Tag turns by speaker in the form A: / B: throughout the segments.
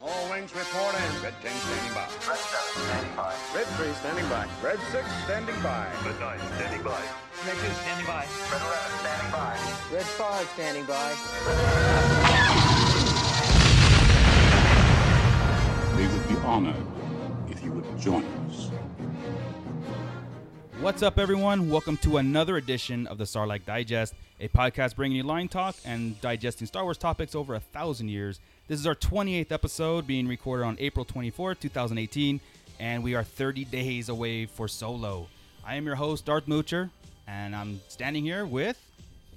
A: All wings report in.
B: Red 10 standing by.
C: Red 7 standing by.
A: Red 3 standing by. Red 6 standing by.
D: Red 9 standing by.
E: Red 2 standing by.
C: Red 11 standing by.
F: Red 5 standing by.
G: We would be honored if you would join us.
H: What's up, everyone? Welcome to another edition of the Sarlacc Digest, a podcast bringing you line talk and digesting Star Wars topics over a thousand years. This is our 28th episode, being recorded on April 24, 2018, and we are 30 days away for Solo. I am your host, Darth Moocher, and I'm standing here with.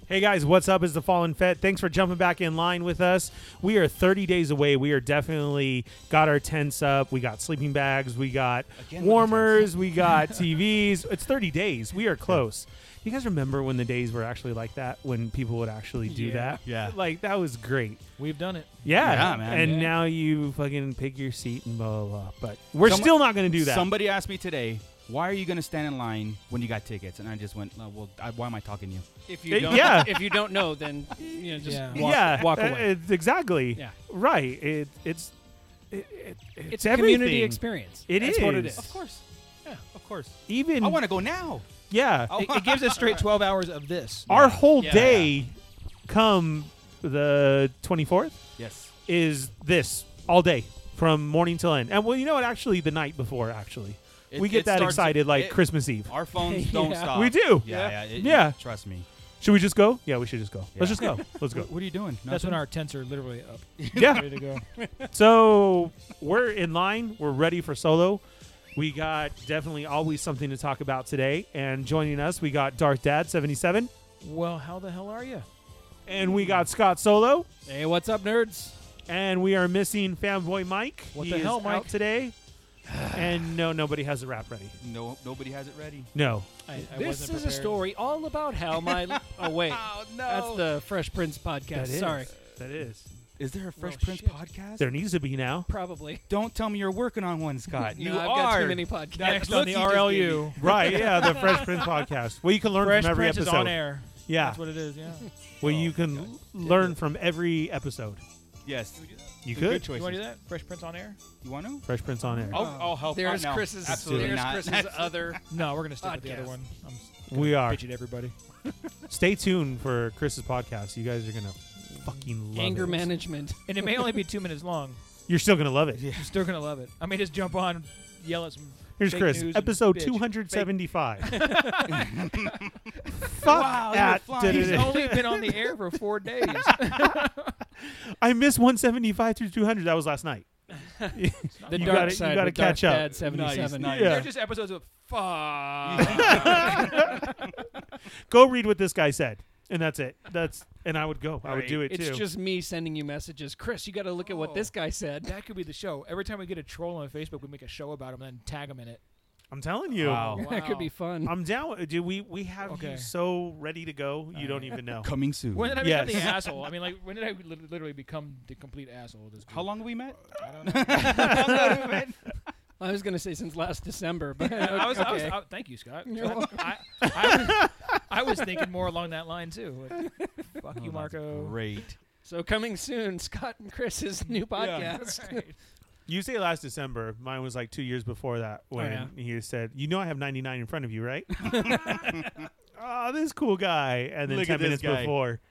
I: Hey guys, what's up? It's the Fallen Fett. Thanks for jumping back in line with us. We are 30 days away. We are definitely got our tents up. We got sleeping bags. We got
H: Again with the
I: warmers. We got TVs. It's 30 days. We are close. You guys remember when the days were actually like that? When people would actually do that?
J: Yeah.
I: Like that was great.
J: We've done it.
I: Yeah.
H: Yeah, man.
I: And
H: Yeah.
I: now you fucking pick your seat and blah blah blah. But we're
H: Some-
I: still not gonna do that.
H: Somebody asked me today, why are you going to stand in line when you got tickets? And I just went, "Oh, well, I, why am I talking to you?
E: If you
I: Eh,
E: don't,
I: yeah.
E: if you don't know, then you know just
J: Yeah.
E: walk,
I: yeah.
E: walk
I: uh,
E: away.
I: it's exactly.
E: Yeah.
I: Right. It, it's it, it, it's,
E: a community
I: everything.
E: experience.
I: It
E: That's what it
I: is.
E: is.
I: Of
H: course. Yeah, of course.
I: Even
H: I want to go now.
I: yeah.
H: I
J: It, it gives us straight 12 hours of this.
I: our whole
E: Yeah.
I: day come the 24th
H: Yes.
I: is this all day from morning till end and well you know what actually the night before actually
H: It-
I: we get
H: it
I: that
H: starts-
I: excited like
H: it-
I: christmas eve
H: Our phones don't
J: Yeah.
H: stop.
I: we do
H: Yeah, yeah. it-
I: Yeah.
H: Trust me.
I: should we just go yeah we should just go
H: Yeah.
I: let's just go let's go
H: What are you doing?
J: That's when our tents are literally up.
I: yeah
J: Ready to go.
I: so we're in line we're ready for solo we got definitely always something to talk about today and joining us we got darth dad 77
J: well, how the hell are you?
I: and we got scott solo
J: Hey, what's up, nerds?
I: And we are missing fanboy Mike.
J: What
I: he
J: the hell,
I: is
J: Mike?
I: out today? and no, nobody has a rap ready.
H: No, nobody has it ready.
I: No.
J: I, I
E: this is
J: wasn't
E: a
J: prepared.
E: story all about how my. oh wait,
H: Oh no!
E: that's the Fresh Prince podcast.
I: that is.
E: Sorry,
I: That is.
H: is there a Fresh
E: Oh,
H: Prince
E: shit.
H: podcast?
I: There needs to be now.
E: probably.
H: Don't tell me you're working on one, Scott. you
E: no, I've
H: are.
E: got too many podcasts.
J: Next on
H: Look,
J: the
H: you just
J: RLU.
I: right, yeah, the Fresh Prince podcast. Well, you can learn
J: Fresh
I: from every
J: Prince
I: episode.
J: is on air.
I: Yeah.
J: That's what it is, yeah.
I: Well, you can l- learn from every episode.
H: Yes.
I: You
H: Good
I: could.
H: choices.
J: You want to do that? Fresh Prince on air?
H: You want to?
I: Fresh Prince on air.
J: Oh,
H: I'll, I'll help.
E: There's
H: out now.
E: Chris's.
H: Absolutely
E: there's
H: not.
E: Chris's other.
J: Um, No, we're going to stick with the other
E: Podcast.
J: one. I'm s-
I: we are.
J: bitch at everybody.
I: Stay tuned for Chris's podcast. You guys are going to fucking love
E: anger
I: it.
E: management.
J: And it may only be two minutes long.
I: You're still going to love it.
J: You're still going to love it. I may just jump on, yell at some.
I: Here's
J: fake
I: Chris,
J: news and
I: episode
J: bitch.
I: 275. Fuck
H: Wow, you're
I: that.
H: flying.
J: He's only been on the air for four days.
I: I missed 175 through 200. That was last night.
E: The
I: You
E: dark
I: gotta- you
E: side.
I: gotta
E: with
I: catch up.
E: Darth Dad
H: Nice,
E: 77.
H: nice.
I: Yeah.
J: They're just episodes of fuck.
I: Go read what this guy said, and that's it. That's and I would go. I would
H: Right.
I: do it
E: It's
I: too.
E: just me sending you messages. Chris, you got to look at what
J: Oh.
E: this guy said.
J: That could be the show. Every time we get a troll on Facebook, we make a show about him and then tag him in it.
I: I'm telling you,
H: Wow.
E: That could
J: Wow.
E: be fun.
I: I'm down. with- Dude, we we have you
J: Okay.
I: so ready to go. You don't even know.
H: Coming soon.
J: When did I become
I: Yes.
J: the asshole? I mean, like, when did I li- literally become the complete asshole? of This
H: How
J: dude?
H: long have we met?
J: I don't know.
E: I was gonna say since last December, but
J: I was, I was,
E: okay.
J: I- thank you, Scott.
E: You're welcome.
J: I, I, was, I was thinking more along that line too. Fuck you,
H: Oh, that's
I: Uh,
J: Marco.
H: Great.
E: so coming soon, Scott and Chris's new podcast.
I: You say last December. Mine was like two years before that when
J: yeah.
I: he said, "You know, I have 99 in front of you, right?" oh, this cool guy. And then
H: Look
I: 10
H: at this
I: minutes
H: guy.
I: before,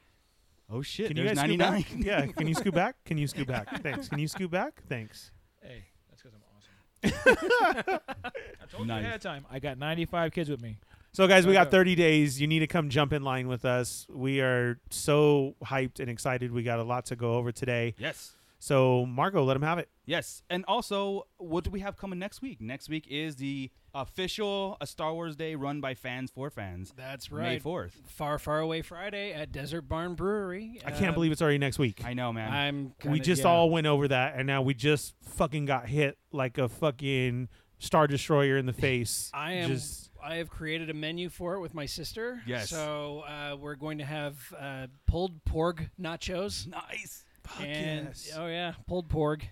H: Oh shit!
I: can you
H: There's
I: guys scoot
H: 99.
I: back? yeah, can you scoot back? Can you scoot back? Thanks. Can you scoot back? Thanks.
J: Hey, that's because I'm awesome. I told you
H: Nice.
J: ahead of time. I got 95 kids with me.
I: So, guys, we
J: There we
I: got
J: go.
I: 30 days. You need to come jump in line with us. We are so hyped and excited. We got a lot to go over today.
H: Yes.
I: So, Marco, let him have it.
H: Yes, and also, what do we have coming next week? Next week is the official uh, Star Wars Day run by fans for fans.
E: That's
H: May
E: right.
H: fourth.
E: Far, far away Friday at Desert Barn Brewery.
I: I can't
E: Uh,
I: believe it's already next week.
H: I know, man.
E: I'm.
I: we
E: kinda-
I: just
E: yeah.
I: all went over that, and now we just fucking got hit like a fucking Star Destroyer in the face.
E: I am.
I: Just,
E: I have created a menu for it with my sister.
H: Yes.
E: So uh, we're going to have uh, pulled pork nachos
H: nice.
E: and
I: yes.
E: oh yeah, pulled pork.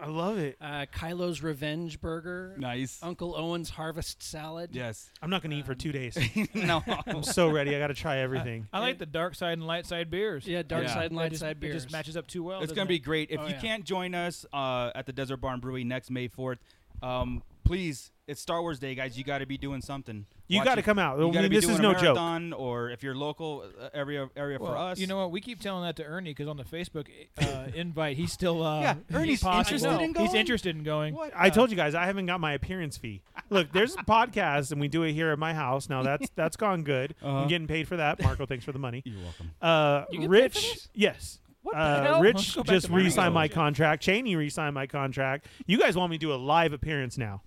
I: I love it.
E: Uh, Kylo's Revenge Burger.
H: Nice.
I: Um,
E: Uncle Owen's Harvest Salad.
H: Yes.
I: I'm not going to eat for two days.
H: no.
I: I'm so ready. I got to try everything.
J: I like the dark side and light side beers.
E: Yeah, dark
H: Yeah.
E: side and
J: That
E: light
J: just-
E: side
J: It
E: beers.
J: just matches up too well.
H: It's
J: doesn't
H: going to
J: it?
H: be great. If
E: Oh,
H: you
E: yeah.
H: can't join us uh, at the Desert Barn Brewery next May 4th, um, please, it's Star Wars Day, guys. You got to be doing something.
I: You
H: Watch
I: gotta
H: it.
I: come out. I
H: You gotta
I: mean,
H: be
I: this
H: doing
I: is
H: a
I: no joke.
H: marathon, Or if you're local uh, area area for
J: Well,
H: us.
J: You know what? We keep telling that to Ernie because on the Facebook uh, invite, he's still. Uh,
H: Yeah,
J: he
H: Ernie's
J: possibly-
H: interested in
J: He's
H: going?
J: interested in going.
H: What?
I: I told you guys I haven't got my appearance fee. Look, there's a podcast and we do it here at my house. Now that's that's gone good.
H: Uh-huh.
I: I'm getting paid for that. Marco, thanks for the money.
H: You're welcome.
I: Uh,
J: You get paid
I: Rich,
J: for this?
I: yes.
J: What the
I: Uh,
J: hell? Let's
I: Rich
J: go back
I: just
J: to Marco.
I: re-signed my
J: Yeah.
I: contract. Cheney re-signed my contract. You guys want me to do a live appearance now?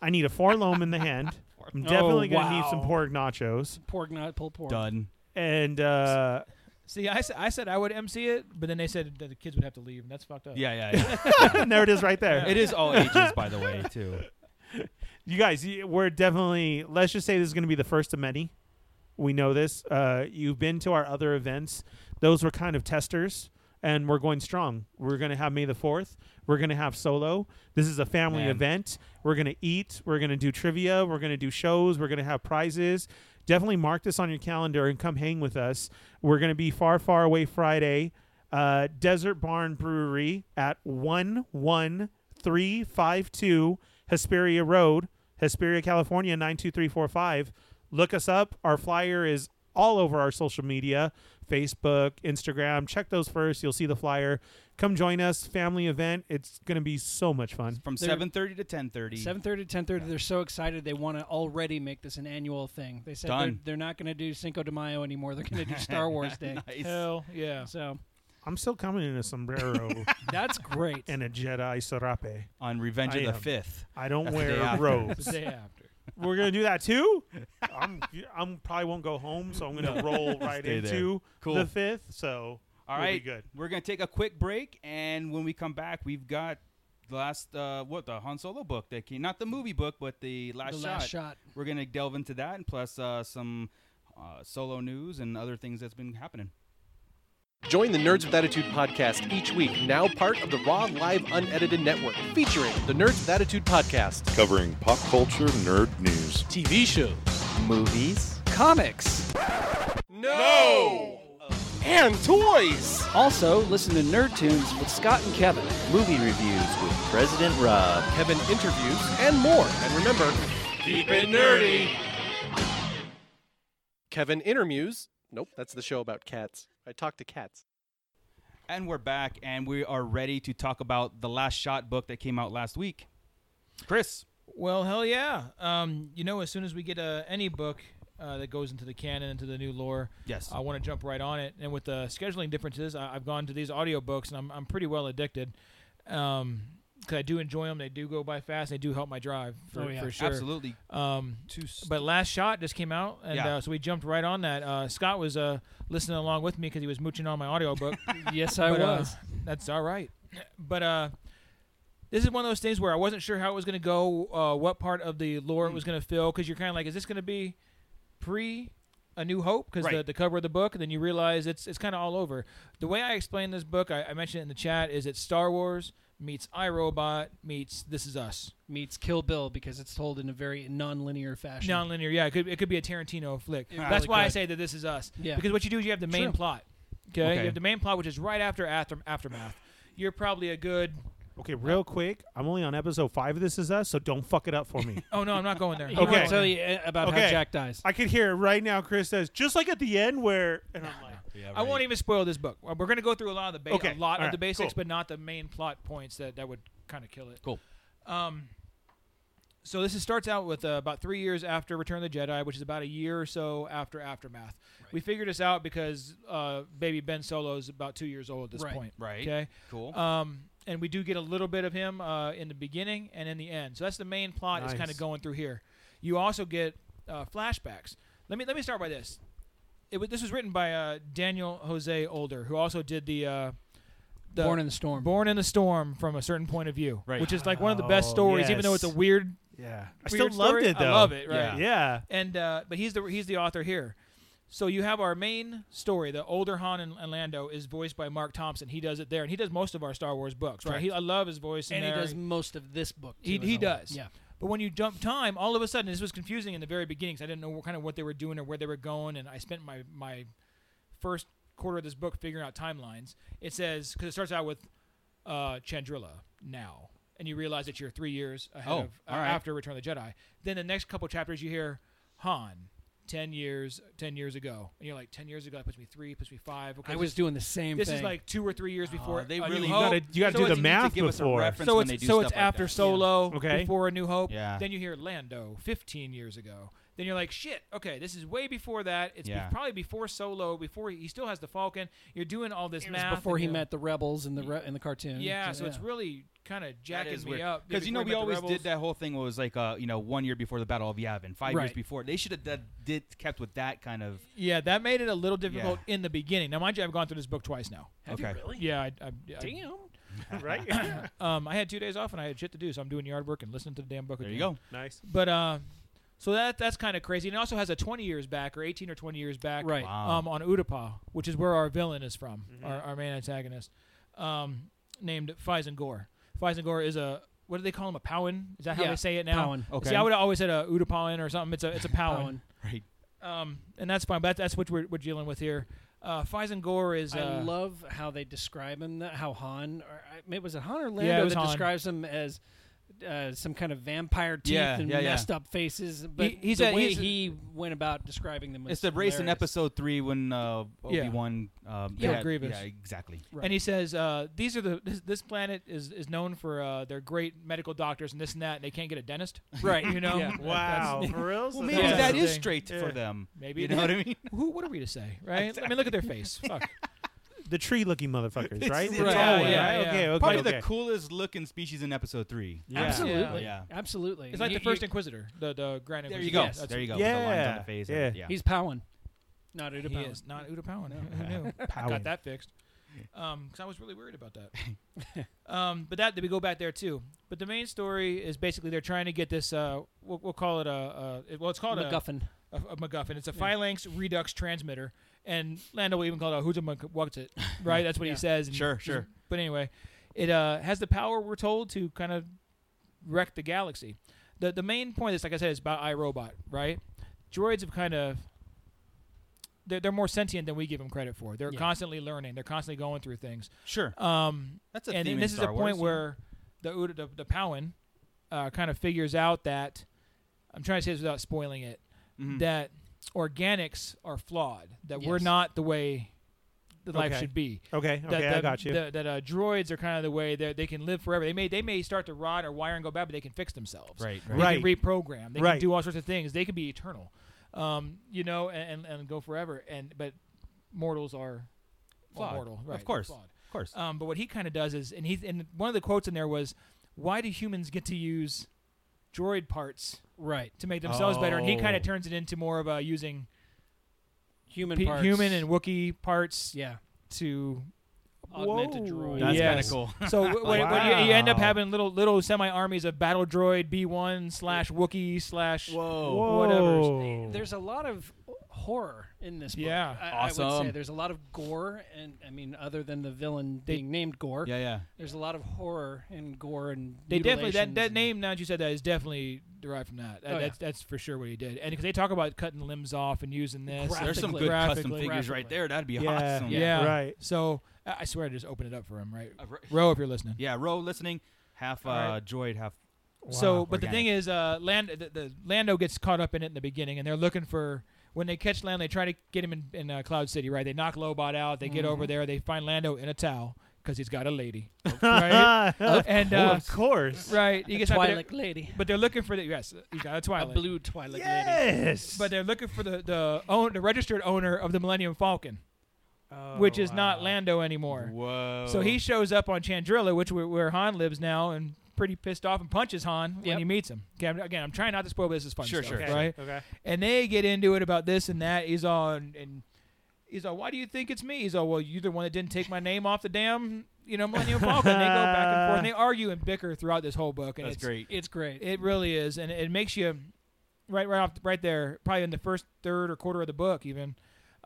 I: I need a four loam in the hand. I'm definitely
J: Oh,
I: gonna need some
E: wow.
I: pork nachos
E: pork, not pulled pork.
H: Done.
I: and uh,
J: See, I, sa- I said I would MC it, but then they said that the kids would have to leave. and That's fucked up.
H: Yeah, yeah,
I: and there it is right there.
H: yeah. it is all ages, by the way, too.
I: you guys, y- we're definitely. Let's just say this is going to be the first of many. We know this. Uh, you've been to our other events; those were kind of testers, and we're going strong. We're going to have May the Fourth. We're going to have solo. This is a family
H: Man.
I: event. We're going to eat. We're going to do trivia. We're going to do shows. We're going to have prizes. Definitely mark this on your calendar and come hang with us. We're going to be far, far away Friday. Uh, Desert Barn Brewery at 11352 Hesperia Road, Hesperia, California 92345. Look us up. Our flyer is all over our social media Facebook, Instagram. Check those first. You'll see the flyer. Come join us. Family event. It's going to be so much fun.
H: From
E: They're-
H: 7:30 to 10:30.
E: 7.30 to 10.30 they're so excited they want to already make this an annual thing they said
H: Done.
E: They're, they're not going to do cinco de mayo anymore they're going to do star wars day
H: Nice.
J: Hell yeah.
E: so
I: I'm still coming in a sombrero
E: that's great
I: and a Jedi serape.
H: On Revenge
I: I
H: of
I: am.
H: the Fifth.
I: I don't
H: That's the day
I: wear
H: after.
J: The
I: robes.
J: day after.
I: We're gonna do that too. I'm, I'm probably won't go home, so I'm gonna roll right
H: Stay there.
I: into
H: Cool.
I: the fifth. So
H: All
I: we'll be
H: right,
I: good.
H: We're gonna take a quick break, and when we come back, we've got the last uh, what the Han Solo book that came, not the movie book, but the last,
E: the
H: shot.
E: last shot
H: We're gonna delve into that, and plus uh, some uh, solo news and other things that's been happening.
B: Join the Nerds with Attitude podcast each week, now part of the Raw Live Unedited Network, featuring the Nerds with Attitude podcast,
D: covering pop culture nerd news.
B: TV shows,
F: Movies.
B: comics, no, and toys.
F: Also, listen to Nerd Tunes with Scott and Kevin. Movie reviews with President Rob.
B: Kevin interviews and more. And remember, keep it nerdy. Kevin intermuse. Nope, that's the show about cats. I talk to cats.
H: And we're back, and we are ready to talk about the last shot book that came out last week. Chris,
J: Well, hell yeah. Um, you know, as soon as we get uh, any book uh, that goes into the canon, into the new lore,
H: Yes.
J: I want to jump right on it. And with the scheduling differences, I, I've gone to these audiobooks, and I'm, I'm pretty well addicted. Um 'cause because I do enjoy them. They do go by fast. They do help my drive for,
E: Oh, yeah.
J: for sure.
H: absolutely.
J: Um,
H: Two s-
J: but last shot just came out, and
H: Yeah.
J: uh, so we jumped right on that. Uh, Scott was uh, listening along with me because he was mooching on my audiobook.
E: yes i
J: But, uh,
E: was
J: that's all right. But uh, this is one of those things where I wasn't sure how it was going to go, uh, what part of the lore it
E: Hmm.
J: was going to fill, because you're kind of like, is this going to be pre A New Hope? Because the,
H: Right.
J: the cover of the book, and then you realize it's it's kind of all over. The way I explain this book, I, I mentioned it in the chat, is it's Star Wars meets iRobot meets This Is Us.
E: meets kill bill because it's told in a very non-linear fashion
J: Non-linear, yeah. It could, it could be a Tarantino flick.
E: It
J: That's
E: really
J: why I
E: could.
J: say that this is us.
E: Ah, Yeah.
J: Because what you do is you have the main
E: True.
J: plot. Okay?
H: Okay.
J: You have the main plot, which is right after Athram- Aftermath. You're probably a good.
I: Okay, real quick. I'm only on episode five of This Is Us, so don't fuck it up for me.
J: Oh no, I'm not going there.
E: He won't
I: Okay.
E: tell you uh, about
I: Okay.
E: how jack dies
I: I could hear it right now. Chris says, just like at the end where, and I'm like,
J: I won't even spoil this book. We're going to go through a lot of the ba-
I: Okay,
J: a lot
I: all
J: of the
I: right,
J: basics,
I: cool.
J: but not the main plot points that that would kind of kill it.
H: Cool.
J: Um, so this is, starts out with uh, about three years after Return of the Jedi, which is about a year or so after Aftermath. We figured this out because uh, baby Ben Solo is about two years old at this
E: Right.
J: point.
H: Right.
J: Okay.
H: Cool.
J: Um, and we do get a little bit of him uh, in the beginning and in the end. So that's the main plot is kind
I: Nice.
J: of going through here. You also get uh, flashbacks. Let me let me start by this. It was, this was written by uh, Daniel Jose Older, who also did the, uh, the
E: born in the storm
J: Born in the Storm from a certain point of view,
H: Right.
J: which is like one of the best
I: Oh,
J: stories, even though it's a
I: yes.
J: weird.
I: yeah. I still
J: Weird
I: loved
J: story.
I: it though.
J: I love it. Right.
H: Yeah.
I: Yeah.
J: And uh, but he's the he's the author here. So you have our main story. The older Han and, and Lando is voiced by Mark Thompson. He does it there, and he does most of our Star Wars books, right?
E: Correct.
J: He, I love his voice. in
E: and he
J: there.
E: does most of this book.
J: He,
E: too,
J: he
E: as a whole.
J: does.
E: Yeah.
J: But when you jump time, all of a sudden, this was confusing in the very beginning. 'cause I didn't know what kind of what they were doing or where they were going. And I spent my my first quarter of this book figuring out timelines. It says because it starts out with uh, Chandrila now, and you realize that you're three years ahead
H: Oh,
J: of uh,
H: all right.
J: after Return of the Jedi. Then the next couple chapters, you hear Han. Ten years, ten years ago, and you're like, ten years ago, that puts me three, puts me five. Okay,
E: I
J: this
E: was
J: is-
E: doing the same
J: This
E: thing.
J: is like two or three years before.
H: they
J: A New
H: really- You
J: Hope.
I: gotta- you gotta
J: So
I: do the
J: it's-
I: math
H: to give us
I: before.
H: a reference
J: so
H: when
J: it's
H: they do
J: so
H: stuff
J: it's
H: like
J: after
H: that.
J: Solo,
I: Okay.
J: before A New Hope.
H: Yeah.
J: Then you hear Lando, 15 years ago. Then you're like, shit. Okay, this is way before that. It's be-
H: Yeah.
J: probably before Solo. Before he, he still has the Falcon. You're doing all this
E: it was
J: math
E: before
J: and
E: he
J: you're-
E: met the rebels in the re- in the cartoon.
J: Yeah, so it's really kind of
H: That
J: jacking
H: is
J: me
H: weird.
J: up Yeah,
H: you know we
J: before he met the
H: always
J: Rebels.
H: did that whole thing was like uh you know one year before the Battle of Yavin, five years
E: Right.
H: before. They should have did, did kept with that kind of.
J: Yeah, that made it a little difficult in the beginning. Now, mind you, I've gone through this book twice now.
H: okay.
J: Yeah, I, I, I-
E: damn.
I: right?
J: um, I had two days off and I had shit to do, so I'm doing yard work and listening to the damn book.
H: There
J: again.
H: you go.
I: nice.
J: But uh, so that that's kind of crazy. And it also has a 20 years back or 18 or 20 years back
E: Right.
H: Wow.
J: um, on Utapa, which is where our villain is from, our, our main antagonist, um, named Feisengor. Feisengor is a what do they call him? A Powin? Is that how
E: Yeah,
J: they say it now?
E: Powin.
H: Okay.
J: See, I would have always said a Utapawin or something. It's a it's a Powin.
H: Right.
J: Um, and that's fine. But that, that's what we're, we're dealing with here. Uh, Feisengor is. Uh,
E: I love how they describe him. that- How Han, or I- maybe- was it Han or Lando
J: Yeah, it was
E: that
J: Han.
E: describes him as uh, some kind of vampire teeth
H: Yeah,
E: and
H: yeah, yeah.
E: messed up faces? But
J: He- he's
E: the
J: a-
E: way
J: he's a-
E: he went about describing them was
H: It's the race in
E: hilarious.
H: episode three when uh,
J: Yeah.
H: Obi Wan. Um, they
J: Yeah,
H: had-
J: Grievous.
H: Yeah, exactly.
E: Right.
J: And he says, uh, "These are the this, this planet is, is known for uh, their great medical doctors and this and that, and they can't get a dentist,
E: Right.
J: you know?
E: Yeah.
I: Wow. For real?
H: Well,
I: So
H: maybe
J: Yeah.
I: that's-
H: that
J: the
H: is
J: thing.
H: straight
I: Yeah.
H: for them.
J: Maybe
H: you know
J: they-
H: what I mean.
J: Who? What are we to say, right? I mean, look at their face. Fuck.
I: the tree-looking motherfuckers, right?
H: it's
I: That's
J: yeah,
I: all it,
J: yeah,
I: right?
J: yeah.
I: Okay, okay,
H: Probably
I: okay.
H: the coolest looking species in episode three.
I: Yeah.
E: Absolutely.
H: Yeah.
E: Absolutely.
J: It's like
E: You-
J: the first
E: you-
J: Inquisitor, the the Grand
H: There
J: Inquisitor.
H: you go.
E: Yes.
H: There you go. With the lines on
I: Yeah.
H: the face.
I: Yeah.
H: and- yeah.
E: He's Powin, not Uda
J: He
E: Powin.
J: is not Uda Powan. Who knew?
I: Powin.
J: Got that fixed. Um, because I was really worried about that. um, but that we go back there too. But the main story is basically they're trying to get this. Uh, we'll, we'll call it a. Uh, it- well, it's called a-
E: MacGuffin.
J: a, a MacGuffin. It's a phalanx redux transmitter, and Lando will even call it a who's a Mac- what's it, right? That's what
E: Yeah.
J: he says. and-
H: Sure, sure.
J: But anyway, it uh, has the power we're told to kind of wreck the galaxy. the The main point is, like I said, is about iRobot, right? Droids have kind of they're, they're more sentient than we give them credit for. They're
E: Yeah.
J: constantly learning. They're constantly going through things.
H: Sure.
J: Um,
H: That's a
J: and,
H: theme in
J: and this
H: Star
J: is a point
H: Wars, yeah.
J: where the Uda, the, the Powin uh, kind of figures out that I'm trying to say this without spoiling it
I: Mm-hmm.
H: Mhm.
J: that organics are flawed that we're
E: Yes.
J: not the way the life
I: Okay.
J: should be
I: Okay, okay,
J: that, that,
I: I got you.
J: that, that, uh, droids are kind of the way that they can live forever they may they may start to rot or wire and go bad but they can fix themselves
H: Right.
J: they
I: Right.
H: Right.
J: can reprogram they
I: Right.
J: can do all sorts of things they can be eternal um, you know and, and, and go forever and but mortals are
H: Flawed.
J: mortal
H: Of
J: right,
H: course.
J: flawed.
H: Of course.
J: Um, but what he kind of does is, and he and one of the quotes in there was, "Why do humans get to use droid parts
E: Right.
J: to make themselves better?" And he kind
H: Oh.
J: of turns it into more of a using
E: Human
J: pe-
E: parts.
J: human and Wookiee parts
E: yeah.
J: to.
E: Augmented
I: Whoa.
E: droid.
H: That's
J: yes.
H: kind of cool.
J: So wh- when, when you, you end up
I: Wow.
J: having little little semi armies of battle droid B one slash Wookiee slash.
H: Whoa.
I: Whoa.
E: There's a lot of horror in this book.
J: Hmm. Yeah.
E: I, I would
H: Awesome.
E: say there's a lot of gore, and I mean, other than the villain being named Gore,
H: Yeah. Yeah.
E: there's a lot of horror and gore and
J: They definitely that,
E: mutilations
J: that
E: and-
J: name now that you said that is definitely derived from that. That-
E: Oh, yeah.
J: that's that's for sure what he did. And because they talk about cutting limbs off and using this,
E: Graphic-
H: There's some
E: Graphically.
H: good custom
J: Graphically.
H: figures right
E: Graphically.
H: there. That'd be
I: Yeah.
H: awesome.
E: Yeah.
J: Yeah.
I: Right.
J: So I I swear I just opened it up for him, right?
H: Uh, right.
J: Ro, if you're listening.
H: Yeah. Ro listening. Half uh,
J: Alright.
H: droid, half
J: So, but the
H: Organic.
J: thing is, uh, Land the, the Lando gets caught up in it in the beginning, and they're looking for when they catch Lando, they try to get him in, in uh, Cloud City, right? They knock Lobot out. They get over there. They find Lando in a towel because he's got a lady, right?
I: of
J: and uh,
I: course.
J: right, he gets out there,
E: Twilight Lady,
J: but they're looking for the yes, he's got a
E: a
J: Twilight.
E: blue Twilight Lady.
I: Yes.
J: but they're looking for the the own the registered owner of the Millennium Falcon,
I: Oh,
J: which is not Lando anymore.
H: Whoa.
J: So he shows up on Chandrilla, which where, where Han lives now, and pretty pissed off and punches Han when
E: Yep.
J: he meets him. Okay, I'm- again, I'm trying not to spoil, but this is fun
H: Sure,
J: stuff,
H: sure,
I: okay.
J: right?
I: Okay.
J: And they get into it about this and that. He's on and he's all, "Why do you think it's me?" He's all, "Well, you're the one that didn't take my name off the damn, you know, Millennium Falcon." they go back and forth, and they argue and bicker throughout this whole book. And
H: That's
J: it's,
H: great.
E: It's great.
J: It really is, and it makes you right, right off, right there, probably in the first third or quarter of the book, even.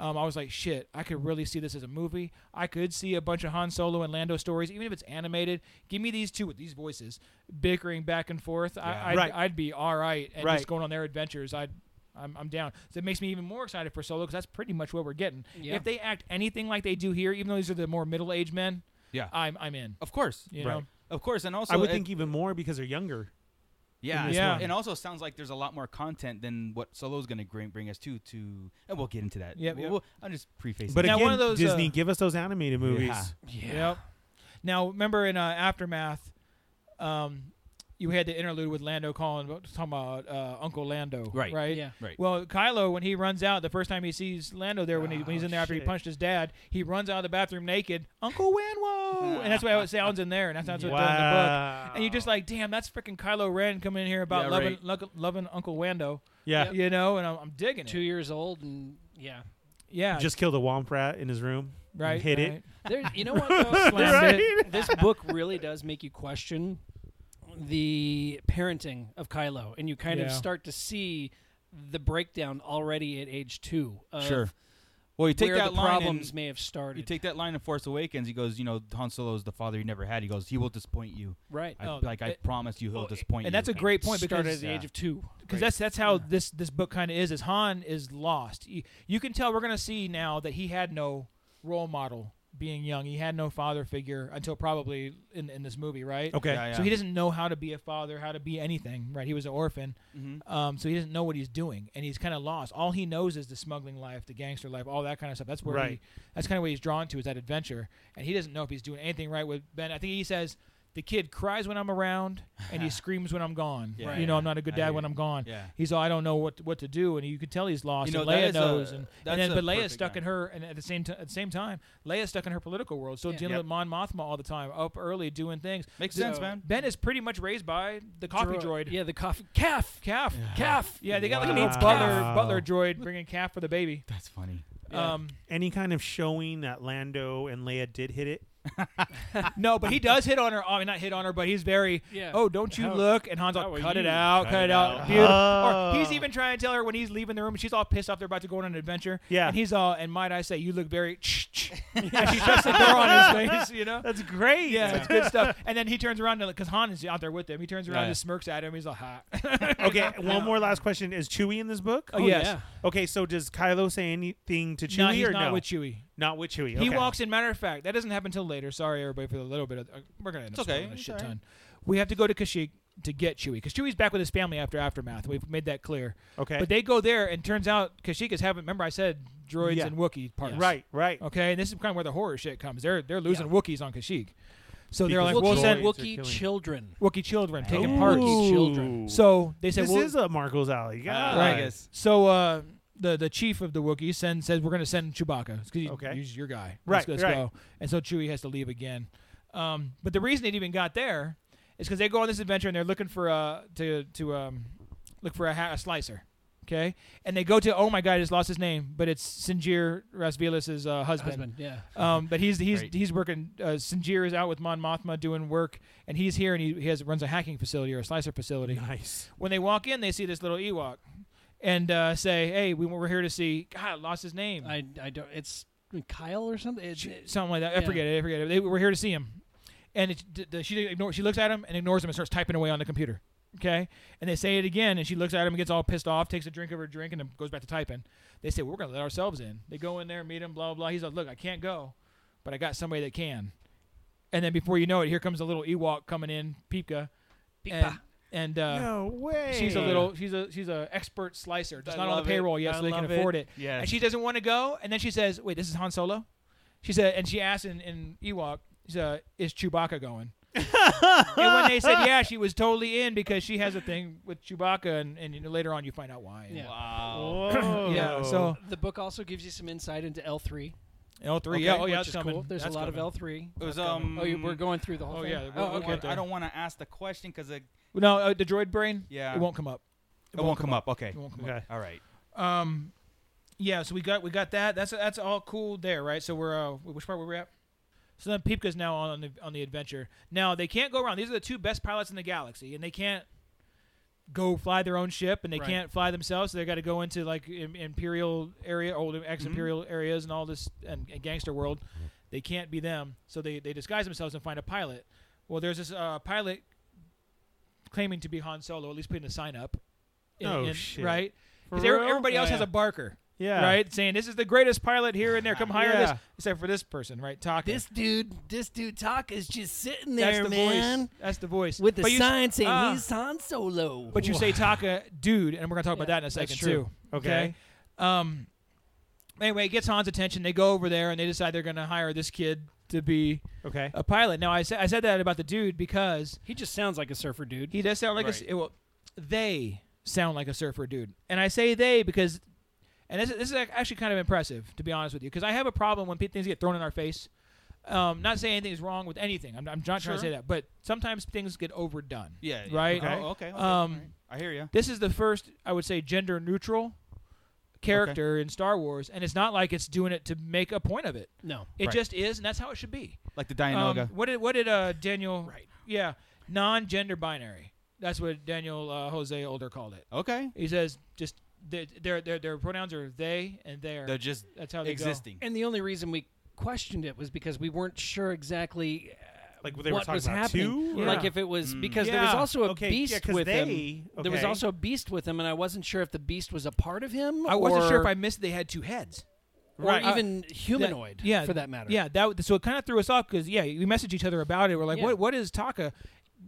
J: um, I was like, shit, I could really see this as a movie. I could see a bunch of Han Solo and Lando stories, even if it's animated. Give me these two with these voices bickering back and forth. I, I'd,
I: Right.
J: I'd be all right and
I: Right.
J: just going on their adventures. I'd. I'm, I'm down. So it makes me even more excited for Solo because that's pretty much what we're getting.
E: Yeah.
J: If they act anything like they do here, even though these are the more middle-aged men,
H: Yeah.
J: I'm I'm in.
H: Of course.
J: You
I: Right.
J: know,
H: Of course. And also
I: I would
H: it-
I: think even more because they're younger.
H: Yeah,
J: this
H: yeah.
J: one.
H: And also, it sounds like there's a lot more content than what Solo's going to bring, bring us to. To and we'll get into that.
J: Yep,
H: We'll-
J: yep.
H: we'll- I'm just prefacing.
I: But
J: Now,
I: again,
J: one of those,
I: Disney,
J: uh,
I: give us those animated movies.
H: Yeah.
J: Yep. Now remember in uh, aftermath, um, you had the interlude with Lando calling talking about uh, Uncle Lando,
H: Right.
J: Right.
E: Yeah.
H: Right.
J: Well, Kylo when he runs out the first time he sees Lando there when, he, when he's
I: Oh,
J: in there after he
I: shit.
J: punched his dad, he runs out of the bathroom naked, Uncle Wanwo, and that's how it sounds in there, and that's how it's done in the book.
I: Wow.
J: And you're just like, damn, that's freaking Kylo Ren coming in here about
H: Yeah,
J: loving
H: right.
J: lo- loving Uncle Wando,
I: yeah,
J: you know, and I'm, I'm digging
E: Two
J: it.
E: years old, and yeah,
J: Yeah,
I: just killed a womp rat in his room.
J: right,
I: hit it.
J: right.
E: There's, you know what? Though?
J: Slammed
E: This- This book really does make you question the parenting of Kylo, and you kind of
J: Yeah.
E: start to see the breakdown already at age two. Of
H: Sure. Well, you take
E: where
H: that
E: the
H: line.
E: problems
H: in-
E: may have started.
H: you take that line in Force Awakens. He goes, you know, Han Solo's the father he never had. He goes, he will disappoint you.
E: right.
H: I,
J: Oh,
H: like I
J: it-
H: promised you, he'll
J: oh,
H: disappoint you.
J: and that's a great point
E: Started
J: because
E: at the age of two.
J: because that's that's how this this book kind of is. Is Han is lost. You, you can tell we're gonna see now that he had no role model being young. He had no father figure until probably in in this movie, right?
I: Okay.
H: Yeah,
J: So he doesn't know how to be a father, how to be anything, right? He was an orphan,
H: Mm-hmm.
J: um, so he doesn't know what he's doing, and he's kind of lost. All he knows is the smuggling life, the gangster life, all that kind of stuff. That's where he,
I: Right.
J: that's kind of what he's drawn to is that adventure, and he doesn't know if he's doing anything right with Ben. I think he says the kid cries when I'm around, and he screams when I'm gone.
H: Yeah,
J: you know,
H: yeah.
J: I'm not a good
H: I
J: dad
H: hear
J: when
H: you.
J: I'm gone.
H: Yeah.
J: He's all I don't know what what to do, and you can tell he's lost.
H: You know,
J: and
H: that
J: Leia
H: is a-
J: knows, and,
H: that's
J: and then
H: a
J: but Leia's
H: perfect
J: stuck in
H: guy.
J: her, and at the same t- at the same time, Leia's stuck in her political world. So
E: Yeah.
J: dealing
H: Yep.
J: with Mon Mothma all the time, up early doing things.
H: Makes
J: So
H: sense, man.
J: Ben is pretty much raised by the coffee
E: Dro-
J: droid.
E: Yeah, the coffee calf.
J: Calf.
E: Calf.
J: Yeah, they got like an
I: Wow.
J: old butler
I: Calf.
J: butler droid bringing calf for the baby.
H: That's funny.
J: Um,
I: Any kind of showing that Lando and Leia did hit it.
J: no, but he does hit on her. I mean, not hit on her, but he's very.
E: Yeah.
J: Oh, don't you
E: How-
J: look? And Han's
E: how
J: like,
E: are
J: cut it
E: you?"
J: out, cut, it out. Beautiful.
I: Oh.
J: Or he's even trying to tell her when he's leaving the room, and she's all pissed off. They're about to go on an adventure.
I: Yeah.
J: And he's all, and might I say, you look very. and she shuts the door on his face. You know.
I: That's great.
J: Yeah, it's good stuff. And then he turns around because Han is out there with him. He turns around
H: Yeah.
J: and smirks at him. He's like, "Ha."
I: okay, one more last question: Is Chewie in this book?
J: Oh, yes.
E: yeah.
I: Okay, so does Kylo say anything to Chewie
J: No, he's
I: or
J: not
I: no?
J: with Chewie.
I: not with Chewie.
J: He
I: okay.
J: walks in. Matter of fact, that doesn't happen until later. Sorry, everybody, for the little bit. Of, uh, we're gonna end
H: It's
J: up
H: okay.
J: spoiling a
H: It's
J: shit
H: all right.
J: ton. We have to go to Kashyyyk to get Chewie because Chewie's back with his family after Aftermath. We've made that clear.
I: Okay.
J: But they go there, and turns out Kashyyyk is having. Remember, I said droids
I: Yeah.
J: and Wookiee parts.
I: Right, right.
J: Okay, and this is kind of where the horror shit comes. They're they're losing Wookiees on Kashyyyk, so they're
I: Because
J: like,
I: Wookiees
J: we'll send
I: droids.
J: Wookiee,
I: killing-
E: Wookiee
J: children
E: children.
H: Oh.
J: taking
H: Ooh.
J: parts.
E: Wookiee children.
I: Ooh.
J: So they said,
I: this
J: we'll, Uh,
I: is a Marco's alley. God.
H: I guess.
J: So uh, the the chief of the Wookiees send, says we're going to send Chewbacca. Cause he,
I: Okay.
J: he's your guy.
I: Right,
J: let's, let's
I: right.
J: go. And so Chewie has to leave again. Um, but the reason it even got there is because they go on this adventure and they're looking for uh to to um look for a, ha- a slicer. Okay, and they go to oh my god, I just lost his name, but it's Sinjir Rasvilas's uh,
E: Husband. Yeah.
J: um, but he's he's
H: Great.
J: he's working. Uh, Sinjir is out with Mon Mothma doing work, and he's here, and he, he has runs a hacking facility or a slicer facility.
I: Nice.
J: When they walk in, they see this little Ewok, and uh, say, "Hey, we we're here to see." God, I lost his name.
E: I, I don't. It's Kyle or something. It, it-
J: Something like that. I
E: yeah.
J: forget it. I forget it. They, we're here to see him, and it's d- d- she ignore, She looks at him and ignores him and starts typing away on the computer. Okay, and they say it again, and she looks at him and gets all pissed off, takes a drink of her drink, and then goes back to typing. They say, "We're gonna let ourselves in." They go in there, meet him, blah blah. blah. He's like, "Look, I can't go, but I got somebody that can." And then before you know it, here comes a little Ewok coming in, Peepka, and, and uh,
I: no way.
J: She's a little. She's a she's a expert slicer. Just
H: I
J: not on
H: love
J: the
H: it.
J: payroll yet,
H: I
J: so they can
H: love
J: afford it.
H: it. Yes.
J: And she doesn't want to go. And then she says, "Wait, this is Han Solo." She said, and she asked in, in Ewok, she's, uh, "Is Chewbacca going?" and when they said yeah, she was totally in because she has a thing with Chewbacca, and, and you know, later on you find out why. And-
E: yeah.
H: Wow.
I: Whoa.
J: Yeah, so
E: The book also gives you some insight into L three.
J: L three,
H: Okay,
J: yeah, oh yeah, it's
E: which is
J: coming.
E: cool. There's
J: That's
E: a lot of
J: coming.
E: L three.
H: It was um.
E: Oh, you, we're going through the whole
J: oh,
E: thing.
J: yeah, we'll-
E: Oh,
J: we'll
E: okay.
J: get there.
H: I don't want to ask the question because it,
J: No, uh, the droid brain.
H: Yeah.
J: it won't come up.
H: it won't come up. Okay.
J: It won't come up.
I: Okay.
H: All right.
J: Um, yeah. So we got we got that. That's that's all cool there, right? So we're uh, which part were we at? So then Peepka's now on the on the adventure. Now they can't go around. These are the two best pilots in the galaxy, and they can't go fly their own ship and they
E: Right.
J: can't fly themselves, so they got to go into like im- imperial area, old ex-imperial
I: Mm-hmm.
J: areas, and all this and, and gangster world. They can't be them, so they they disguise themselves and find a pilot. Well, there's this uh, pilot claiming to be Han Solo, at least putting a sign up.
I: Oh, shit.
J: Right? Because
I: For real?
J: everybody else
I: Yeah.
J: has a barker.
I: Yeah.
J: Right? Saying this is the greatest pilot here and there. Come hire
I: Yeah.
J: this, except for this person, right? Talking.
E: This dude, this dude talk is just sitting there,
J: That's the
E: man,
J: voice. That's the voice.
E: with the
J: But you s-
E: sign saying
J: ah.
E: he's Han Solo.
J: But you say Taka, dude, and we're gonna talk about that in a second
E: true.
J: too.
I: Okay.
J: Um. Anyway, it gets Han's attention. They go over there and they decide they're gonna hire this kid to be
I: Okay.
J: a pilot. Now I said I said that about the dude because
E: he just sounds like a surfer dude.
J: he does sound like a s- well, they sound like a surfer dude, and I say they because, and this, is- this is ac- actually kind of impressive to be honest with you, because I have a problem when pe- things get thrown in our face. Um, not saying anything is wrong with anything. I'm, I'm not trying to say that, but sometimes things get overdone.
H: Yeah. yeah.
J: Right.
H: Oh, okay. okay,
J: Um,
H: alright. I hear you.
J: This is the first, I would say, gender neutral character in Star Wars, and it's not like it's doing it to make a point of it.
E: no,
J: It
H: Right.
J: just is, and that's how it should be.
H: Like the
J: Um,
H: Dianoga.
J: what did what did uh, Daniel?
E: Right.
J: Yeah, non-gender binary. That's what Daniel uh, Jose Older called it.
H: okay.
J: He says just their their their, their pronouns are they and their.
H: They're just
J: that's how they go.
H: existing.
E: and the only reason we questioned it was because we weren't sure exactly
I: Like they were
E: what
I: talking
E: was
I: about
E: happening.
I: two. or-
E: Like if it was because there was
I: Yeah.
E: also a
I: Okay, yeah,
E: beast
I: 'cause
E: with
I: they-
E: him. There was
I: okay.
E: also a beast with him, and I wasn't sure if the beast was a part of him.
J: I wasn't sure if
E: or-
J: I missed they had two heads.
E: or
J: Right. Uh,
E: even
J: that-
E: humanoid,
J: yeah,
E: for that matter.
J: Yeah, that w- so it kind of threw us off because yeah, we messaged each other about it. We're like,
E: Yeah.
J: what what is Taka?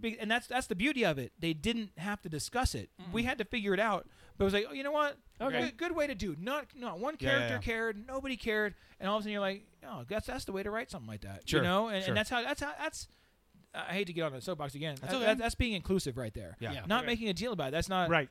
J: Be- And that's that's the beauty of it. They didn't have to discuss it. We had to figure it out. But it was like, oh, you know what?
E: Mm-hmm. Okay.
J: Good, good way to do. Not not one
H: Yeah, yeah,
J: character
H: yeah.
J: cared. Nobody cared. And all of a sudden you're like, oh, that's that's the way to write something like that.
H: Sure,
J: You know, and,
H: sure.
J: and that's how that's how that's. I hate to get on the soapbox again. That's,
H: okay.
J: that, that's being inclusive right there.
H: Yeah.
E: Yeah.
J: Not making a deal about it. That's not
I: Right.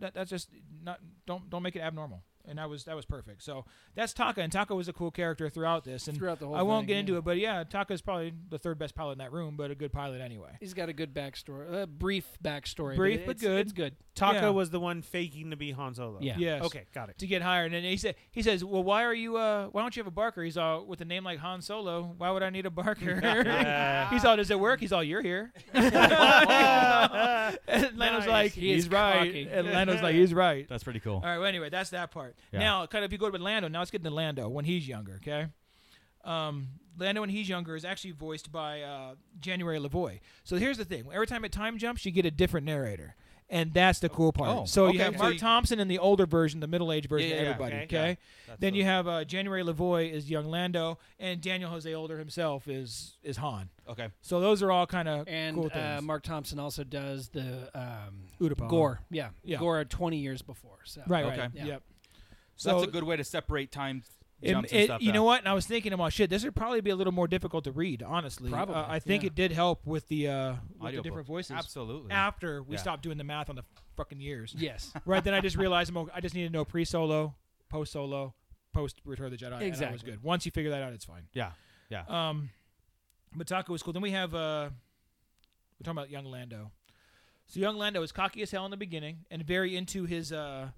J: that, that's just not don't don't make it abnormal and that was that was perfect so that's taka and taka was a cool character throughout this and
E: Throughout the whole
J: i won't
E: thing,
J: get into
E: yeah.
J: it but yeah taka's probably the third best pilot in that room but a good pilot anyway
E: He's got a good backstory, a brief backstory.
J: Brief,
E: it-
J: but
E: it's-
J: good.
E: It's good.
I: Taka
J: Yeah.
I: was the one faking to be Han Solo.
E: Yeah.
J: yes
I: Okay, got it.
J: to get hired and then he said he says well why are you uh why don't you have a barker he's all with a name like han solo why would i need a barker he's all does it work he's all you're here and lano's
I: Nice.
J: like
E: He
J: he's
E: is
J: right
E: cocky.
J: and lano's like he's right
H: That's pretty cool.
J: All right. Well, anyway, that's that part.
H: Yeah.
J: Now, kind of, if you go to Lando, now let's get to Lando when he's younger. Okay. Um, Lando when he's younger is actually voiced by uh, January Lavoy. So here's the thing: every time it time jumps, you get a different narrator, and that's the cool part.
H: Oh,
J: so you
H: okay.
J: have
H: So
J: Mark
H: you-
J: Thompson in the older version, the middle-aged version
H: Yeah,
J: of
H: yeah, yeah,
J: everybody.
I: okay,
J: Okay.
I: yeah.
J: Then
H: the-
J: you have uh, January Lavoy is young Lando, and Daniel Jose Older himself is is Han.
H: Okay.
J: So those are all kind of
E: And
J: cool
E: uh,
J: things.
E: Mark Thompson also does the um,
J: Utapau.
E: Gore. Yeah,
J: Yeah.
E: Gore 20 years before. So
J: Right.
H: Okay.
J: Right.
E: Yeah.
J: Yep.
H: So that's a good way to separate time
J: It-
H: jumps
J: it-
H: and stuff.
J: You
H: yeah.
J: know what? And I was thinking about shit. This would probably be a little more difficult to read, honestly. Uh,
E: Probably,
J: I think
E: yeah.
J: it did help with the uh, with the
H: Audiobook.
J: different voices.
H: Absolutely.
J: After we
H: Yeah.
J: stopped doing the math on the fucking years.
E: Yes.
J: right then, I just realized I'm, o- I just need to know pre solo, post solo, post Return of the Jedi. And I was
E: Exactly.
J: good. Once you figure that out, it's fine.
H: yeah. Yeah.
J: Um, but Taka was cool. Then we have uh, we're talking about young Lando. So young Lando is cocky as hell in the beginning and very into his uh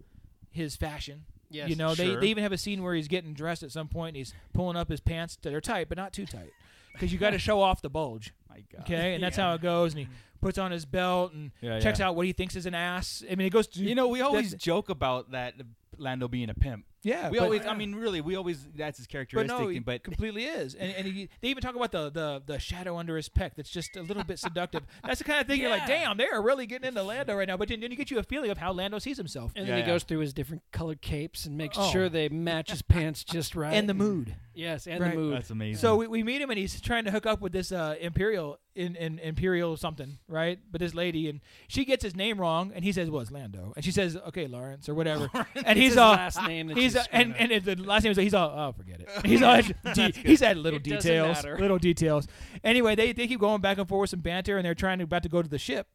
J: his fashion.
E: Yes.
J: you know they,
H: Sure.
J: they even have a scene where he's getting dressed at some point and he's pulling up his pants. They're tight, but not too tight, because you got to show off the bulge.
H: My God.
J: Okay, and that's how it goes. And he puts on his belt and
H: Yeah,
J: checks
H: yeah.
J: out what he thinks is an ass. I mean, it goes. To,
H: You know, we always
J: That's-
H: joke about that Lando being a pimp.
J: yeah.
H: we
J: but-
H: always, I mean, really, we always that's his
J: but
H: characteristic.
J: no, he
H: and- but
J: completely is. And, and he, they even talk about the, the the shadow under his pec that's just a little bit seductive. That's the kind of thing you're like, damn, they're really getting into Lando right now. But then, then you get you a feeling of how Lando sees himself
E: And
H: Yeah,
E: then he
H: yeah.
E: goes through his different colored capes and makes
J: Oh.
E: sure they match his pants just right.
J: and the mood.
E: Yes, and
J: Right.
E: the mood.
H: that's amazing.
J: So we, we meet him and he's trying to hook up with this uh, imperial in, in imperial something, right? But this lady and she gets his name wrong and he says, "Well, it's Lando," and she says, "Okay, Lawrence or whatever," and he's
E: his
J: all.
E: last name that
J: He's
E: you
J: uh,
E: screwed
J: and
E: up.
J: and it, the last name is he's all oh forget it he's all de- he's had little
E: It doesn't
J: details
E: matter.
J: little details anyway they, they keep going back and forth with some banter and they're trying to about to go to the ship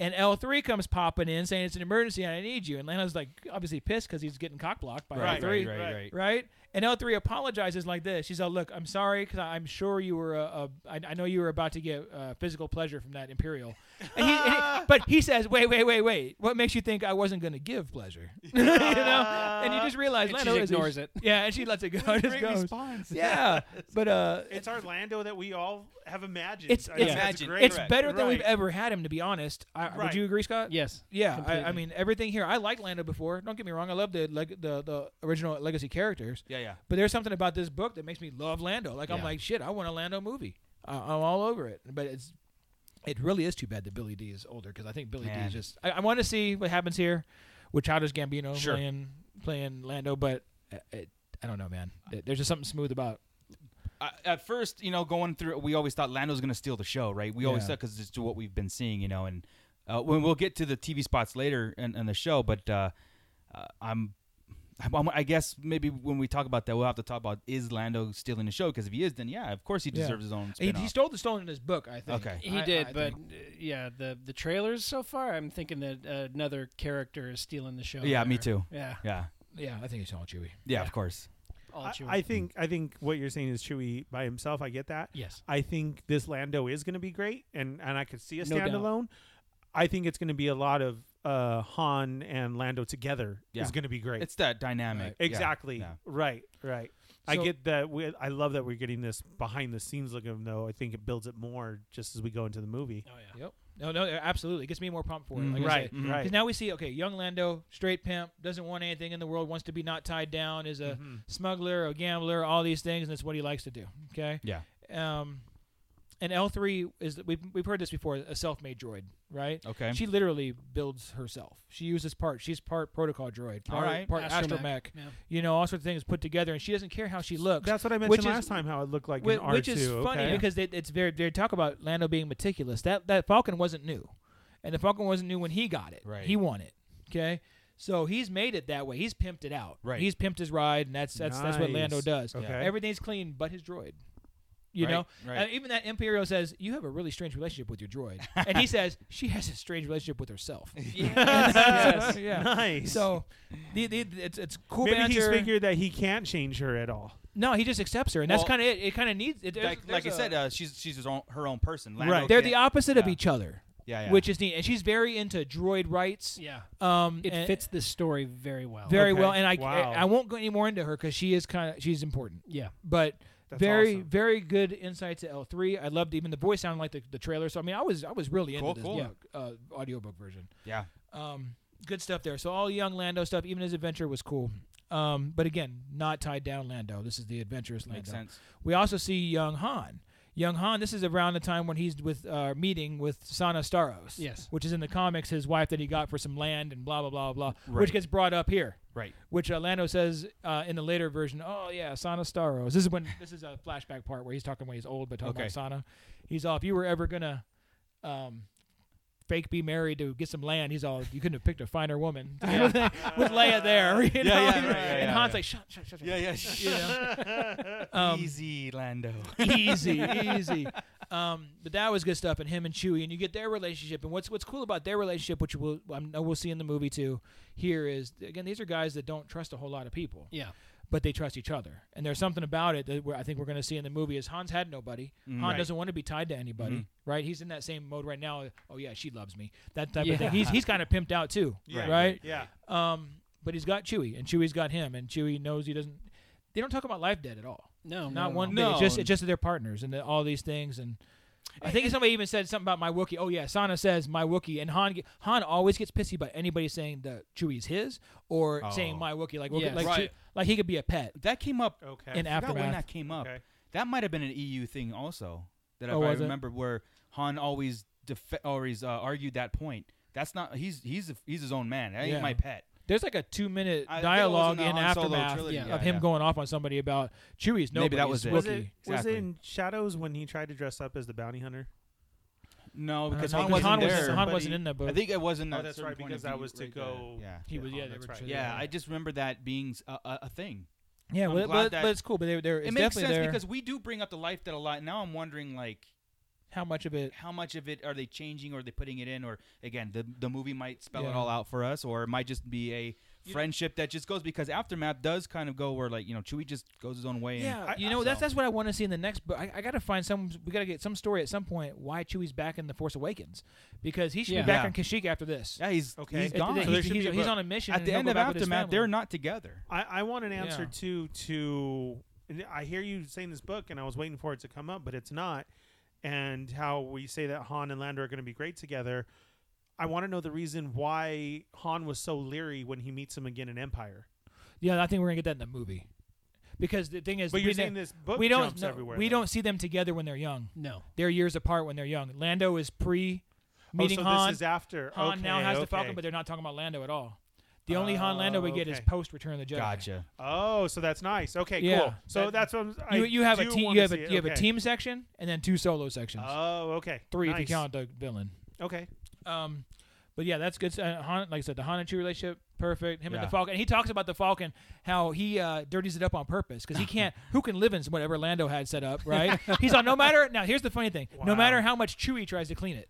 J: and L three comes popping in saying it's an emergency and I need you and Lando's like obviously pissed because he's getting cock blocked by L
H: right,
J: three
H: right, right, right,
J: right? And L3 apologizes like this. She's like, "Look, I'm sorry because I'm sure you were a, a I, I know you were about to get uh, physical pleasure from that Imperial." And he, and he- but he says, "Wait, wait, wait, wait. What makes you think I wasn't going to give pleasure?" you know? And you just realize
E: And she
J: Lando
E: just
J: is-
E: ignores it.
J: Yeah, and she lets it go. It just
H: Great
J: goes.
H: response.
J: Yeah, but uh,
I: It's Orlando that we all have imagined.
J: It's-
I: I think
J: it's-
I: that's
H: Imagine.
I: great.
J: it's
H: Correct.
J: better than we've
I: Right.
J: ever had him, to be honest. I, I, Would
I: Right.
J: you agree, Scott?
E: Yes.
J: Yeah, I, I
E: completely.
J: mean everything here. I liked Lando before. Don't get me wrong. I love the leg, the the original legacy characters.
H: Yeah, yeah.
J: But there's something about this book that makes me love Lando. Like I'm
H: Yeah.
J: like shit. I want a Lando movie. I, I'm all over it. But it's it really is too bad that Billy D is older because I think Billy D
H: Man.
J: is just. I, I want to see what happens here with Childish Gambino
H: Sure.
J: playing playing Lando, but it, it, I don't know, man. There- There's just something smooth about.
H: I, at first, you know, going through, we always thought Lando was going to steal the show, right? We always
J: Yeah.
H: thought because it's what we've been seeing, you know, and uh, when we'll get to the TV spots later in, in the show, but uh, uh, I'm, I'm, I guess maybe when we talk about that, we'll have to talk about is Lando stealing the show? Because if he is, then yeah, of course he
J: Yeah.
H: deserves his own.
J: He,
H: Spin-off.
J: he stole the stolen in his book, I think.
H: Okay.
E: He
J: I-
E: did,
J: I
E: but
J: think.
E: uh, yeah, the the trailers so far, I'm thinking that uh, another character is stealing the show.
H: Yeah, me
E: there.
H: too.
E: Yeah,
H: yeah,
J: yeah, I think it's all Chewy.
H: yeah, of course.
E: all
I: I,
E: Chewie.
I: I think I think what you're saying is Chewie by himself. I get that.
E: yes,
I: I think this Lando is going to be great, and and I could see a
E: No doubt.
I: standalone. I think it's going to be a lot of uh, Han and Lando together
H: Yeah.
I: is going to be great.
H: It's that dynamic. Yeah,
I: exactly
H: yeah.
I: right, right. I
J: So-
I: get that. We, I love that we're getting this behind the scenes look of them, though. I think it builds it more just as we go into the movie.
E: oh yeah,
J: Yep. No, no, absolutely. It gets me more pumped for it. Like I
I: Right,
J: say.
I: mhm. right.
J: Because now we see, okay, young Lando, straight pimp, doesn't want anything in the world, wants to be not tied down, is a
I: Mm-hmm.
J: smuggler, a gambler, all these things, and that's what he likes to do. Okay.
H: Yeah.
J: Um, and L three is we've we've heard this before, a self made droid, right?
H: Okay.
J: She literally builds herself. She uses part. She's part protocol droid, part,
H: All right.
J: part astromech.
E: Yeah.
J: You know, all sorts of things put together, and she doesn't care how she looks.
I: That's what I
J: which
I: mentioned
J: is-
I: last time. How it looked like
J: Whi-
I: an R
J: which is
I: two.
J: funny
I: okay?
J: because they, it's very they talk about Lando being meticulous. That that Falcon wasn't new, and the Falcon wasn't new when he got it.
H: Right.
J: He won it. Okay, so he's made it that way. He's pimped it out.
H: Right.
J: He's pimped his ride, and that's that's that's what Lando
I: Nice.
J: does.
I: Okay.
J: Everything's clean but his droid. You
H: Right,
J: know,
H: right.
J: And even that Imperial says you have a really strange relationship with your droid, and he says she has a strange relationship with herself.
E: Yes.
J: yeah.
I: nice.
J: So, the, the, it's it's cool
I: maybe
J: banter.
I: he's figured that he can't change her at all.
J: no, he just accepts her, and that's
H: Well,
J: kind of it. It kind of needs it. There's-
H: Like, like I
J: there's a-
H: said, uh, she's she's his own, her own person. Lando
I: Right.
J: They're
H: can't-
J: the opposite of
H: yeah.
J: each other,
H: Yeah, yeah.
J: which is neat. And she's very into droid rights.
E: yeah.
J: Um,
E: It
J: and-
E: fits this story very well.
J: very
I: Okay.
J: well. And I,
I: Wow.
J: I, I won't go any more into her because she is kind of she's important.
E: yeah,
J: But
I: That's
J: very
I: awesome.
J: very good insight to L three. I loved even the voice sounded like the, the trailer. So I mean, I was I was really into
H: Cool,
J: this
H: cool.
J: book, uh, audiobook version.
H: yeah.
J: Um, good stuff there. So all young Lando stuff, even his adventure was cool. Um, but again, not tied down Lando. This is the adventurous Lando.
H: Makes sense.
J: We also see young Han. Young Han, this is around the time when he's with uh, meeting with Sana Staros.
E: Yes.
J: Which is in the comics, his wife that he got for some land and blah, blah, blah, blah, which gets brought up here.
H: Right.
J: Which uh, Lando says uh, in the later version, oh, yeah, Sana Staros. This is when this is a flashback part where he's talking when he's old, but talking
H: Okay.
J: about Sana. He's all, if you were ever going to um, fake be married to get some land, he's all, you couldn't have picked a finer woman with Leia there. You know?
H: yeah, right, yeah,
J: and
H: yeah,
J: Han's
H: yeah.
J: like, shut, shut, shut, shut.
H: Yeah,
J: You
H: yeah.
J: know? Um,
H: Easy, Lando.
J: easy, easy. Um, but that was good stuff, and him and Chewie, and you get their relationship. And what's what's cool about their relationship, which we'll, I know we'll see in the movie too, here is again these are guys that don't trust a whole lot of people,
E: yeah.
J: but they trust each other. And there's something about it that we're, I think we're going to see in the movie is Han's had nobody. Han doesn't want to be tied to anybody, right? He's in that same mode right now. Oh yeah, she loves me. That type of
E: Yeah.
J: thing. He's he's kind of pimped out too,
H: Yeah.
J: right?
I: Yeah.
J: Um, but he's got Chewie, and Chewie's got him, and Chewie knows he doesn't. They don't talk about life dead at all
E: No, not,
J: not
E: at
J: one
E: all.
J: bit. It's
H: No.
J: just it's just that they're partners and that all these things and. I think somebody even said something about my Wookiee. Oh yeah, Sana says my Wookiee, and Han ge- Han always gets pissy about anybody saying that Chewie's his or
H: Oh.
J: saying my Wookiee. Like Wookiee,
E: Yes.
J: like,
H: Right.
J: Chew- like he could be a pet.
H: That came up
I: Okay.
J: In
H: I forgot when
J: Aftermath.
H: that came up.
I: Okay.
H: That might have been an EU thing also. That
J: Oh,
H: I, I
J: was it?
H: remember where Han always def- always uh, argued that point. That's not he's he's he's his own man. That ain't
J: Yeah.
H: my pet.
J: There's like a two minute
H: I think it was in
J: dialogue
H: the
J: in
H: Han Solo
J: aftermath
H: trilogy.
J: of
H: Yeah,
J: him
H: yeah.
J: going off on somebody about Chewie's
H: Maybe that
J: nobody's
H: was it.
I: Was
J: Wookiee.
I: it, was
H: Exactly.
I: it in Shadows when he tried to dress up as the bounty hunter?
H: Uh, No, because
J: Han,
H: Han
J: was,
H: wasn't
J: Han, was,
H: there.
J: Han wasn't in that book.
H: I think it wasn't.
I: Oh, that's right, because that was to go-
H: Yeah.
J: he was.
I: Yeah, oh,
J: Yeah, they
I: that's
J: were
I: right.
J: trading.
H: Yeah, I just remember that being s- a, a, a thing.
J: yeah.
H: I'm
J: Well,
H: glad
J: but,
H: that-
J: but it's cool. But they, they're, it's
H: it makes
J: definitely
H: sense
J: there.
H: because we do bring up the life that a lot. Now I'm wondering like
J: how much of it?
H: how much of it are they changing or are they putting it in or again the the movie might spell it
J: Yeah.
H: all out for us or it might just be a friendship that just goes because aftermath does kind of go where like you know Chewie just goes his own way
J: Yeah,
H: and,
J: you know that's
H: so-
J: that's what I want to see in the next book. I, I got to find some. We got to get some story at some point why Chewie's back in the Force Awakens because he should
E: Yeah.
J: be back
H: Yeah.
J: on Kashyyyk after this.
H: yeah he's
I: Okay.
H: he's
I: At the-
H: gone
J: He's,
I: So there should
J: he's,
I: be a
J: he's
I: book.
J: on a mission.
H: at
J: and
H: the
J: he'll
H: end
J: go
H: of
J: back with his
H: aftermath they're
J: family.
H: not together
I: I, I want an answer
J: Yeah.
I: to to. and I hear you saying this book, and I was waiting for it to come up, but it's not. And how we say that Han and Lando are going to be great together. I want to know the reason why Han was so leery when he meets him again in Empire.
J: Yeah, I think we're gonna get that in the movie. Because the thing is,
I: But you're
J: we
I: saying
J: ne-
I: this book
J: we don't
I: jumps
J: no,
I: everywhere,
J: We
I: though.
J: don't see them together when they're young.
E: No.
J: They're years apart when they're young. Lando is pre meeting
I: oh, so
J: Han.
I: this is after
J: Han
I: okay,
J: now has
I: okay. Oh,
J: the Falcon, but they're not talking about Lando at all. The only Han Lando we get is
I: okay.
J: post Return of the Jedi.
H: Gotcha.
I: Oh, so that's nice. Okay,
J: Yeah,
I: cool. So
J: that-
I: that's what I'm, I
J: You, you have a
I: do
J: team.
I: wanna
J: You have a
I: see
J: you
I: it.
J: have a
I: Okay.
J: team section and then two solo sections.
I: Oh, okay.
J: Three
I: nice.
J: if you count the villain.
I: Okay.
J: Um, but yeah, that's good. Uh, Han, like I said, the Han and Chewie relationship, perfect. Him and
H: Yeah.
J: the Falcon. And he talks about the Falcon, how he uh, dirties it up on purpose because he can't. who can live in whatever Lando had set up, right? He's on no matter. Now here's the funny thing: no
I: Wow.
J: matter how much Chewie tries to clean it,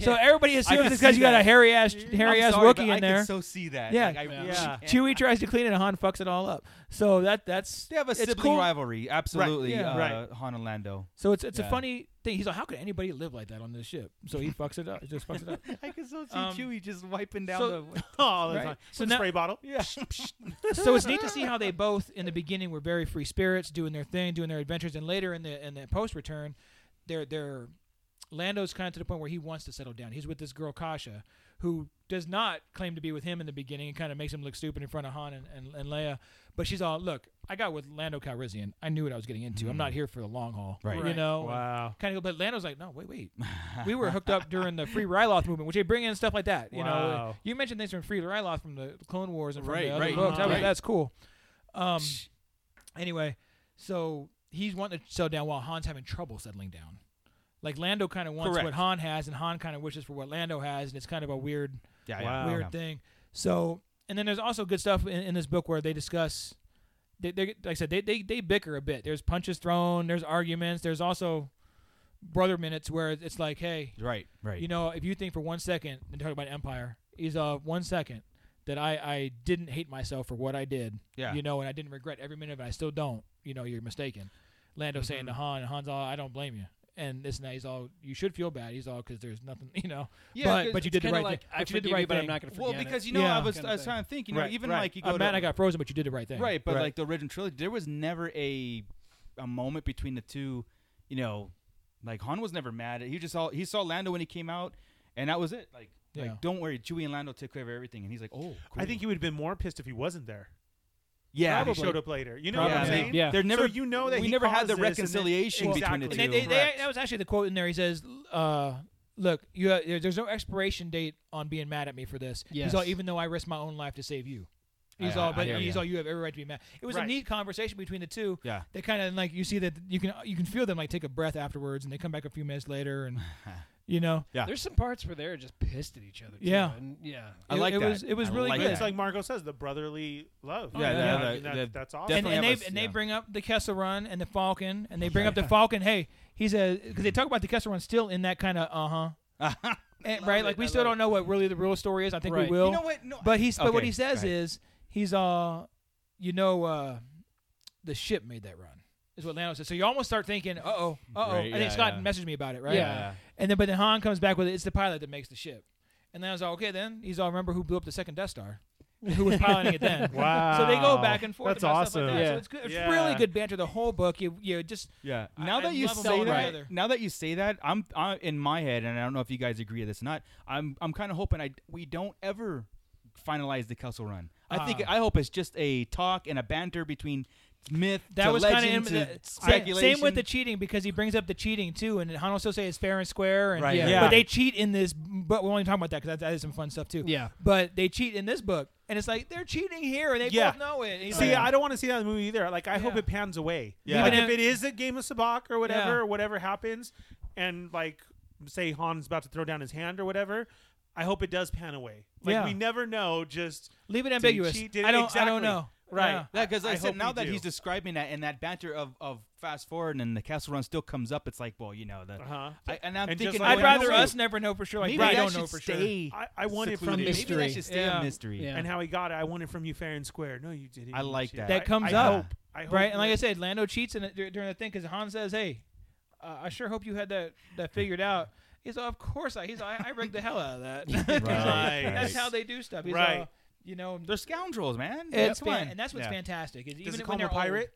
J: so everybody assumes
H: could
J: it's because
H: see
J: you got
H: that.
J: a hairy ass, hairy
H: I'm
J: ass
H: sorry, but
J: Wookiee
H: I
J: in there.
H: Can so see that.
J: Yeah.
H: Like, I really
I: Yeah.
H: can't.
J: Chewie tries to clean it, and Han fucks it all up. So that that's
H: They have a
J: it's
H: sibling
J: cool.
H: rivalry. Absolutely.
J: yeah.
H: uh,
I: Right.
H: Han and Lando.
J: So it's it's
H: Yeah.
J: a funny thing. He's like, how could anybody live like that on this ship? So he fucks it up. He Just fucks it up.
H: I can still see
J: Um,
H: Chewie just wiping down
J: so-
H: the.
I: Oh, that's
J: Right.
I: fine.
J: So
I: With a
J: now-
I: spray bottle.
H: Yeah.
J: so it's neat to see how they both in the beginning were very free spirits, doing their thing, doing their adventures, and later in the in the post return, they're they're Lando's kind of to the point where he wants to settle down. He's with this girl Kasha, who does not claim to be with him in the beginning and kind of makes him look stupid in front of Han and, and, and Leia. But she's all, look, I got with Lando Calrissian. I knew what I was getting into. I'm not here for the long haul,
H: Right.
J: You
H: Right.
J: know,
I: Wow.
J: kind of. But Lando's like, no, wait, wait. we were hooked up during the Free Ryloth movement, which they bring in stuff like that. You know,
I: Wow.
J: you mentioned things from Free Ryloth from the Clone Wars and from
H: Right,
J: the other
H: right,
J: books. That was-
H: right.
J: That's cool. Um, anyway, so he's wanting to settle down while Han's having trouble settling down. Like Lando kind of wants what
H: Correct.
J: Han has, and Han kind of wishes for what Lando has, and it's kind of a weird,
H: Yeah.
E: Oh,
I: Wow.
J: weird
H: yeah.
J: thing. So, and then there's also good stuff in, in this book where they discuss. They, they, like I said, they, they they bicker a bit. There's punches thrown. There's arguments. There's also brother minutes where it's like, hey,
H: Right. Right.
J: you know, if you think for one second, and talk about Empire, is uh one second that I I didn't hate myself for what I did.
H: Yeah.
J: You know, and I didn't regret every minute of it. I still don't. You know, you're mistaken. Lando
E: Mm-hmm.
J: saying to Han, and Han's all, I don't blame you. And this and that, he's all, you should feel bad. He's all, because there's nothing, you know.
H: Yeah,
J: but,
H: 'cause
J: but you
H: it's
J: did the
E: Kinda
J: right
E: like,
J: thing.
E: I
J: But you did
E: forgive
J: the
E: you,
J: right
E: but
J: thing.
E: I'm not going to forget
H: Well,
E: it.
H: because you know,
J: Yeah.
H: I was
E: Kinda
H: I was
E: thing.
H: trying to think. You know,
I: Right,
H: even
I: right.
H: like you go
J: I'm mad
H: to
J: Uh, I got frozen, but you did the right thing.
H: Right, but
I: Right.
H: like the original trilogy, there was never a a moment between the two. You know, like Han was never mad. He just saw he saw Lando when he came out, and that was it. Like,
J: Yeah.
H: like don't worry, Chewie and Lando took care of everything, and he's like, oh, cool.
I: I think he would have been more pissed if he wasn't there.
H: yeah,
I: Probably showed up later. You know what I'm
H: Yeah.
I: saying?
E: Yeah.
H: They're never
I: so you know that
H: we
I: he
H: never had
I: caused
H: the
I: this and then-
H: reconciliation between the
I: Exactly.
H: two.
J: And they, they, they,
I: Correct.
J: that was actually the quote in there. He says, uh, "Look, you, uh, there's no expiration date on being mad at me for this.
E: Yes.
J: He's all, even though I risked my own life to save you. He's
H: I-
J: all,
H: I
J: but
H: hear
J: he's
H: ya.
J: all, you have every right to be mad. It was a
I: Right.
J: neat conversation between the two.
H: Yeah.
J: they kind of like you see that you can you can feel them like take a breath afterwards, and they come back a few minutes later, and you know,
H: Yeah.
E: There's some parts where they're just pissed at each other. too,
J: Yeah.
E: and- yeah.
H: I
J: It-
H: like
J: it
H: that.
J: was- it was
H: I
J: really
H: like
J: good.
I: It's
H: that.
I: like Margot says, the brotherly love.
H: Yeah,
I: You
H: yeah,
I: know,
H: the-
I: I mean, that-
H: the-
I: that's
J: and,
I: awesome.
H: definitely
J: and they
H: have a-
J: and they
H: yeah.
J: bring up the Kessel Run and the Falcon, and they bring up the Falcon. Hey, he's a because they talk about the Kessel Run still in that kind of uh huh, Eh, right?
E: it,
J: like we
E: I
J: still
E: love
J: don't know what really the real story is. I think
E: Right.
J: we will.
H: you know what? No,
J: But he's but what
H: Okay,
J: he says
H: go ahead.
J: is he's uh you know uh the ship made that run is what Lando says. So you almost start thinking, uh oh, uh oh.
H: Right,
J: I think
H: yeah,
J: Scott
H: yeah.
J: messaged me about it, right?
E: Yeah.
J: And then but then Han comes back with it. It's the pilot that makes the ship. And Lando's all okay. Then he's all remember who blew up the second Death Star. Who was piloting it then?
I: Wow.
J: So they go back and forth.
I: That's
J: about stuff
I: awesome.
J: Like that. So
E: Yeah.
J: it's, good. it's
I: Yeah.
J: really good banter. The whole book. You you just
H: Yeah.
J: I-
H: Now
J: I
H: that you
J: love 'em
H: say
J: all
H: that,
J: together.
H: now that you say that, I'm, i in my head, and I don't know if you guys agree with this or not. I'm I'm kind of hoping I we don't ever finalize the Kessel Run. I think
J: Ah.
H: I hope it's just a talk and a banter between myth.
J: that
H: to
J: was kind
H: legend
J: of
H: to
J: same with
H: speculation.
J: the cheating because he brings up the cheating too, and Han will still say it's fair and square, and
H: Right,
E: Yeah.
H: right,
J: but
H: right.
J: they cheat in this. But we're only talking about that because that, that is some fun stuff too.
E: Yeah.
J: but they cheat in this book, and it's like they're cheating here, and they
I: Yeah.
J: both know it. And he's
I: See,
J: like,
I: I don't want to see that in the movie either. Like, I hope
J: Yeah.
I: it pans away.
H: Yeah.
I: Like,
J: Even
I: if
J: if-
I: it is a game of sabacc or whatever,
J: Yeah.
I: or whatever happens, and like, say Han's about to throw down his hand or whatever, I hope it does pan away. Like,
J: Yeah.
I: we never know. Just
J: leave it
I: did he
J: ambiguous.
I: cheat? Did-
J: I don't. I
I: exactly.
J: don't know.
I: Right.
J: Yeah.
H: Yeah, because
I: I
H: like I, said
I: hope
H: now
I: we
H: that
I: do.
H: he's describing that and that banter of, of fast forward and the Castle Run still comes up, it's like, well, you know, the
I: Uh-huh.
H: I, and
I: And
H: I'm
I: just
H: thinking,
I: like-
H: well,
J: I'd
H: you
J: rather
H: know,
J: us never know for sure. Like
H: Maybe
J: they
H: that
J: don't
H: should
J: know for sure.
H: stay.
I: I, I want it from
H: secluded.
I: mystery.
H: Maybe that should stay
J: Yeah.
H: a mystery.
E: Yeah.
I: And how he got it, I want it from you fair and square. No, you didn't.
H: I
I: you
H: like
I: shit.
H: that.
J: That comes
I: I, I
J: up.
I: Hope, I hope
J: Right, and like I
I: that-
J: said, Lando cheats in it dur- during the thing because Han says, "Hey, uh, I sure hope you had that that figured out." He's all, "Of course I." He's all, I, I rigged the hell out of that. He's all,
I: Right.
J: That's how they do stuff. He's
I: Right.
J: all, you know,
H: They're scoundrels, man.
J: it's
H: Come on.
J: fan- and that's what's
H: Yeah.
J: fantastic is even
I: does he
J: when
I: call him
J: they're
I: a pirate?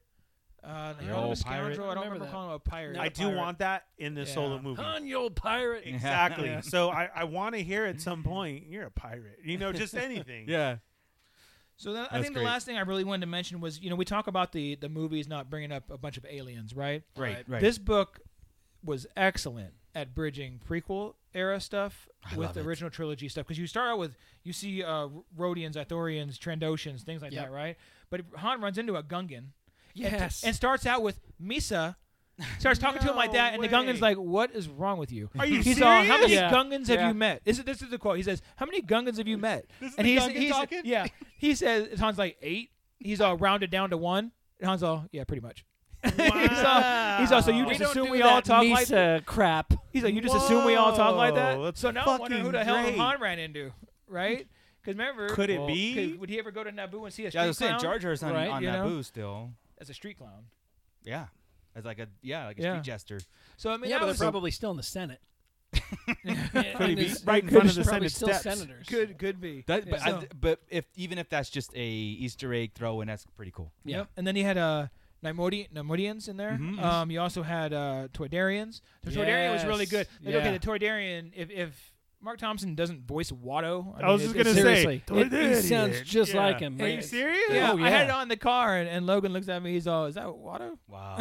J: old- Uh, Harold
H: old
J: of a
H: pirate.
J: Scoundrel. I don't
E: Remember
J: remember
E: that.
J: calling him a pirate.
I: I do want that in this
J: Yeah.
I: solo movie.
E: Han, you old pirate.
I: Exactly. So I, I want to hear at some point, you're a pirate. You know, just anything.
H: Yeah.
J: So that, I
H: That's
J: think
H: great.
J: the last thing I really wanted to mention was, you know, we talk about the the movies not bringing up a bunch of aliens, right?
H: Right, right.
J: This book was excellent at bridging prequel era stuff with
H: love
J: the
H: it.
J: original trilogy stuff because you start out with you see uh, Rhodians, Ithorians, Trandoshans, things like
E: Yep.
J: that, right? But Han runs into a Gungan. and-
E: Yes.
J: And, starts out with Misa. Starts talking to him like
I: No
J: that, and the Gungan's
I: way.
J: like, "What is wrong with you?"
I: Are you
J: He's all, "How many
E: serious? Yeah.
J: Gungans have
E: Yeah.
J: you met?" This is this is the quote. He says, "How many Gungans have you met?"
H: This is
J: and
H: the
J: he's,
H: Gungan
J: he's
H: talking?
J: yeah. He says Han's like eight. He's all rounded down to one. And Han's all yeah, pretty much. he's, all, he's all so you
E: We
J: just
E: don't
J: assume
E: do
J: we all
E: that
J: talk like that.
E: Misa crap.
J: He's like you just assume we all talk like
I: Whoa,
J: that.
I: that's
J: So now I'm wondering who the
I: fucking
J: hell
I: great.
J: Han ran into, right? Because remember,
I: Could it
J: well,
I: be?
J: 'cause Would he ever go to Naboo and see a street
H: Yeah, I was saying
J: clown?
H: Jar Jar's on,
J: right,
H: on
J: you know?
H: Naboo still.
J: as a street clown.
H: Yeah. As like a yeah, like a
J: Yeah.
H: street jester.
J: So I mean,
E: yeah,
J: that
E: but they're
J: was
E: probably still in the Senate. could
I: he be? Right in front of the Senate
E: still
I: steps.
E: senators.
J: could could be.
H: That, but, I-
J: So-
H: but if even if that's just a Easter egg throw in, that's pretty cool.
E: Yeah.
J: Yep. And then he had uh, Nymodi- Nymodians in there. Um, you also had uh, Toydarians. The Toydarian was really good.
E: Yes.
J: Like, Okay,
E: Yeah.
J: the Toydarian, if, if Mark Thompson doesn't voice Watto.
I: I was
J: mean,
I: just
J: it-
I: going to say,
E: seriously. It- he sounds just
I: Yeah.
E: like him,
I: Are you
E: man.
I: serious?
J: Yeah,
E: Oh,
J: I had it
E: yeah.
J: on the car, and, and Logan looks at me. He's all, "Is that Watto?"
H: Wow.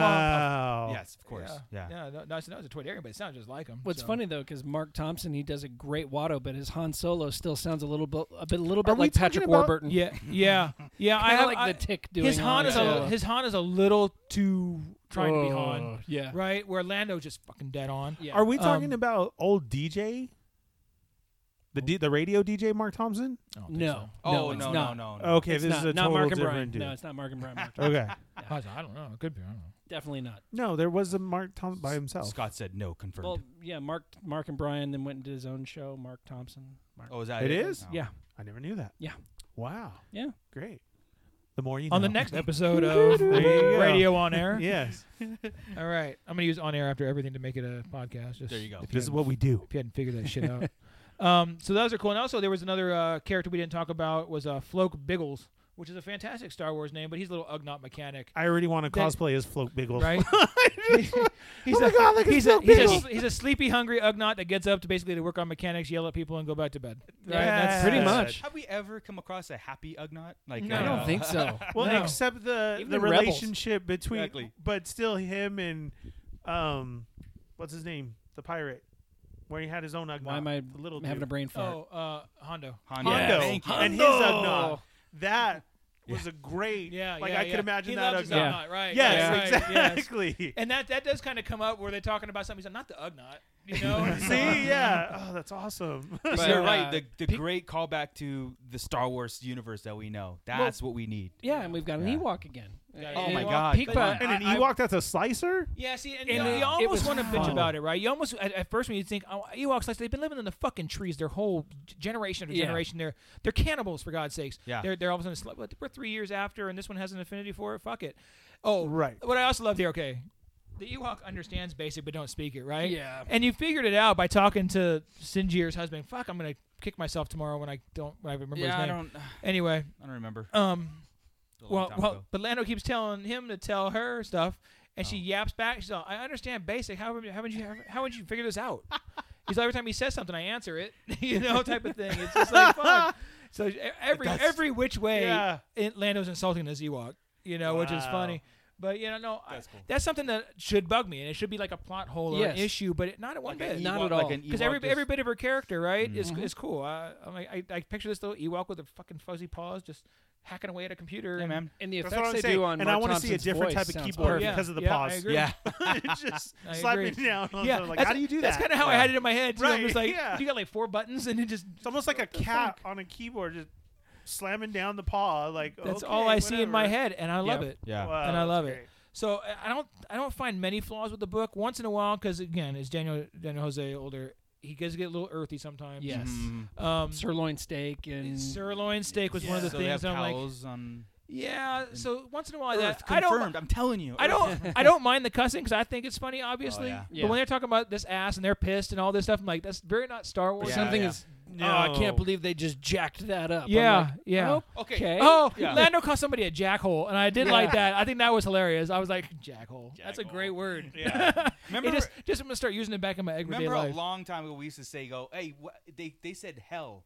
I: Wow.
H: yes, of course. Yeah.
J: yeah. no, no, I said that was a Toydarian, but it sounds just like him.
E: What's
J: so.
E: funny though, because Mark Thompson he does a great Watto, but his Han Solo still sounds a little bit, a bit, a little bit
I: Are we
E: like
I: talking
E: Patrick
I: about-
E: Warburton.
J: Yeah, yeah, yeah. I
E: Kinda
J: have
E: like
J: I-
E: the tick doing
J: his Han
E: Han
J: is
E: Solo.
J: a his Han is a little too trying to be Han,
E: Oh, Yeah,
J: right? Where Lando's just fucking dead on.
E: yeah.
I: Are we talking
J: Um,
I: about old DJ? The D, the radio DJ Mark Thompson?
J: I don't think
E: no,
H: Oh
E: no, it's
H: no, no,
E: not.
H: no, no.
I: Okay,
E: It's
I: this
E: not,
I: is a
E: not
I: total
E: Mark and
I: different
E: Brian.
I: dude.
E: No, it's not Mark and Brian. Mark.
I: okay.
J: so. I, was like, I don't know. It could be. I don't know.
E: Definitely not.
I: No, there was a Mark Thompson by himself.
H: Scott said no, confirmed.
E: Well, yeah, Mark, Mark and Brian then went and did his own show. Mark Thompson. Mark.
H: oh, is that
I: It
H: it?
I: is?
H: Oh.
E: Yeah,
I: I never knew that.
E: yeah,
I: Wow.
E: yeah.
I: Great. The more you
J: on
I: know.
J: the next episode of
I: There you go.
J: Radio on Air.
I: Yes.
J: All right, I'm gonna use on air after everything to make it a podcast. Just
H: There you go.
J: If you,
I: This is what we do.
J: if you hadn't figured that shit out. Um, so those are cool. And also, there was another uh, character we didn't talk about was uh, Floke Biggles, which is a fantastic Star Wars name, but he's a little Ugnaught mechanic,
I: I already want to
J: That-
I: cosplay as Float Biggles.
J: right? he's
I: Oh my
J: a,
I: God, look at
J: he's, a,
I: Floke
J: he's,
I: Biggles.
J: a, he's a sleepy, hungry Ugnaught that gets up to basically to work on mechanics, yell at people, and go back to bed. Right?
I: Yes.
J: That's
E: Pretty
I: Yes.
E: much.
H: Have we ever come across a happy Ugnaught? Like uh,
J: No.
E: I
J: Yeah.
E: don't think so.
I: Well,
J: No.
I: except the
E: Even
I: the
E: in Rebels.
I: relationship between,
H: Exactly.
I: but still him and, um, what's his name, the pirate, where he had his own. Ugnaught,
E: Why am I
I: the little
E: having
I: dude.
E: a brain fart?
J: Oh, uh, Hondo.
H: Hondo.
I: Hondo
H: Thank you.
I: and his Ugnaught. That was a great.
J: Yeah,
I: like
J: yeah,
I: I could
J: yeah.
I: imagine
J: he
I: that
J: loves his
I: Ugnaught.
J: Ugnaught, right? right,
I: Yes,
J: yes.
I: exactly.
J: And that that does kind of come up where they're talking about something. He's like, not the Ugnaught, you know?
I: See, yeah. Oh, that's awesome.
H: But
E: So,
H: you're
E: uh,
H: right. The, the great callback to the Star Wars universe that we know. That's what we need.
E: yeah, and we've got an
H: Yeah.
E: Ewok again.
J: Yeah,
H: Oh
J: yeah,
H: my
J: yeah.
H: God.
E: Peek
H: come on.
E: Bot-
I: and an
J: I- I-
I: Ewok that's a slicer.
J: Yeah, see, and, you-
H: And
J: you,
H: it- it
J: almost
E: was
J: want to bitch
I: fun.
J: about it, right? You almost at, at first when you think oh, Ewoks, like they've been living in the fucking trees their whole g- generation after
E: Yeah.
J: generation. They're they're cannibals for God's sakes.
H: Yeah.
J: they're they're all of a sudden sl- what, we're three years after, and this one has an affinity for it. Fuck it. Oh,
I: Right.
J: What I also loved here, okay, the Ewok understands basic but don't speak it, right?
E: Yeah.
J: And you figured it out by talking to Sinjir's husband. Fuck, I'm gonna kick myself tomorrow when I don't when I remember
H: Yeah, I
J: his name.
H: don't. I
J: Anyway,
H: don't remember.
J: um,
H: It was a long
J: well,
H: time
J: well,
H: ago. Oh.
J: but Lando keeps telling him to tell her stuff, and she yaps back. She's all, "I understand basic. How how would you how would you figure this out?" He's like, every time he says something, I answer it, you know, type of thing. It's just like fun. So e- every
H: That's-
J: every which way,
I: Yeah.
J: in- Lando's insulting this Ewok, you know, which is
I: Wow.
J: funny. But you know, no, I- that's,
H: That's cool.
J: something that should bug me, and it should be like a plot hole or
E: Yes.
J: an issue, but it, not at one bit.
E: Not
H: Ewok-
E: at all.
H: Like an
J: Because
H: Ewok Mm-hmm.
J: every
H: just-
J: every bit of her character, right, is is cool. I, I'm like, I I picture this little Ewok with a fucking fuzzy paws, just hacking away at a computer.
H: Yeah,
J: and-
H: man.
E: And the
I: That's
E: effects
I: what I'm
E: they
I: saying.
E: do on
I: and
E: Mark
I: I want to
E: Thompson
I: see a different type of keyboard
J: perfect.
I: because of the
J: Yeah, I
I: paws.
J: agree.
H: Yeah.
I: just
J: I
I: slapping
J: agree.
I: it down. On
J: yeah,
I: yeah, like
J: that's-
I: how do you do
J: That's
I: that?
J: kind of how I had it in my head. Too.
I: Right,
J: I was like,
I: yeah.
J: you got like four buttons, and it just
I: It's almost like a cat on a keyboard just slamming down the paw. Like
J: that's
I: okay,
J: all I see in my
I: whatever.
J: head, and I love
E: Yep.
J: it.
H: Yeah.
I: Wow,
J: and I
I: that's
J: love it.
I: great.
J: So I- I don't I don't find many flaws with the book. Once in a while, because again, it's Daniel Daniel Jose older. He does get a little earthy sometimes.
E: Yes.
H: Mm.
J: Um,
E: Sirloin steak and
J: sirloin steak was one of the
H: so they have
J: things I'm like,
H: cows on
J: yeah. So once in a while,
H: Earth
J: that I don't.
H: confirmed. I'm telling you.
J: I don't. I don't mind the cussing because I think it's funny, obviously.
H: yeah.
E: Yeah.
J: But when they're talking about this ass and they're pissed and all this stuff, I'm like, that's very not Star Wars.
H: Yeah.
E: something as oh, I can't
I: No.
E: believe they just jacked that up. I'm
J: Yeah,
E: like,
J: yeah.
E: Okay.
J: Oh,
H: Yeah.
J: Lando calls somebody a jackhole, and I did like that. I think that was hilarious. I was like, jackhole. That's a
H: Jackhole.
J: great word.
I: Yeah.
H: Remember-
J: It just, just I'm gonna start using it back in my everyday
H: Remember a
J: life.
H: long time ago we used to say, "Go, hey, wha they they said hell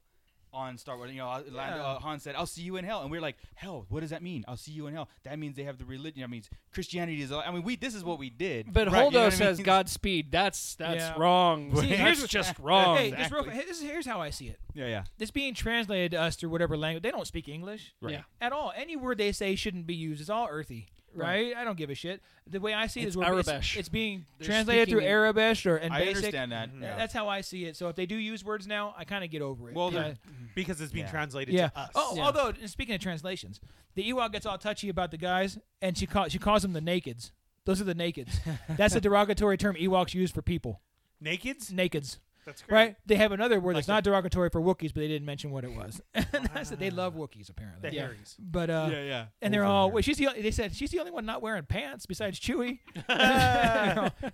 H: on Star Wars." You know, uh, Lando, uh, Han said, "I'll see you in hell," and we are like, "Hell, what does that mean? I'll see you in hell. That means they have the religion. That means Christianity is. al- I mean, we this is what we did."
E: But
H: Right,
E: Holdo
H: you know what I
E: says
H: mean?
E: Godspeed. That's that's
J: Yeah.
E: wrong.
J: See,
E: that's
J: here's-
E: just wrong.
J: Hey, just real, quick, this is, here's how I see it.
H: Yeah, yeah,
J: This being translated to us through whatever language. They don't speak English
H: right.
E: Yeah.
J: at all. Any word they say shouldn't be used. It's all earthy, right? I don't give a shit. The way I see it
E: It's
J: is we're-
E: Arabish.
J: It's, it's being
E: They're
J: translated through
E: speaking in-
J: Arabish or and
H: I
J: basic.
H: understand that.
J: Th-
H: Yeah.
J: That's how I see it. So if they do use words now, I kind of get over it.
H: Well,
J: yeah.
H: they're-
I: because it's being
H: Yeah.
I: translated
J: Yeah.
I: to us.
J: Oh,
E: Yeah.
J: although and speaking of translations, the Ewok gets all touchy about the guys, and she calls she calls them the nakeds. Those are the nakeds. That's a derogatory term Ewoks use for people.
I: Nakeds?
J: Nakeds,
I: That's great.
J: right? They have another word that's
I: Like
J: not derogatory for Wookiees, but they didn't mention what it was. and that's that they love Wookiees apparently.
I: The
J: Yeah.
I: Harrys.
J: But uh,
H: Yeah, yeah.
J: and they're all. Well, she's the. Only, they said she's the only one not wearing pants besides Chewie.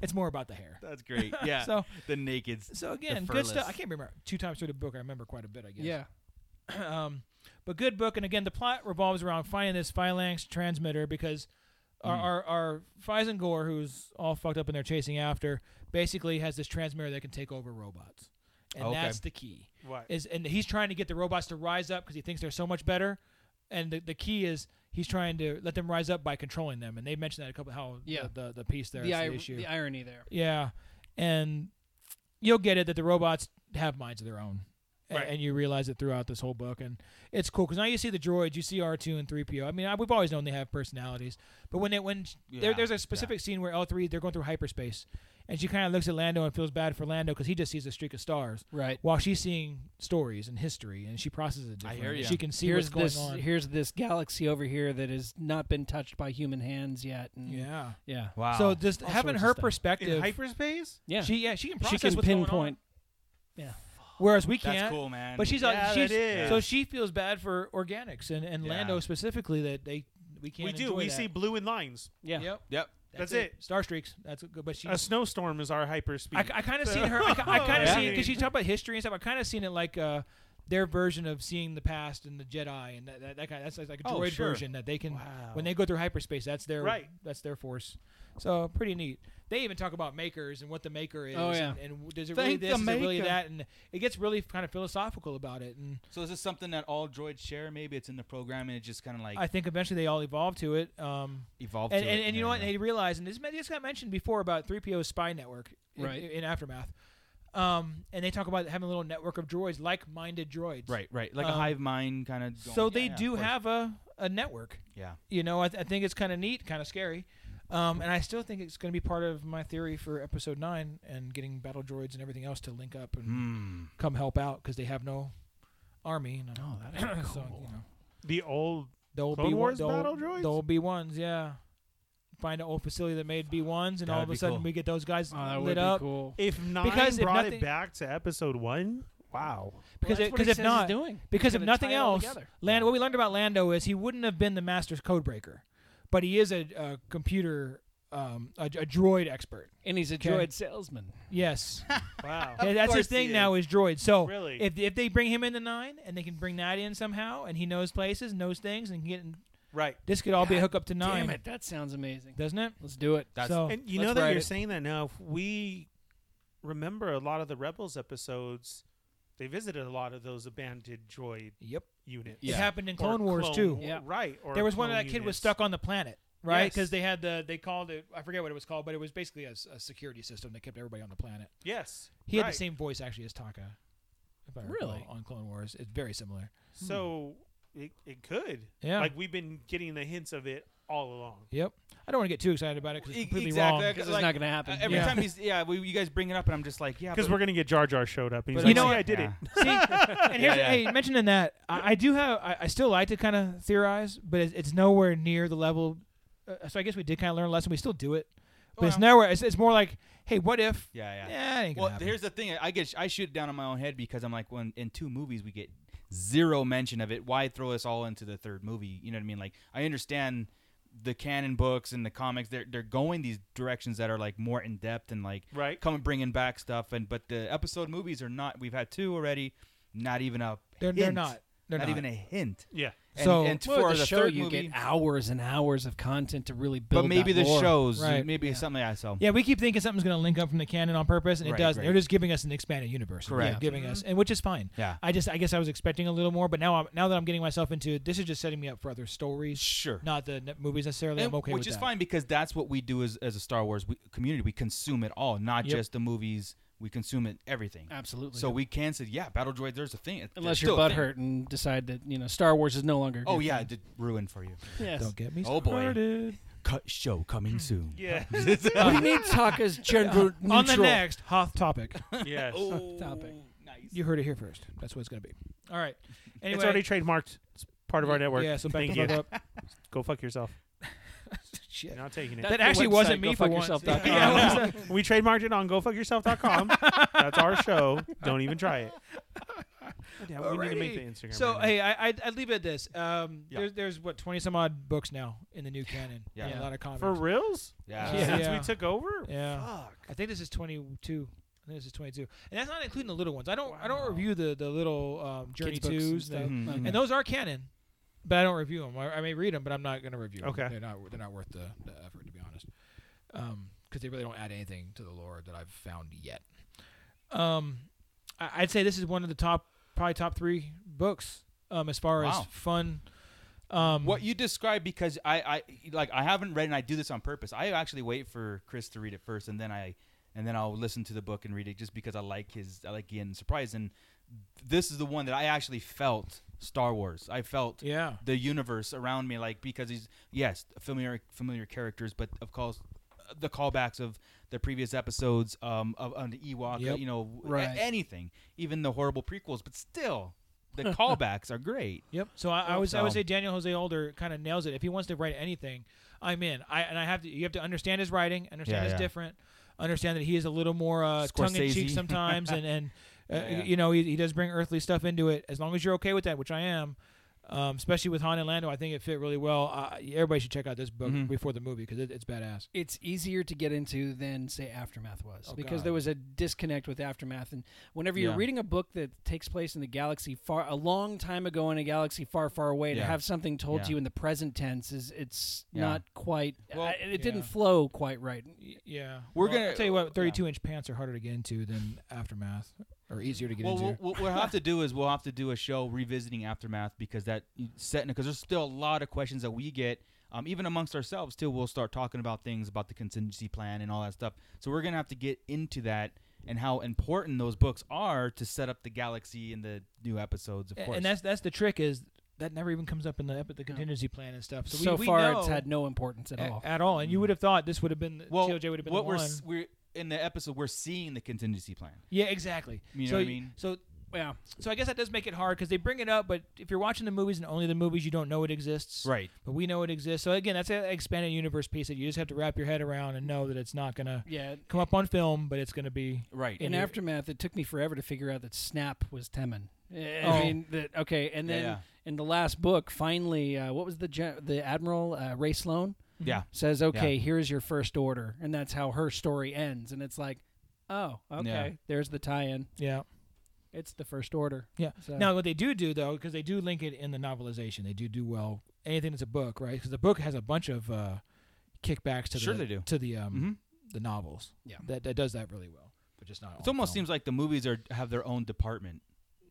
J: it's more about the hair.
H: That's great. Yeah.
J: So-
H: the naked.
J: So again, good
H: furless.
J: stuff. I can't remember two times through the book. I remember quite a bit. I guess.
E: yeah.
J: um, but good book. And again, the plot revolves around finding this phalanx transmitter because
E: Hmm.
J: our, our, our Fison Gore, who's all fucked up and they're chasing after, basically has this transmitter that can take over robots. And
H: Okay.
J: that's the key.
I: Right.
J: Is and he's trying to get the robots to rise up because he thinks they're so much better. And the, the key is he's trying to let them rise up by controlling them. And they mentioned that a couple how the-
E: Yeah.
J: the, the, piece there is
E: The,
J: the
E: ir-
J: issue.
E: the irony there.
J: Yeah, and you'll get it that the robots have minds of their own, A-
I: Right.
J: and you realize it throughout this whole book, and it's cool because now you see the droids, you see R two and three PO. I mean, I, we've always known they have personalities, but when they when sh- there,
H: Yeah,
J: there's
H: yeah.
J: a specific scene where L three they're going through hyperspace, and she kind of looks at Lando and feels bad for Lando because he just sees a streak of stars,
E: Right.
J: while she's seeing stories and history, and she processes it.
H: I
J: Differently.
H: hear ya.
J: She can see
E: here's
J: what's going
E: this
J: on.
E: here's this galaxy over here that has not been touched by human hands yet. And
J: yeah.
E: Yeah.
H: Wow.
J: Mm-hmm. So just
E: All
J: having
E: sorts
J: her
E: of stuff.
I: In
J: perspective,
I: hyperspace?
E: Yeah.
J: she yeah she can
E: she
J: process
E: can
J: what's going on,
E: pinpoint.
J: whereas we can't.
H: that's cool, man.
J: But she's on.
I: Yeah,
J: she's,
I: that is.
J: So she feels bad for organics and, and
H: Yeah.
J: Lando specifically that they we can't.
I: We do.
J: enjoy
I: We
J: that.
I: see blue in lines.
E: Yeah.
J: Yep.
H: Yep.
I: That's it.
J: Star streaks. That's good. But she.
I: A snowstorm is our hyperspeed.
J: I, I kind of seen her. I, kind of
I: Yeah.
J: seen because she talked about history and stuff. I kind of seen it like uh, their version of seeing the past and the Jedi and that, that, that kind. That's like a
H: Oh,
J: droid
H: sure.
J: version that they can
I: Wow.
J: when they go through hyperspace. That's their
I: Right.
J: That's their force. So pretty neat. They even talk about makers and what the maker is.
E: Oh, yeah.
J: And, and does it
H: Thank
J: really this?
H: the
J: Is it really
H: maker.
J: that? And it gets really kind of philosophical about it. And
H: So is this something that all droids share? Maybe it's in the program and it just kind of like
J: I think eventually they all evolve to it. Um,
H: evolved.
J: and
H: to
J: and,
H: it.
J: and you
H: There
J: know what?
H: go.
J: They realize, and this ma- this got mentioned before about 3PO's spy network in,
E: Right.
J: in Aftermath. Um, and they talk about having a little network of droids, like-minded droids.
H: Right, right. Like a
J: Um,
H: hive mind kind of.
J: So they do have a, a network.
H: Yeah.
J: You know, I, th- I think it's kind of neat, kind of scary. Um, and I still think it's going to be part of my theory for episode nine and getting battle droids and everything else to link up and
H: Mm.
J: come help out because they have no army. And, oh, that is So, you know,
I: the old
J: the old
I: Clone
J: B1,
I: Wars
J: the old,
I: battle droids?
J: The old B ones, yeah. Find an old facility that made B ones, and
H: That
J: all
H: would
J: of a
H: be
J: sudden
H: cool.
J: we get those guys
E: Oh, that would
J: lit
E: be
J: up
E: cool.
I: if nine
J: Because if
I: brought
J: nothing-
I: it back to episode one. Wow.
J: because
E: Well,
J: it-
E: that's what he
J: because if
E: says he's
J: not,
E: doing.
J: because
E: He's
J: if
E: gonna
J: nothing
E: tie it all
J: else,
E: together.
J: Land. What we learned about Lando is he wouldn't have been the master's codebreaker, but he is a, a computer, um, a, a droid expert.
E: and he's a
J: Okay.
E: droid salesman.
J: Yes,
I: Wow.
J: Yeah, that's his
H: course he
J: thing now is droids. So
I: Really?
J: if if they bring him into nine and they can bring that in somehow, and he knows places, knows things, and can get in,
I: right.
J: this could all be a hookup to nine,
E: Damn it, that sounds amazing.
J: doesn't it?
E: Let's do it.
H: That's
J: so
I: And you
E: Let's
I: know that
E: write
I: you're
E: it.
I: saying that now. If we remember a lot of the Rebels episodes, they visited a lot of those abandoned droid
J: yep.
I: units.
J: It happened in
I: Or
J: Clone Wars too.
E: Yeah.
I: Right. Or
J: There was one
I: clone
J: that kid was
I: units.
J: stuck on the planet, right?
I: Yes.
J: Because they had the they called it I forget what it was called, but it was basically a, s- a security system that kept everybody on the planet.
I: Yes.
J: He had
I: right.
J: the same voice actually as Taka. If I recall,
E: Really?
J: on Clone Wars, it's very similar.
I: So it, it could.
J: Yeah.
I: Like we've been getting the hints of it all along.
J: Yep. I don't want to get too excited about it because it's completely
H: E, exactly.
J: wrong.
H: like-
E: Because it's
H: like,
E: not gonna happen.
H: uh, every
J: Yeah.
H: time he's yeah, we, you guys bring it up and I'm just like yeah.
I: Because
H: but-
I: we're gonna get Jar Jar showed up, and he's
J: But
I: like,
J: I
I: "See, I
J: see-
I: did it."
H: yeah.
J: See, and here's,
H: Yeah, yeah.
J: hey, mentioning that, I, I do have, I, I still like to kind of theorize, but it's, it's nowhere near the level. Uh, so I guess we did kind of learn a lesson. We still do it, but it's nowhere. It's, it's more like, hey, what if?
H: Yeah, yeah.
J: Yeah, it ain't gonna
H: Well,
J: happen.
H: here's the thing. I get I shoot it down on my own head because I'm like, when in two movies we get zero mention of it. Why throw us all into the third movie? You know what I mean? Like, I understand the canon books and the comics. They're they're going these directions that are like more in depth and like
I: Right.
H: coming bringing back stuff. And but the episode movies are not. We've had two already. Not even a
J: They're, they're
H: hint.
J: not. They're
H: not, even a hint.
I: Yeah.
H: And,
E: So
H: and
E: well,
H: for
E: the, show,
H: third
E: you
H: movie,
E: get hours and hours of content to really build.
H: but maybe
E: that
H: the
E: lore.
H: shows,
J: Right.
H: maybe something I saw.
J: Yeah, we keep thinking something's going to link up from the canon on purpose, and it
H: Right,
J: doesn't.
H: right.
J: They're just giving us an expanded universe. They're
H: Correct.
J: giving
E: Mm-hmm.
J: us, and which is fine.
H: Yeah.
J: I just, I guess I was expecting a little more, but now, I'm, now that I'm getting myself into this, is just setting me up for other stories.
H: Sure.
J: Not the net movies necessarily.
H: And-
J: I'm okay
H: which
J: with
H: is
J: that.
H: fine because that's what we do as, as a Star Wars we, community. We consume it all, not
J: Yep.
H: just the movies. We consume it everything.
E: Absolutely.
H: So we can say, yeah, battle droids. There's a thing. It-
E: unless
H: there's
E: you're
H: still a
E: butt
H: thing.
E: hurt and decide that you know Star Wars is no longer.
H: Oh
E: your
H: yeah,
E: thing.
H: it did ruin for you.
E: Yes.
J: Don't get me.
H: Oh boy,
I: Started.
H: cut show
J: Hmm.
H: coming soon.
I: Yeah.
E: we need Taka's gender
J: started. On the next Hoth topic,
I: yes.
J: Oh,
E: topic.
J: you heard it here first. That's what it's going to be. All right. Anyway,
I: It's already trademarked. It's part of our network.
J: Yeah, so back
I: Thank
J: the
I: you.
J: fuck up.
I: Go fuck yourself.
J: Shit.
I: You're not taking it.
J: That actually
E: website,
J: wasn't me
E: go
J: for
E: fuck
J: once.
E: yourself
J: Yeah.
E: dot com.
J: Yeah, it was-
I: we trademarked it on gofuckyourself.com. That's our show. Don't even try it. Yeah, we need to make the
J: Alrighty.
I: Instagram.
J: So
I: right now.
J: hey, I I'd, I'd leave it at this. Um,
H: Yeah.
J: there's there's what twenty some odd books now in the new canon.
H: Yeah.
J: Yeah, a lot of comics.
I: for reals?
H: Yeah.
J: Yeah.
I: Since we took over?
J: yeah,
I: Fuck.
J: I think this is twenty two. I think this is twenty two, and that's not including the little ones. I don't I don't review the the little um, journey
E: books Mm-hmm. and
J: twos,
E: stuff.
J: the-
H: Mhm.
E: Okay.
J: and those are canon, but I don't review them. I, I may read them, but I'm not going to review. 'em.
I: Okay.
J: they're not they're not worth the, the effort to be honest, because they really don't add anything to the lore that I've found yet. Um, I, I'd say this is one of the top probably top three books. Um, as far
H: Wow.
J: as fun. Um,
H: What you described because I, I like I haven't read and I do this on purpose. I actually wait for Chris to read it first and then I and then I'll listen to the book and read it just because I like his I like getting surprised and this is the one that I actually felt Star Wars. I felt
J: Yeah.
H: the universe around me like because he's yes, familiar familiar characters but of course uh, the callbacks of the previous episodes um of on the Ewok,
J: Yep.
H: you know, a-
E: Right.
H: anything, even the horrible prequels, but still the callbacks are great.
J: Yep. So I, I would I would
H: So-
J: say Daniel Jose Older kind of nails it. If he wants to write anything, I'm in. I and I have to you have to understand his writing, understand
H: Yeah,
J: it's
H: yeah.
J: different, understand that he is a little more uh, tongue in cheek
H: Scorsese.
J: sometimes, and and uh,
H: Yeah, yeah.
J: you know he, he does bring earthly stuff into it. As long as you're okay with that, which I am. Um, especially with Han and Lando, I think it fit really well. Uh, everybody should check out this book
H: Mhm.
J: before the movie because it, it's badass.
E: It's easier to get into than say Aftermath was
J: Oh,
E: because
J: God.
E: there was a disconnect with Aftermath, and whenever you're
H: Yeah.
E: reading a book that takes place in the galaxy far a long time ago in a galaxy far far away, to
H: Yeah.
E: have something told to
H: Yeah.
E: you in the present tense is it's
H: Yeah.
E: not quite.
H: Well,
E: I, it didn't
J: yeah.
E: flow quite right.
J: Y- Yeah,
H: We're
J: Well,
H: gonna-
J: I'll tell you
H: yeah.
J: what. Thirty-two inch pants are harder to get into than aftermath, or easier to get
H: well,
J: into.
H: we'll- what we'll have to do is we'll have to do a show revisiting aftermath because that setting because there's still a lot of questions that we get um, even amongst ourselves too we'll start talking about things about the contingency plan and all that stuff so we're gonna have to get into that and how important those books are to set up the galaxy and the new episodes of
J: A-
H: course
J: And that's that's the trick is that never even comes up in the epi- the contingency plan and stuff. So,
E: So,
J: we, we
E: far,
J: know
E: it's had no importance at
J: a-
E: all.
J: at all. And you would have thought this would have been
H: Mm. well
J: TLJ would have been
H: what
J: the
H: we're
J: one.
H: s- we're in the episode we're seeing the contingency plan
J: yeah, exactly.
H: You know
J: so
H: what I
J: y-
H: mean?
J: So
E: yeah,
J: so I guess that does make it hard because they bring it up, but if you're watching the movies and only the movies, you don't know it exists.
H: right
J: But we know it exists. So again, that's an expanded universe piece that you just have to wrap your head around and know that it's not gonna
E: yeah.
J: come up on film, but it's gonna be
H: right
E: In
J: Yeah.
E: Aftermath, it took me forever to figure out that Snap was Temin. Eh, I
J: Oh.
E: mean, that okay, and
H: Yeah,
E: then
H: yeah.
E: in the last book, finally, uh, what was the gen- the Admiral uh, Ray Sloan
H: yeah
E: says, "Okay, here's your first order," and that's how her story ends, and it's like, oh, okay, there's the tie-in.
J: yeah.
E: It's the first order.
J: Yeah.
E: So-
J: Now, what they do do though, because they do link it in the novelization, they do do well anything that's a book, right? Because the book has a bunch of uh, kickbacks to
H: Sure
J: the
H: they do.
J: to the um
H: Mhm.
J: the novels.
E: Yeah.
J: that that does that really well, but just not.
H: it almost seems like the movies are have their own department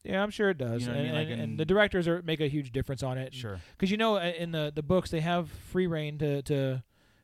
J: Yeah, I'm sure it does.
H: You know what I
J: and,
H: mean? Like
J: and- and
H: in-
J: the directors are make a huge difference on it.
H: sure
J: because you know uh, in the the books they have free reign to to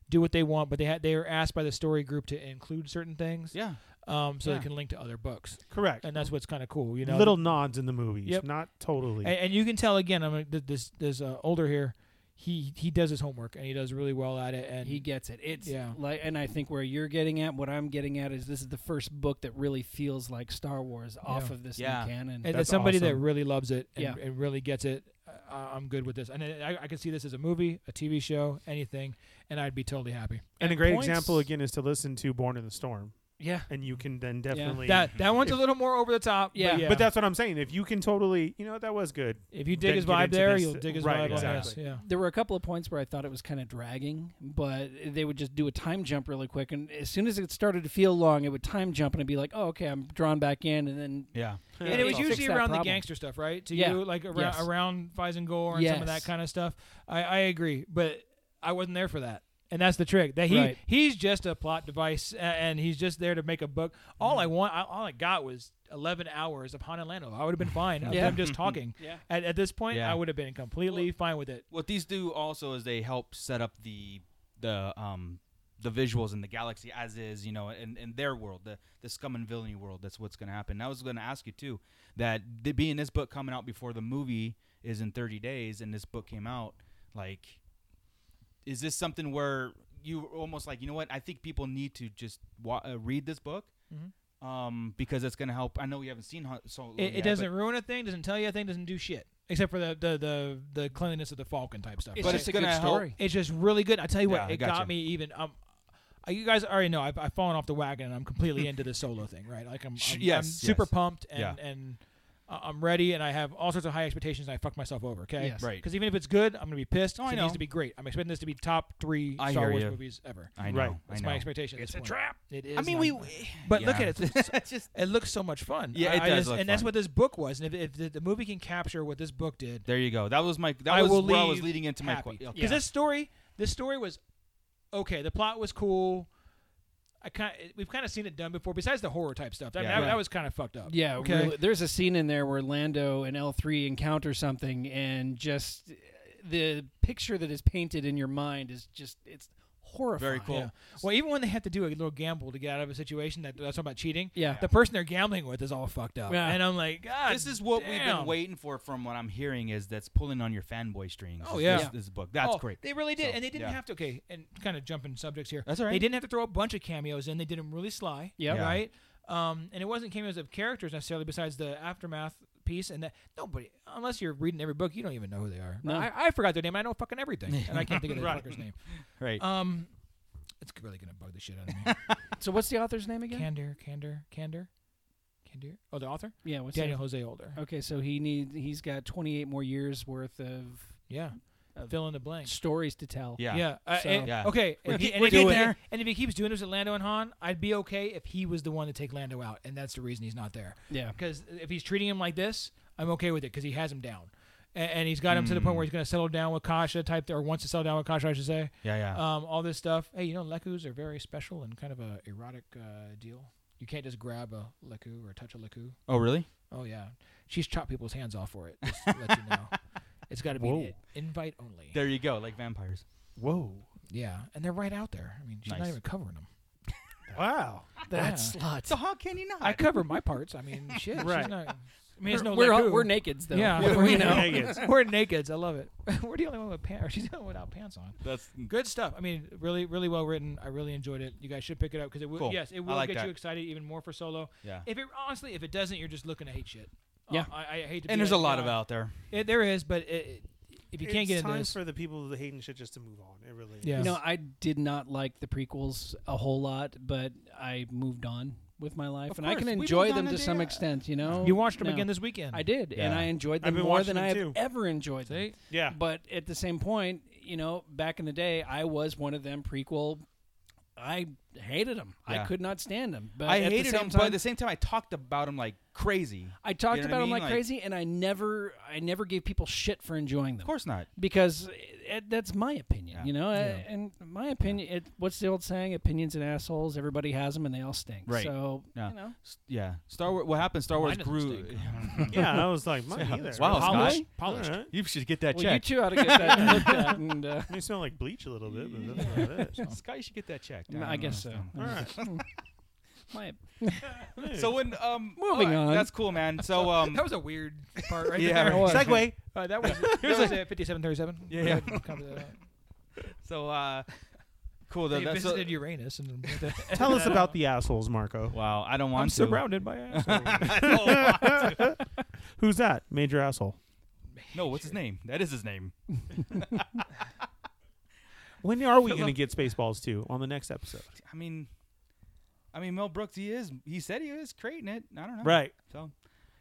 J: do what they want, but they ha- they are asked by the story group to include certain things.
H: yeah
J: Um, so
H: Yeah.
J: they can link to other books,
I: Correct.
J: and that's what's kind of cool. You know,
I: Little nods in the movies.
J: Yep.
I: Not totally.
J: And, and you can tell again. I mean, th- this this uh, older here, he he does his homework and he does really well at it. And
E: he gets it. It's
J: Yeah.
E: like, and I think where you're getting at, what I'm getting at, is this is the first book that really feels like Star Wars off
J: Yeah.
E: of this
H: Yeah.
E: new canon.
J: and
I: That's
J: as somebody that
I: awesome.
J: really loves it and,
E: Yeah.
J: and really gets it, I, I'm good with this. And I, I- I can see this as a movie, a TV show, anything, and I'd be totally happy.
I: And a
E: at
I: great
E: points-
I: example again is to listen to Born in the Storm.
E: Yeah.
I: and you can then definitely.
J: That that one's a little more over the top.
E: Yeah.
J: but, yeah.
I: But that's what I'm saying. If you can totally, you know, that was good.
J: if you dig
I: Then
J: his
I: get
J: vibe
I: into
J: there,
I: this-
J: you'll dig his
I: right,
J: vibe. on this.
I: exactly.
J: Yeah.
E: There were a couple of points where I thought it was kind of dragging, but they would just do a time jump really quick. And as soon as it started to feel long, it would time jump and I'd be like, oh, okay, I'm drawn back in. And then
H: Yeah.
J: and it was
E: Fix
J: usually
E: that
J: around the
E: problem.
J: gangster stuff, right? To
E: Yeah.
J: you, like around
E: Yes.
J: around Feisengore and some of that
E: Yes.
J: kind of stuff. I, I agree, but I wasn't there for that, and that's the trick. That he
E: Right.
J: he's just a plot device, a- and he's just there to make a book. All
E: Mm.
J: I want, I, all I got was eleven hours of Han and Lando. I would have been fine.
E: Yeah.
J: yeah. I'm just talking.
E: Yeah.
J: At, at this point,
H: Yeah.
J: I would have been completely fine with it.
H: What these do also is they help set up the the um the visuals in the galaxy as is, you know, in, in their world, the the scum and villainy world. That's what's going to happen. And I was going to ask you too that the, being this book coming out before the movie is in 30 days, and this book came out like, is this something where you were almost like you know what? I think people need to just wa- uh, read this book. Um, because it's gonna help. I know we haven't seen Hun- so
J: Mm-hmm. It, it doesn't ruin a thing, doesn't tell you a thing, doesn't do shit except for the the the, the cleanliness of the Falcon type stuff.
E: it's
H: But
J: right?
H: it's
E: just a
H: gonna
E: good
H: help.
E: story.
J: It's just really good. I tell you what,
H: Yeah, I
J: it
H: gotcha.
J: got me even. Um, I- you guys already know I've, I've fallen off the wagon and I'm completely into this solo thing, right? Like I'm,
H: Sh-
J: I'm,
H: yes,
J: I'm super
H: yes.
J: pumped and
H: Yeah.
J: and I- I'm ready and I have all sorts of high expectations. and I fuck myself over, okay?
E: Yes.
H: Right.
J: Because even if it's good, I'm gonna be pissed.
H: Oh,
J: so
H: I
J: it
H: know.
J: needs to be great. I'm expecting this to be top three
H: I
J: Star
H: hear
J: Wars
H: you.
J: movies ever.
H: I know.
I: Right.
H: I
J: That's
H: know.
J: my expectation. It's a trap. It is.
H: I mean,
J: and
H: we.
J: I'm- But look
H: yeah.
J: at it. It's-
H: it's just
J: It looks so much fun.
H: Yeah,
J: I-
H: it
J: I
H: does
J: just-
H: look
J: and that's
H: fun.
J: what this book was. And if, if the, the movie can capture what this book did,
H: There you go. That was my. That
J: I
H: was
J: will
H: where I was
J: leave
H: leading into my
J: happy.
H: question.
J: Because this story, this story was okay. The plot was cool. I kind we've kind of seen it done before. Besides the horror type stuff, I mean,
H: Yeah.
J: that, that
H: Right.
J: was kind of fucked up.
E: Yeah,
J: Okay.
E: really- there's a scene in there where Lando and L3 encounter something, and just uh, the picture that is painted in your mind is just it's horrifying.
H: Very cool.
J: Yeah. Well, even when they have to do a little gamble to get out of a situation that that's about cheating,
E: Yeah.
J: the person they're gambling with is all fucked up.
E: Yeah.
J: And I'm like, God,
H: This is what we've been
J: damn.
H: waiting for. From what I'm hearing, is that's pulling on your fanboy strings.
J: Oh,
H: is
J: yeah.
H: this, this book. That's
J: Oh,
H: great.
J: They really
H: So,
J: did, and they didn't
H: yeah.
J: have to. Okay, and kind of jumping subjects here.
H: That's all right.
J: They didn't have to throw a bunch of cameos in. They did them really sly.
E: Yep.
H: Yeah.
J: Right. Um, and it wasn't cameos of characters necessarily, besides the aftermath piece, and that nobody, unless you're reading every book, you don't even know who they are.
E: No.
J: I, I forgot their name. I know fucking everything, and I can't think of the fucker's name.
H: Right.
J: Um, it's really gonna bug the shit out of me.
E: So what's the author's name again?
J: Candor, Candor, Candor, Candor. Oh, the author,
E: yeah, what's
J: Daniel
E: that?
J: Jose Older.
H: Oh.
E: Okay, so he need he's got 28 more years worth of
J: Yeah.
E: Of-
J: Fill in the blank.
E: stories to tell.
H: Oh. yeah.
J: Yeah. uh,
E: So-
J: and-
H: Yeah.
J: Okay.
H: We're
J: and
H: ge-
J: he- and
H: we're
J: if he-
H: getting there.
J: And if he keeps doing this with Lando and Han, I'd be okay if he was the one to take Lando out, and that's the reason he's not there.
E: Yeah.
J: Because if he's treating him like this, I'm okay with it because he has him down, A- and, he's got him to the point where he's going to settle down with Kasha type, or wants to settle down with Kasha, I should say.
H: Yeah. Yeah.
J: Um, all this stuff. Hey, you know, lekus are very special and kind of a erotic uh, deal. You can't just grab a leku or touch a leku.
H: oh, really?
J: Oh yeah, she's chopped people's hands off for it. Just to let you know, it's got to be an
I: Whoa.
J: i- invite only.
H: There you go. Like vampires.
I: Whoa!
J: Yeah, and they're right out there. I mean, she's not
H: Nice.
J: even covering them.
I: Wow!
J: That's
E: slut.
H: So how can you not?
J: I cover my parts. I mean, shit. she's
I: Right.
J: not- I mean,
E: We're,
J: it's no
E: we're, all-
J: Leku.
E: we're nakeds though.
J: Yeah,
E: What do we know.
I: Nakeds.
J: We're nakeds. I love it. we're the only one with pants. She's the only one without pants on.
H: That's
J: Good stuff. I mean, really, really well written. I really enjoyed it. You guys should pick it up because it will.
H: Cool.
J: Yes, it
H: I
J: will
H: like
J: get
H: that.
J: you excited even more for solo.
H: Yeah.
J: If it honestly, if it doesn't, you're just looking to hate shit. Uh,
E: Yeah.
J: I, I hate to. be
H: And there's a
J: like,
H: lot of
J: God.
H: out there.
J: It, there is, but it, it, if you can't get
I: it's
J: into
I: time
J: this,
I: for the people of the Hayden shit just to move on. It really.
J: yeah.
E: You know, I did not like the prequels a whole lot, but I moved on with my life,
H: Of
E: and I
H: course,
E: can
H: we moved
E: enjoy
H: on
E: them
H: and
E: to some
H: they-
E: extent. You know,
J: you watched them
E: No.
J: again this weekend.
E: I did, and
H: Yeah.
E: I enjoyed them
I: been
E: more
I: watching
E: than I have
I: them, too.
E: ever enjoyed them.
J: See?
I: Yeah.
E: But at the same point, you know, back in the day, I was one of them prequel. I hated them. I
H: Yeah.
E: could not stand them. But
H: I
E: at the
H: hated
E: same
H: him,
E: time,
H: but at the same time, I talked about him like crazy.
E: I talked
H: you know what I
E: about them
H: mean?
E: like,
H: Like-
E: crazy, and I never, I never gave people shit for enjoying them.
H: Of course not.
E: because it, that's my opinion,
H: Yeah.
E: you know. And my opinion, it, what's the old saying? Opinions and assholes. Everybody has them, and they all stink.
H: Right.
E: So
H: Yeah.
E: you know,
H: S- Yeah. Star Wars. What happened? Star Wars
J: Mine doesn't
H: grew.
I: yeah, I was like, mine either.
H: Wow,
I: All
H: Scott.
E: Scotch?
J: Polished.
I: right.
H: You should get that
E: well, you
H: check.
E: two ought to get that looked at. And, uh,
I: You smell like bleach a little bit, but that's about it.
H: Oh. Scott, you should get that check.
E: I guess so.
I: All right.
E: My,
H: So when um
E: Moving
H: alright,
E: on.
H: That's cool, man. So um
J: That was a weird part right
H: Yeah,
J: there.
H: right.
E: What?
I: Segway.
J: Uh, that was here's was at fifty-seven thirty-seven.
H: Yeah, yeah.
J: They
H: so uh cool. Though, that's so,
J: visited Uranus and
I: Tell us about the assholes, Marco.
H: wow. I don't want
J: I'm
H: to.
J: surrounded by assholes.
I: Who's that? Major asshole.
H: No, what's his name? That is his name.
I: When are we going to get Spaceballs 2 on the next episode?
H: I mean, I mean, Mel Brooks, he is. He said he was creating it. I don't know.
I: Right.
H: So,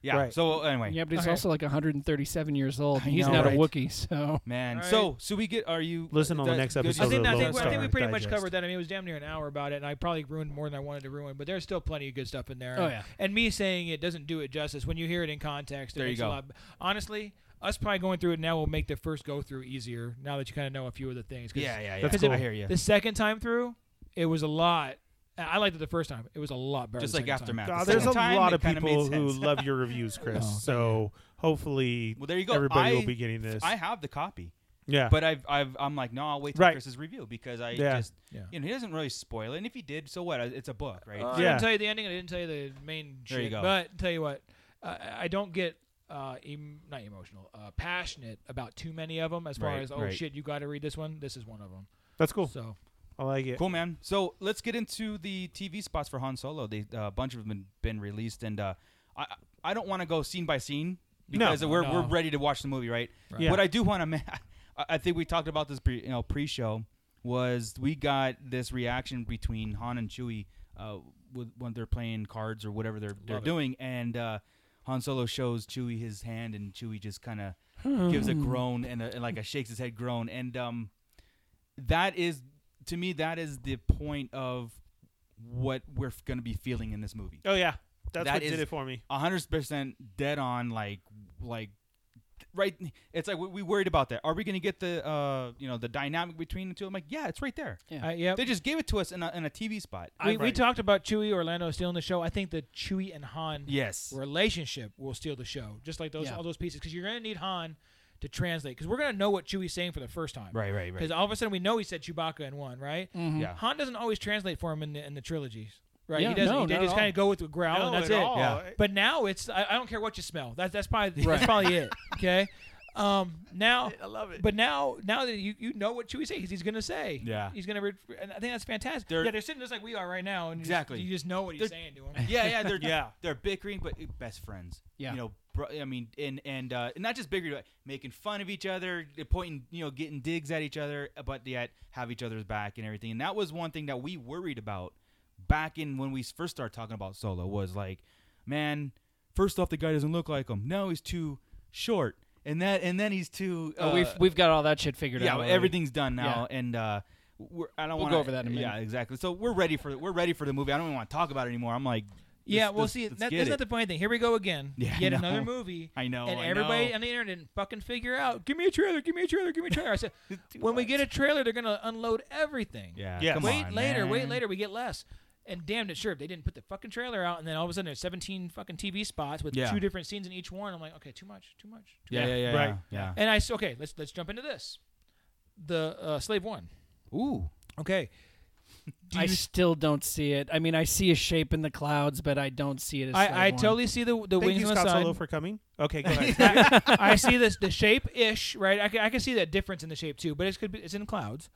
H: yeah.
I: Right.
H: So anyway,
E: Yeah, but he's
J: Okay.
E: also like 137 years old.
H: I
E: and He's
H: know,
E: not
H: right?
E: a Wookiee, so
H: man.
J: All
H: So so we get. Are you
I: Listen on the
H: that's
I: next
H: good-
I: episode
J: I think,
I: of
J: I
I: Lone
J: think, I think we
I: Star
J: pretty much
I: Digest.
J: covered that. I mean, it was damn near an hour about it, and I probably ruined more than I wanted to ruin. But there's still plenty of good stuff in there.
E: Oh, yeah.
J: And me saying it doesn't do it justice when you hear it in context. It
H: There you
J: makes
H: go.
J: A lot. Honestly, us probably going through it now will make the first go through easier. Now that you kind of know a few of the things. 'Cause
H: Yeah, yeah, yeah.
I: That's
H: I
I: cool.
H: hear you.
J: The second time through, it was a lot. I I liked it the first time. It was a lot better.
H: Just
J: the
H: like
J: second time.
H: aftermath.
I: God,
H: The
I: there's a
H: second time,
I: lot
H: it
I: of
H: kinda made
I: people who
H: sense.
I: love your reviews, Chris.
E: Oh,
I: so hopefully,
H: Well, there you go.
I: Everybody will
H: I-
I: be getting this.
H: I have the copy,
I: yeah,
H: but I've, I've I'm like, no, I'll wait till
I: Right.
H: Chris's review because I
I: Yeah. Uh,
H: just,
J: Yeah.
H: you know, he doesn't really spoil it, and if he did, so what? It's a book, right?
J: I
I: Yeah.
J: didn't tell you the ending. and I didn't tell you the main.
H: There
J: shit,
H: you go.
J: But tell you what, uh, I don't get uh, em- not emotional, uh, passionate about too many of them. As far
H: Right,
J: as oh
H: right.
J: shit, you got to read this one. This is one of them.
I: that's cool.
J: So
I: I like it.
H: Cool, man. So let's get into the TV spots for Han Solo. They uh, a bunch of them have been released, and uh, I I don't want to go scene by scene because we're
J: No.
H: we're ready to watch the movie, right?
J: Right.
I: Yeah.
H: What I do want to, ma- I- I think we talked about this pre you know pre-show was we got this reaction between Han and Chewie uh, with, when they're playing cards or whatever they're they're
J: Love it.
H: doing, and uh, Han Solo shows Chewie his hand, and Chewie just kind of
J: Hmm.
H: gives a groan and, a, and like a shakes his head groan, and um, that is to me that is the point of what we're going to be feeling in this movie.
I: Oh yeah, that's
H: That
I: what
H: is-
I: did it for me.
H: A hundred percent dead on, like like right. It's like we, we worried about that. Are we going to get the uh you know the dynamic between the two? I'm like, yeah, it's right there.
E: Yeah.
J: uh, yeah,
H: They just gave it to us in a, in a TV spot.
J: we, we talked about Chewie Orlando stealing the show. I think the Chewie and Han
H: Yes.
J: relationship will steal the show, just like those
E: Yeah.
J: all those pieces, because you're gonna need Han to translate, because we're gonna know what Chewie's saying for the first time.
H: Right, right, right.
J: Because all of a sudden we know he said Chewbacca in one, right?
H: Yeah.
J: Han doesn't always translate for him in the in the trilogies, right?
E: Mm-hmm. Yeah,
J: he doesn't.
E: no,
J: he, they
E: not at
J: just
E: all.
J: kind of go with the growl,
I: No,
J: and that's
I: at
J: it.
I: all.
H: Yeah.
J: But now it's I, I don't care what you smell. That's that's probably that's probably it. Okay. Um. Now I love it. But now now that you you know what Chewie say, 'cause he's gonna say.
H: Yeah.
J: He's gonna. Re- and I think that's fantastic.
H: They're-
J: yeah, they're sitting just like we are right now, and you just-
H: Exactly.
J: you just know what he's
H: They're-
J: saying to him.
H: yeah, yeah, they're yeah, they're bickering, but eh, best friends.
E: Yeah.
H: you know, bro, I mean, and and uh, not just bickering, but making fun of each other, eh, pointing, you know, getting digs at each other, eh, but yet have each other's back and everything. And that was one thing that we worried about back in when we first started talking about Solo was like, man, first off, the guy doesn't look like him. No, he's too short, and that, and then he's too.
E: Oh,
H: uh,
E: we've we've got all that shit figured
H: yeah,
E: out. already.
H: everything's done now, and uh, we're, I don't
E: We'll
H: want
E: go over that in a minute.
H: Yeah, exactly. So we're ready for we're ready for the movie. I don't even want to talk about it anymore. I'm like,
J: Yeah,
H: let's-
J: well,
H: let's-
J: see,
H: let's
J: that,
H: get
J: that's
H: it.
J: not the funny thing. Here we go again.
H: Yeah, I
J: Yet
H: know.
J: another movie.
H: I know,
J: And
H: Oh, I
J: everybody
H: know.
J: on the internet didn't fucking figure out. Give me a trailer. Give me a trailer. Give me a trailer. I said, when we get a trailer, they're gonna unload everything.
H: Yeah,
I: Yeah.
H: come
J: wait
H: on,
J: later. Wait
H: man.
J: later. We get less. And damn it, sure, if they didn't put the fucking trailer out, and then all of a sudden there's 17 fucking TV spots with
H: Yeah.
J: two different scenes in each one. I'm like, okay, too much, too much. Too
H: Yeah,
J: much.
H: yeah, yeah,
I: Right.
H: yeah.
J: And I s- okay, let's let's jump into this. The uh, slave one.
H: Ooh,
J: Okay. Do
E: I
J: you
E: still don't see it. I mean, I see a shape in the clouds, but I don't see it as. Slave
J: I, I
E: One.
J: totally see the the
I: Thank
J: wings
I: you,
J: on the
I: Scott
J: sun.
I: Solo, for coming. Okay, go ahead.
J: I see this the shape ish, right? I can, I can see that difference in the shape too, but it's could be it's in clouds.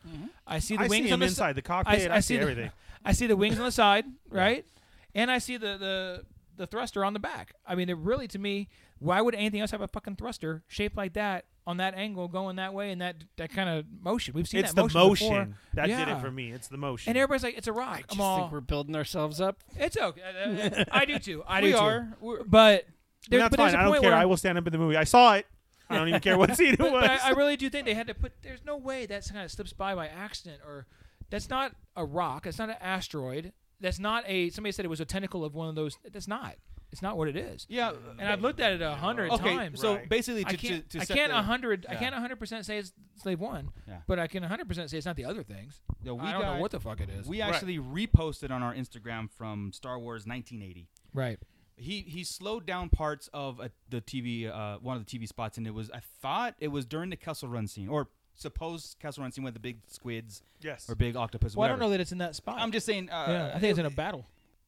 J: I see the
I: I
J: wings
I: see
J: on
I: him
J: the si-
I: inside the cockpit. I, see
J: the-
I: everything.
J: I see the wings on the side, right? And I see the the the thruster on the back. I mean, it really to me, why would anything else have a fucking thruster shaped like that on that angle, going that way, and that that kind of motion? We've seen
I: It's
J: that
I: the
J: motion, before.
I: motion that did it
J: Yeah.
I: for me. It's the motion.
J: And everybody's like, "It's a rock."
E: I
J: I'm
E: just
J: all,
E: think we're building ourselves up.
J: it's okay. I- I- I do too. I do
H: we
J: too.
H: are. We're,
J: But
I: And
J: there,
I: that's
J: but there's
I: fine.
J: a
I: I don't
J: point
I: care.
J: where
I: I will stand up in the movie. I saw it. I don't even care what scene it
J: but,
I: was.
J: but I, I really do think they had to put. There's no way that kind of slips by by accident, or that's not a rock. That's not an asteroid. That's not a. Somebody said it was a tentacle of one of those. That's not. It's not what it is.
H: yeah.
J: And I've looked at it a hundred
H: Okay,
J: times.
H: so
I: Right.
H: basically, to,
J: I can't.
H: to, to
J: I
H: set
J: can't
H: the-
J: a hundred. I
H: yeah.
J: can't a hundred percent say it's slave one.
H: Yeah.
J: But I can a hundred percent say it's not the other things.
H: Yeah, we
J: I don't
H: got-
J: know what the fuck it is.
H: We actually reposted on our Instagram from Star Wars 1980.
J: right.
H: He he slowed down parts of a, the TV uh, one of the TV spots, and it was I thought it was during the Kessel Run scene or supposed Kessel Run scene with the big squids
I: yes,
H: or big octopus.
J: Well, I don't
H: whatever.
J: know that it's in that spot.
H: I'm just saying. Uh,
J: yeah, I think it's in a battle.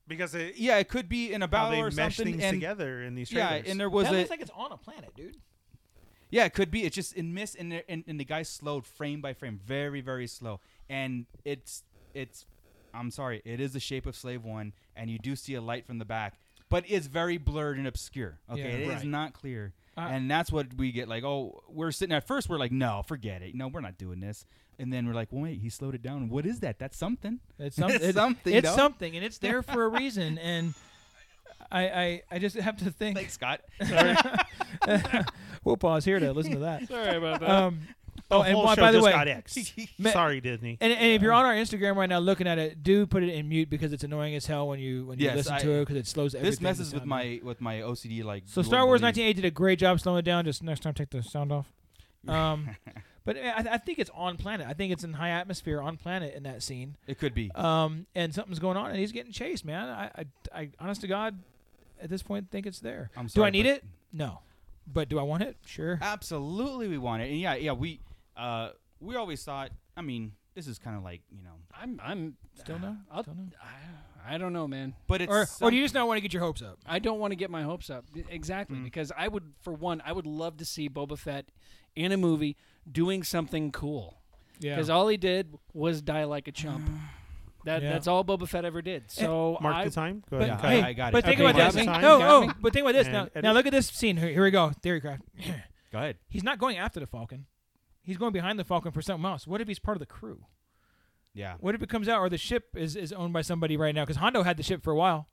I: because it,
H: Yeah, it could be in a
I: how
H: battle
I: they
H: or
I: mesh
H: something.
I: things
H: and
I: together in these
H: yeah,
I: trailers.
H: and there was
J: that
H: a
J: looks like it's on a planet, dude.
H: Yeah, it could be. It's just in miss, and, and and the guy slowed frame by frame, very very slow, and it's it's. I'm sorry, it is the shape of Slave One, and you do see a light from the back, but it's very blurred and obscure. Okay,
J: Yeah,
H: it is
J: right.
H: not clear.
J: Uh,
H: and that's what we get like, oh, we're sitting at first, we're like, no, forget it. No, we're not doing this. And then we're like, well, wait, he slowed it down. What is that? That's something.
J: It's, some,
H: It's
J: it's
H: something,
J: It's
H: dog.
J: something, and it's there for a reason. And I, I, I just have to think.
H: Thanks, Scott.
J: We'll pause here to listen to that.
I: Sorry about that.
J: Um,
I: the
J: oh, and
I: whole
J: by,
I: show
J: by the
I: just
J: way,
I: got X.
J: Ma-
I: Sorry, Disney.
J: and, and if you're on our Instagram right now looking at it, do put it in mute because it's annoying as hell when you when you
H: Yes,
J: listen
H: I-
J: to it because it slows everything.
H: this messes with
J: down.
H: my with my OCD like.
J: So
H: you
J: Star
H: won't
J: Wars
H: believe.
J: 1980 did a great job slowing it down. Just next time, take the sound off. Um, but I, I think it's on planet. I think it's in high atmosphere on planet in that scene.
H: It could be.
J: um, and something's going on, and he's getting chased, man. I, I, I honest to God, at this point, think it's there.
H: I'm
J: do I
H: sorry,
J: need
H: but-
J: it? No, but do I want it? Sure.
H: Ah, Absolutely, we want it. And yeah, yeah, we uh we always thought. I mean, this is kind of like you know,
E: I'm I'm
J: Still no.
E: I'll-
J: Still no.
E: I, I don't know, man.
H: but it's
J: Or,
H: some-
J: or do you just not want to get your hopes up?
E: I don't want to get my hopes up E- exactly because I would, for one, I would love to see Boba Fett in a movie doing something cool
J: Yeah.
E: because all he did was die like a chump. That
J: Yeah.
E: that's all Boba Fett ever did. So
I: Mark
E: I,
I: the time. Go
J: But,
I: ahead. and cut
J: hey,
I: it.
H: Oh, I got it.
J: but think
I: Okay,
J: about
I: got me.
J: this. No,
E: Got
J: oh,
E: me.
J: but think about this.
I: And
J: Now,
I: edit.
J: now look at this scene. Here, here we go. Theorycraft.
H: go ahead.
J: He's not going after the Falcon. He's going behind the Falcon for something else. What if he's part of the crew?
H: Yeah,
J: What if it comes out or the ship is, is owned by somebody right now? Because Hondo had the ship for a while.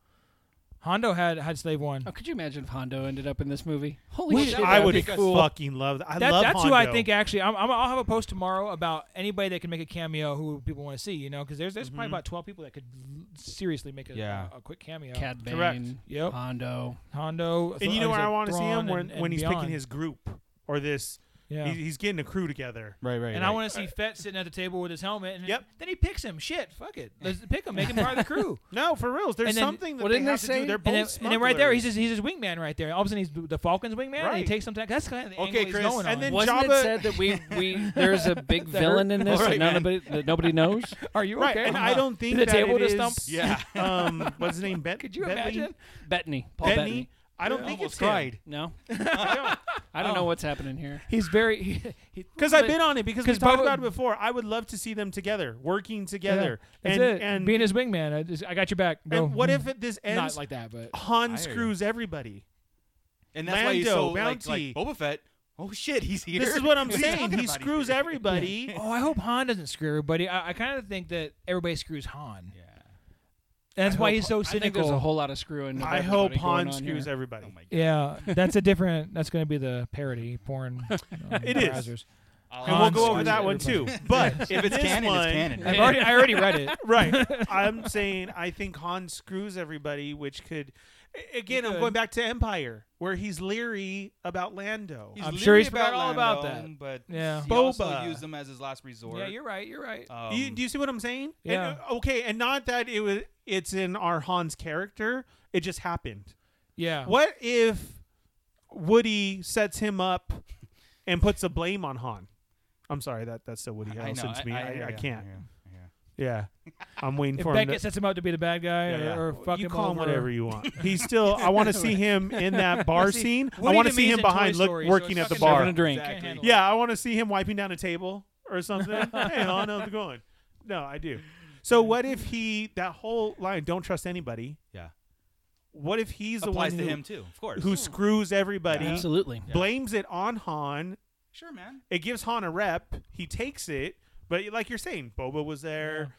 J: Hondo had had Slave One.
E: Oh, could you imagine if Hondo ended up in this movie? Holy
J: Which
E: shit!
J: I
I: I
E: that'd
I: would
E: be
J: think
E: cool.
I: fucking love that. I
J: That-
I: love
J: that's who I
I: Hondo.
J: think actually. I'm, I'm, I'll have a post tomorrow about anybody that can make a cameo who people want to see. You know, because there's there's probably
I: Mm-hmm.
J: about 12 people that could l- seriously make a
H: Yeah.
J: a, a quick cameo.
E: Cad Bane,
I: Correct.
J: Yep.
E: Hondo.
J: Hondo.
I: And you know where I want to see him when,
J: and, and
I: when he's
J: beyond.
I: picking his group or this.
J: Yeah.
I: He's, he's getting a crew together.
H: right, right.
J: and I want to see Fett sitting at the table with his helmet. And
I: Yep.
J: Then he picks him. Shit. Fuck it. Let's pick him. Make him part of the crew.
I: No, for reals. There's
J: And then-
I: something that
E: what
I: they
E: didn't they
I: have to
E: say?
I: do. They're
E: And
I: both
J: And then, and then right
I: smugglers.
J: there, he's his, he's his wingman right there. All of a sudden, he's the Falcon's wingman, and he
I: Right.
J: takes him down. That's kind of the
H: Okay,
J: angle he's
H: Chris,
J: going
I: and
J: on.
I: then
E: Wasn't
I: Jabba-
E: it said that we, we there's a big
H: That
E: villain in this
H: All right,
E: and
H: man.
E: nobody that nobody knows?
J: are you okay?
I: Right, and
J: or
I: I
J: not?
I: don't think
J: Did
I: that
J: the table
I: it
J: just
I: is-
J: stump?
H: Yeah,
I: Um, what's his name? Bet-
J: Could you
I: Bentley?
J: imagine?
E: Bettany, Paul
I: Bentley?
E: Bettany.
I: I don't
J: Yeah.
I: think
H: almost
I: it's
H: cried.
E: No, I don't know what's happening here.
J: He's very. He, he-
I: Because I've been on it because we
J: 'Cause
I: talked
J: Boba-
I: about it before. I would love to see them together, working together,
J: Yeah, that's
I: and
J: it.
I: and
J: being his wingman. I, just, I got your back, bro.
I: and what if it, this
J: not
I: ends
J: like that, but
I: Han
H: I hear you.
I: screws everybody?
H: and that's why he's
I: Lando,
H: so like, like
I: Bounty.
H: Boba Fett. Oh shit, he's here.
I: This is what I'm
H: What are you
I: saying.
H: talking
I: He
H: about?
I: screws everybody.
J: oh, I hope Han doesn't screw everybody. I, I kind of think that everybody screws Han.
H: Yeah.
J: That's
E: I
J: why
E: hope-
J: he's so
E: I think there's
J: cynical.
E: a whole lot of screwing. of
I: I hope
E: everybody going
I: Han
E: on
I: screws
H: Oh
E: here.
I: everybody.
H: my god.
J: yeah, that's a different. That's going to be the parody porn. Um,
I: It is.
J: browsers.
I: And we'll
J: Han
I: go over
J: screws
I: that one too. But
H: If it's
I: this
H: canon,
I: one,
H: it's canon.
J: I've already. I already read it.
I: right. I'm saying I think Han screws everybody, which could. a- Again, I'm
J: could.
I: going back to Empire, where he's leery about Lando.
H: He's
J: I'm sure he's
H: leery about
J: forgot all about
H: Lando, But
J: Yeah.
H: he also
I: Boba.
H: used him as his last resort.
J: Yeah, you're right. You're right.
H: Um,
I: Do you, do you see what I'm saying? And,
J: Yeah.
I: uh, okay, and not that it was. It's in our Han's character. It just happened.
J: yeah.
I: What if Woody sets him up and puts the blame on Han? I'm sorry that that's still Woody
H: I know.
I: Harrelson to me. I, I,
H: yeah,
I: can't.
H: yeah, yeah.
I: Yeah, I'm waiting
J: If
I: for him.
J: Beckett
I: to,
J: sets him up to be the bad guy,
I: yeah,
J: or,
I: yeah.
J: or fuck
I: you
J: him
I: call him
J: over.
I: whatever you want. He's still. I want to see him in that bar
J: See,
I: scene. I
J: Woody
I: want
J: to
I: to see
J: me is
I: him
J: in Toy
I: behind, look,
J: Story, so
I: working
J: it's
I: at the
J: fucking
I: bar.
E: Having a drink.
J: Can't
H: Exactly.
J: handle it.
I: Yeah, I want to see him wiping down a table or something. hey, hon, how's it going? No, I do. So what if he that whole line? Don't trust anybody.
H: Yeah.
I: What if he's the
H: Applies
I: one
H: to
I: who,
H: him too, of course.
I: who screws everybody,
E: Absolutely.
I: blames it on Han?
H: Sure, man.
I: It gives Han a rep. He takes it, but like you're saying, Boba was there,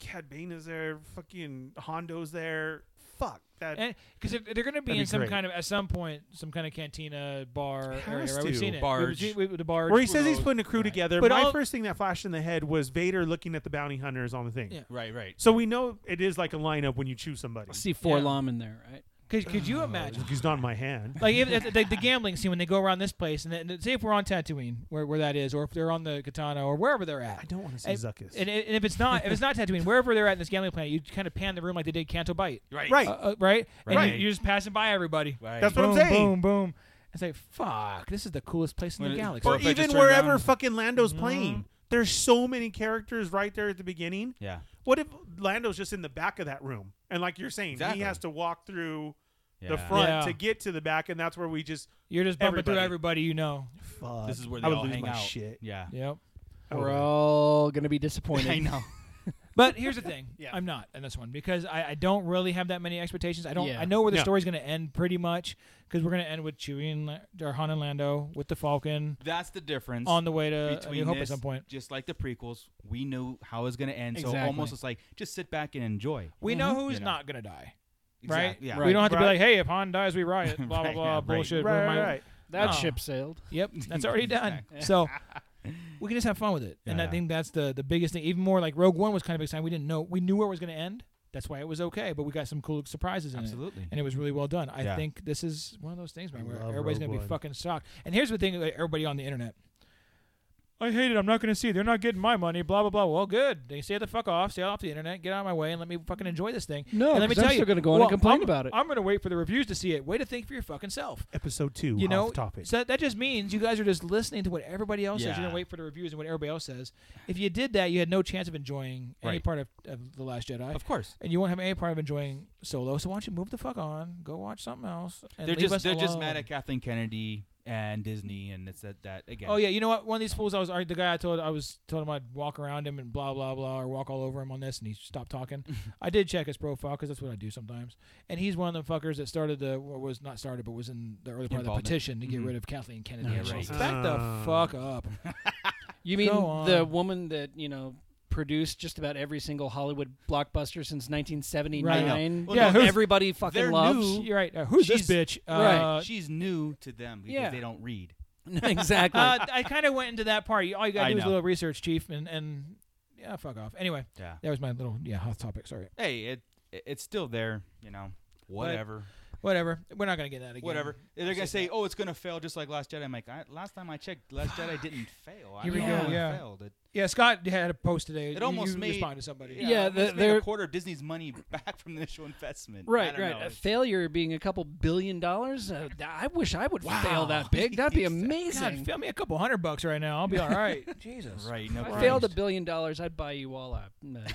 I: Cad Bane is there, fucking Hondo's there. Fuck that.
J: because if they're going to be
I: That'd
J: in
I: be
J: some
I: great.
J: kind of at some point some kind of cantina bar
I: It
J: area,
I: has
J: right? We've
I: to.
J: seen it.
H: Barge.
J: We've seen- we- the barge.
I: where he says
J: road.
I: he's putting a crew together.
J: But
I: my
J: all-
I: first thing that flashed in the head was Vader looking at the bounty hunters on the thing.
J: Yeah.
H: Right, right.
I: So we know it is like a lineup when you choose somebody.
E: I see four
J: Yeah.
E: Lom in there, right?
J: Could, could you imagine?
I: He's not in my hand.
J: like if, if the, the gambling scene when they go around this place, and, then- say if we're on Tatooine, where, where that is, or if they're on the Katana, or wherever they're at.
I: I don't want to see
J: And,
I: Zuckus.
J: and, and if it's not, if it's not Tatooine, wherever they're at in this gambling planet, you kind of pan the room like they did Canto Bite,
H: Right.
I: right.
J: uh, uh, right? And
H: Right.
J: you- you're just passing by everybody.
H: Right.
I: That's what I'm
J: boom,
I: saying.
J: Boom, boom. It's like fuck. This is the coolest place in
H: When
J: the
H: it-
J: galaxy.
I: or
H: Boba Fett just
I: even
H: turned
I: wherever
H: around.
I: fucking
J: Mm-hmm.
I: Lando's playing. There's so many characters right there at the beginning.
H: Yeah.
I: What if Lando's just in the back of that room? And like you're saying,
H: Exactly.
I: he has to walk through the
H: Yeah.
I: front
J: Yeah.
I: to get to the back, and that's where we just
J: You're just bumping through
I: Everybody.
J: everybody you know.
I: fuck.
H: This is where they
I: I would
H: all
I: lose
H: hang
I: my
H: out.
I: shit.
H: Yeah.
J: Yep.
I: I would.
E: We're all gonna be disappointed.
H: I know.
J: But here's the thing.
I: Yeah.
J: I'm not in this one because I, I don't really have that many expectations. I don't.
E: Yeah.
J: I know where the
I: No.
J: story's going to end pretty much because we're going to end with Chewie and La- or Han and Lando with the Falcon
H: That's the difference
J: on the way to A
H: between
J: New Uh, Hope at
H: this,
J: some point.
H: Just like the prequels, we knew how it was going to end. So
E: Exactly.
H: almost it's like just sit back and enjoy. Mm-hmm.
J: We know who's
H: You know.
J: not going to die, Mm-hmm. right?
H: Exact- Yeah.
J: We don't have to be
I: Right.
J: like, hey, if Han dies, we riot. Blah blah
H: Right,
J: blah.
H: yeah, right.
J: bullshit.
I: Right,
J: Ruin my-
I: right, right.
E: That
J: Oh.
E: ship sailed.
J: Yep, that's already done. So we can just have fun with it, and I
H: Yeah.
J: think that's the the biggest thing. Even more like Rogue One was kind of exciting. We didn't know we knew where it was going to end. That's why it was okay, but we got some cool surprises in it.
H: Absolutely.
J: and it was really well done. I
H: Yeah.
J: think this is one of those things, man, where
I: love
J: everybody's
I: Rogue
J: gonna be
I: One.
J: fucking shocked. And here's the thing: like, everybody on the internet, I hate it. I'm not gonna see. it. They're not getting my money. Blah blah blah. Well, good. They stay the fuck off. Stay off the internet. Get out of my way and let me fucking enjoy this thing.
E: No,
J: and let me
E: 'cause I'm
J: tell you,
E: still gonna go on and
J: well,
E: complain
J: I'm-
E: about it.
J: I'm gonna wait for the reviews to see it. Way to think for your fucking self.
I: Episode two.
J: You know,
I: off topic.
J: so that just means you guys are just listening to what everybody else says. You're
H: Yeah.
J: gonna wait for the reviews and what everybody else says. If you did that, you had no chance of enjoying any
H: Right.
J: part of, of the Last Jedi
H: Of course.
J: and you won't have any part of enjoying Solo. So why don't you move the fuck on, go watch something else? And
H: They're
J: leave
H: just
J: us
H: they're just
J: alone.
H: mad at Kathleen Kennedy and Disney and it's that that again.
J: Oh yeah, you know what? One of these fools, I was alright, the guy I told I was told him I'd walk around him and blah blah blah, or walk all over him on this, and he stopped talking. I did check his profile because that's what I do sometimes, and he's one of them fuckers that started the or was not started, but was in the early part of the
H: Involvement.
J: petition to get
H: Mhm.
J: rid of Kathleen Kennedy.
H: Yeah,
J: and shit.
H: right.
J: Back the
I: Ah.
J: fuck up.
E: You mean
J: Go
E: the
J: on.
E: woman that you know produced just about every single Hollywood blockbuster since 1979?
H: Right. I know. Well,
J: Yeah,
E: yeah,
J: no, who's-
E: everybody fucking
H: they're
E: loves.
H: new.
J: You're right. Uh, who's this
H: She's-
J: bitch?
E: right.
J: Uh,
H: She's new to them because
E: Yeah.
H: they don't read.
E: exactly.
J: uh, I kind of went into that part. You- All you gotta
H: I
J: do is a
H: know.
J: little research, chief, and and yeah, fuck off. Anyway,
H: Yeah.
J: that was my little yeah hot topic. Sorry,
H: Hey, it it- it's still there, you know. Whatever.
J: whatever. We're not gonna get that again.
H: Whatever. They're
J: I'll
H: going to
J: say
H: say, "Oh, it's going to fail just like Last Jedi." I'm like, I, "Last time I checked, Last Jedi didn't fail." I
J: Here we
H: don't
J: go,
H: know if it
J: yeah.
H: failed. It,
J: Yeah, Scott had a post today.
H: It
J: You-
H: almost
J: you
H: made-
J: respond to somebody.
E: Yeah.
H: it almost
E: the-
H: made
E: they're-
H: a quarter of Disney's money back from the initial investment. I
E: Right,
H: don't
E: right.
H: know.
E: A
H: It's-
E: failure being a couple billion dollars. Uh, th- I wish I would fail
H: Wow.
E: that big. That'd be
J: God,
E: amazing.
J: fail me a couple hundred bucks right now. I'll be all right. Jesus.
H: Right, no
E: If I
H: Christ.
E: failed a billion dollars, I'd buy you all a,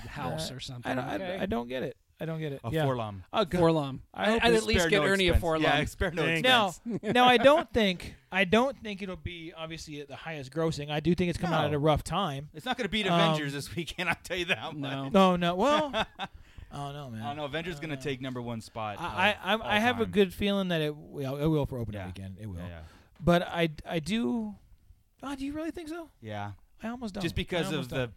E: a house or something.
J: I don't,
E: okay?
J: I, I don't get it. I don't get it.
H: A
J: yeah.
H: Forlom.
J: Oh, God.
E: Forlom.
J: I hope
E: I'd
H: Spare
E: at least get
H: no
E: Ernie
H: expense.
E: a Forlom.
H: Yeah, spare no
I: Thanks.
H: expense.
J: Now, now I don't think I don't think it'll be obviously the highest grossing. I do think it's coming out at a
H: No.
J: rough time.
H: It's not going to beat
J: Um,
H: Avengers this weekend. I'll tell you that much.
J: No,
E: No.
J: no. Well, I don't know, man.
H: I don't know. Avengers going to take number one spot.
J: I, I,
H: of
J: I, I
H: all
J: have a
H: time.
J: good feeling that it will, it will for opening
H: Yeah.
J: weekend. It will.
H: Yeah, yeah.
J: But I, I do. Oh, do you really think so?
H: Yeah.
J: I almost don't.
H: Just because of
J: I Oh, almost
H: the.
J: don't.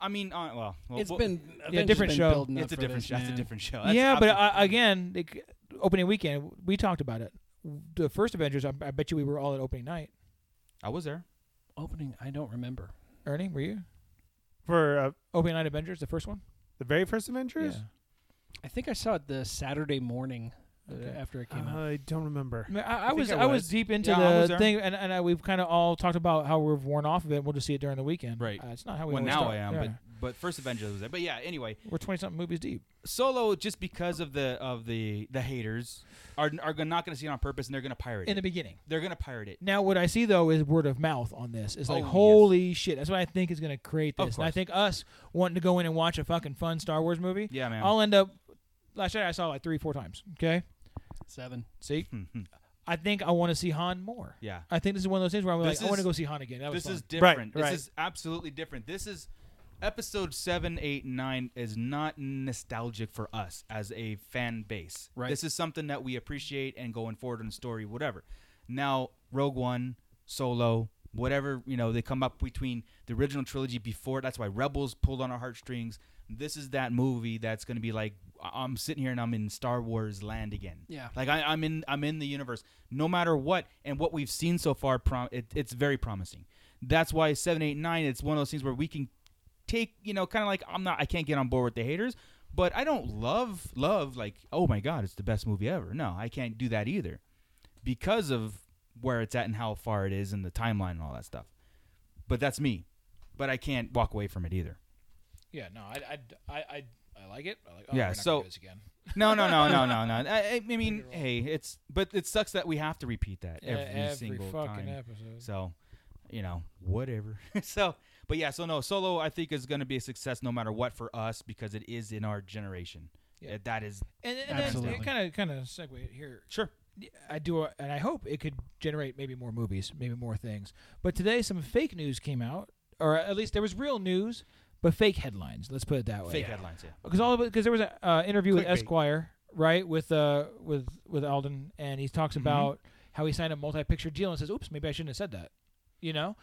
H: I mean, uh, well, well,
E: It's
H: well,
E: been
J: Yeah,
E: Avengers
J: different
E: been
J: show.
E: building up
H: It's a
E: for
H: different.
E: this,
H: show. That's a
E: man.
H: different show.
J: yeah,
H: That's
J: but
H: obvi-
J: I, again, like, opening weekend, we talked about it. The first Avengers, I, I bet you we were all at opening night.
H: I was there.
E: opening. I don't remember.
J: Ernie, were you?
I: For uh,
J: Opening night Avengers, the first one?
I: the very first Avengers?
E: I think I saw it the Saturday morning uh,
J: Okay.
E: after it came out.
I: I don't remember.
J: I, mean, I, I
I: think
J: was
I: I
J: I was
I: was.
J: deep into
H: Yeah, I was
J: the
H: there.
J: thing, and, and I, we've kind of all talked about how we've worn off of it. We'll just see it during the weekend.
H: Right.
J: Uh, it's not how we
H: Well,
J: always
H: now
J: start.
H: I am.
J: Yeah.
H: But but first Avengers was there. But yeah. Anyway,
J: we're 20 something movies deep.
H: Solo just because of the of the the haters are are gonna- not going to see it on purpose and they're going to pirate
J: In the
H: it.
J: beginning.
H: They're going to pirate it.
J: Now, what I see though is word of mouth on this. It's like,
H: Oh, yes.
J: holy shit! That's what I think is going to create
H: Of
J: this. And I
H: course.
J: think us wanting to go in and watch a fucking fun Star Wars movie,
H: Yeah, man.
J: I'll end up. Last night I saw it like three, four times. Okay,
E: Seven.
J: see, I think I want to see Han more.
H: Yeah.
J: I think this is one of those things where I'm
H: This
J: like, I want to
H: is-
J: go see Han again. That was
H: This is
J: fun.
I: Right,
H: different.
I: right.
H: This is absolutely different. This is episode seven, eight, and nine is not nostalgic for us as a fan base.
E: Right.
H: This is something that we appreciate and going forward in the story, whatever. Now, Rogue One, Solo, whatever you know, they come up between the original trilogy before. That's why Rebels pulled on our heartstrings. This is that movie that's going to be like I- I'm sitting here and I'm in Star Wars land again.
E: Yeah.
H: Like I, I'm in I'm in the universe. No matter what and what we've seen so far, prom- it, it's very promising. That's why seven, eight, nine. It's one of those things where we can take you know kind of like I'm not I can't get on board with the haters, but I don't love love like oh my god it's the best movie ever. No, I can't do that either because of where it's at and how far it is and the timeline and all that stuff. But that's me. But I can't walk away from it either.
J: yeah. No, I, I, I, I, I like it. I like, oh,
H: Yeah,
J: we're not gonna
H: so-
J: do this again.
H: No, no, no, no, no, no. I, I mean, hey, it's but it sucks that we have to repeat that
J: Yeah,
H: every, single
J: E-, fucking
H: time.
J: episode.
H: So, you know, whatever. so, but yeah, so no, solo I think is going to be a success no matter what for us because it is in our generation.
J: Yeah.
H: Yeah. That is
J: And, and then
E: Absolutely.
J: kind of, kind of segue here.
H: sure.
J: I do, uh, and I hope it could generate maybe more movies, maybe more things. But today, some fake news came out, or at least there was real news, but fake headlines. Let's put it that way.
H: Fake headlines, yeah.
J: because all of it because there was an uh, interview with
I: Clickbait.
J: Esquire, right, with uh with with Alden, and he
H: Mm-hmm.
J: talks about how he signed a multi-picture deal and says, "Oops, maybe I shouldn't have said that," you know,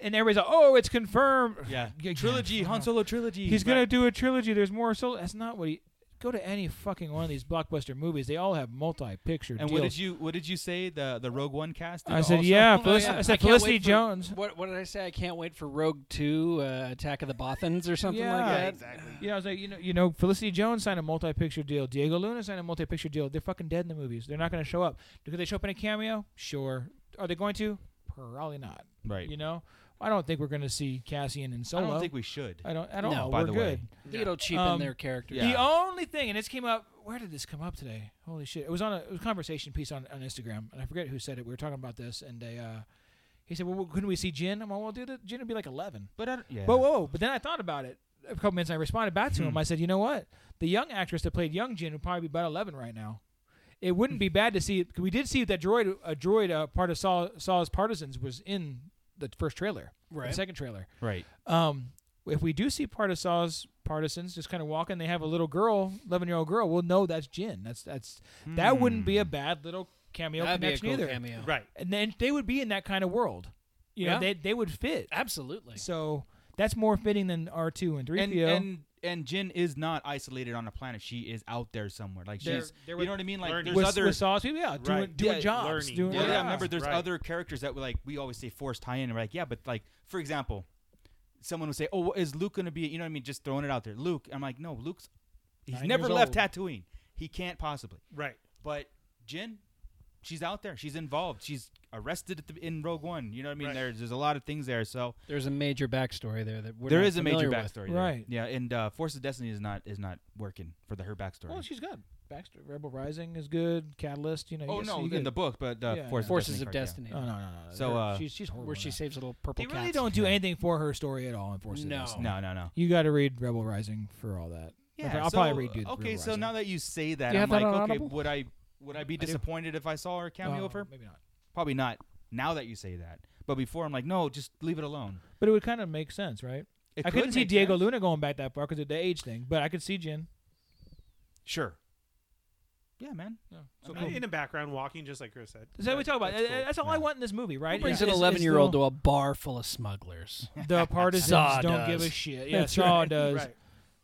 J: and everybody's like, "Oh, it's confirmed."
H: Yeah.
J: Yeah,
H: Trilogy,
J: yeah.
H: Han Solo trilogy.
J: He's gonna do a trilogy. There's more. So that's not what he. Go to any fucking one of these blockbuster movies. They all have multi-picture
H: And
J: deals.
H: what did you what did you say the the Rogue One cast? did
J: I said,
H: also?
J: yeah,
E: Oh,
J: Felici-
E: yeah.
J: I said
E: can't
J: Felicity
E: wait for-
J: Jones.
E: What, what did I say? I can't wait for Rogue Two, uh, Attack of the Bothans, or something
J: Yeah.
E: like
J: Yeah,
E: that.
J: Yeah, I was like, you know, you know, Felicity Jones signed a multi-picture deal. Diego Luna signed a multi-picture deal. They're fucking dead in the movies. They're not going to show up. Do they show up in a cameo? Sure. Are they going to? Probably not.
H: Right.
J: You know, I don't think we're going to see Cassian and
H: I
J: Solo.
H: don't think we should.
J: I don't. I don't
E: No,
J: know.
H: by
J: we're
H: the way.
J: good.
E: It'll cheapen
J: Um,
E: their characters.
H: Yeah.
J: The only thing, and this came up. Where did this come up today? Holy shit! It was on a, it was a conversation piece on, on Instagram, and I forget who said it. We were talking about this, and they, uh, he said, "Well, couldn't we see Jin?" I'm like, "Well, dude, Jin would be like 11."
H: But I don't, yeah. Hmm.
J: Whoa, whoa, whoa. But then I thought about it a couple minutes. And I responded back to him. I said, you know what? The young actress that played Young Jin would probably be about 11 right now. It wouldn't be bad to see. Cause we did see that droid, a droid, uh, part of Saul, Saul's partisans was in the first trailer,
E: Right.
J: the second trailer.
H: Right.
J: Um, if we do see part of Saw's partisans just kind of walking, they have a little girl, eleven year old girl. We'll know that's Jin. That's that's that wouldn't be a
H: Hmm.
J: bad little cameo
E: That'd be a
J: connection
E: cool
J: either.
E: cameo.
I: Right.
J: And then they would be in that kind of world. You
E: Yeah.
J: know, they they would fit.
E: Absolutely.
J: So that's more fitting than R two and three
H: And
J: PO.
H: and and Jin is not isolated on a planet. She is out there somewhere. Like
J: They're-
H: she's
J: they're
H: you
J: with-
H: know what I mean? Like
I: learning.
H: there's
J: with,
H: other
J: with Saw's people, yeah, doing
I: Right.
J: doing
H: Yeah,
J: jobs,
I: learning.
J: doing
H: Well, yeah,
J: jobs.
H: remember there's
I: Right.
H: other characters that were like we always say force tie-in. We're like, yeah, but like for example, someone would say, "Oh, is Luke gonna be?" You know what I mean? Just throwing it out there. Luke, I'm like, no, Luke's he's
J: Nine
H: never
J: years
H: left
J: old.
H: Tatooine. He can't possibly.
I: Right.
H: But Jin, she's out there. She's involved. She's arrested at the, in Rogue One. You know what I mean?
I: Right.
H: There's there's a lot of things there. So
E: There's a major backstory there that we're
H: there
E: not
H: is a major
E: familiar with.
H: backstory, there.
J: Right.
H: Yeah, and uh, Force of Destiny is not is not working for the her backstory.
J: Well, she's good. Baxter, Rebel Rising is good. Catalyst, you know. you
H: oh
J: get-
H: no,
J: you
H: in
J: get-
H: the book, but uh,
J: Yeah,
H: Force
J: yeah.
E: Forces of
H: card, yeah.
E: Destiny,
J: Oh no, no, Oh, no.
H: So,
J: Her-
H: uh,
J: she's she's horrible.
E: where she
J: in that.
E: saves a little purple
J: They
E: cat.
J: really don't do anything for her story at all in Force of
E: No.
J: Destiny.
H: No, no, no.
J: You got to read Rebel Rising for all that.
H: Yeah,
J: I'll
H: so,
J: probably redo.
H: Okay, so now that you say that,
J: Do you
H: I'm
J: have that
H: like,
J: on
H: okay,
J: Audible?
H: would I would I be
J: do. Oh,
H: disappointed if I saw her cameo of her?
J: Uh, maybe not.
H: Probably not. Now that you say that, but before I'm like, no, just leave it alone.
J: But it would kind of make sense, right?
H: It
J: I couldn't
H: could
J: see
H: make
J: Diego
H: sense.
J: Luna going back that far because of the age thing, but I could see Jin.
H: Sure. Yeah, man.
J: So
I: Uh, In the background, walking, just like Chris said.
J: Is that what we talk about?
I: That's
J: Uh,
I: cool.
J: That's all I
H: Yeah.
J: want in this movie, right?
E: Who brings
J: Is-
E: an
J: is- is
E: 11 year old
J: the-
E: to a bar full of smugglers.
J: The partisans
E: Saw
J: don't
E: does.
J: give a shit. Yeah,
E: That's
J: Saw
E: right.
J: does.
I: Right.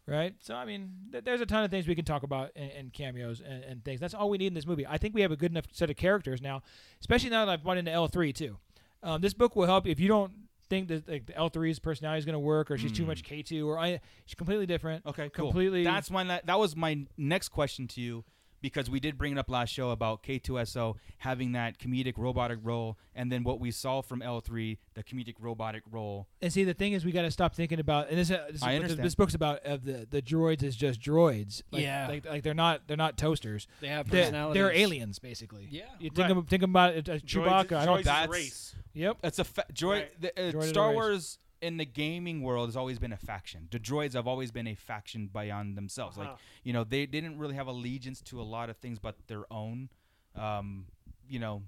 J: right? So I mean, th- there's a ton of things we can talk about and, and cameos and, and things. That's all we need in this movie. I think we have a good enough set of characters now, especially now that I've bought into L three too. Um, this book will help if you don't think that like the L 3's personality is going to work or she's
H: Hmm.
J: too much K two or I she's completely different.
H: Okay, cool.
J: completely.
H: That's my la- that was my next question to you because we did bring it up last show about K2SO having that comedic robotic role and then what we saw from L3, the comedic robotic role.
J: and see the thing is we got to stop thinking about and this uh, this, is
H: I
J: what this,
H: understand.
J: this book's about of the the droids is just droids. Like,
E: Yeah.
J: like, like they're not they're not toasters.
E: They have
J: They're,
E: personalities.
J: they're aliens basically.
E: Yeah.
J: You think
I: Right.
J: ab- think about it, uh, Chewbacca.
I: Droids
J: I don't.
I: is a
H: that's-
I: race.
J: Yep.
H: It's a fa- droid.
I: Right.
H: The,
J: Droid
H: uh,
J: of the
H: Star
J: race.
H: Wars in the gaming world has always been a faction. The droids have always been a faction beyond themselves. Like
I: Uh-huh.
H: you know, they didn't really have allegiance to a lot of things but their own. Um, you know,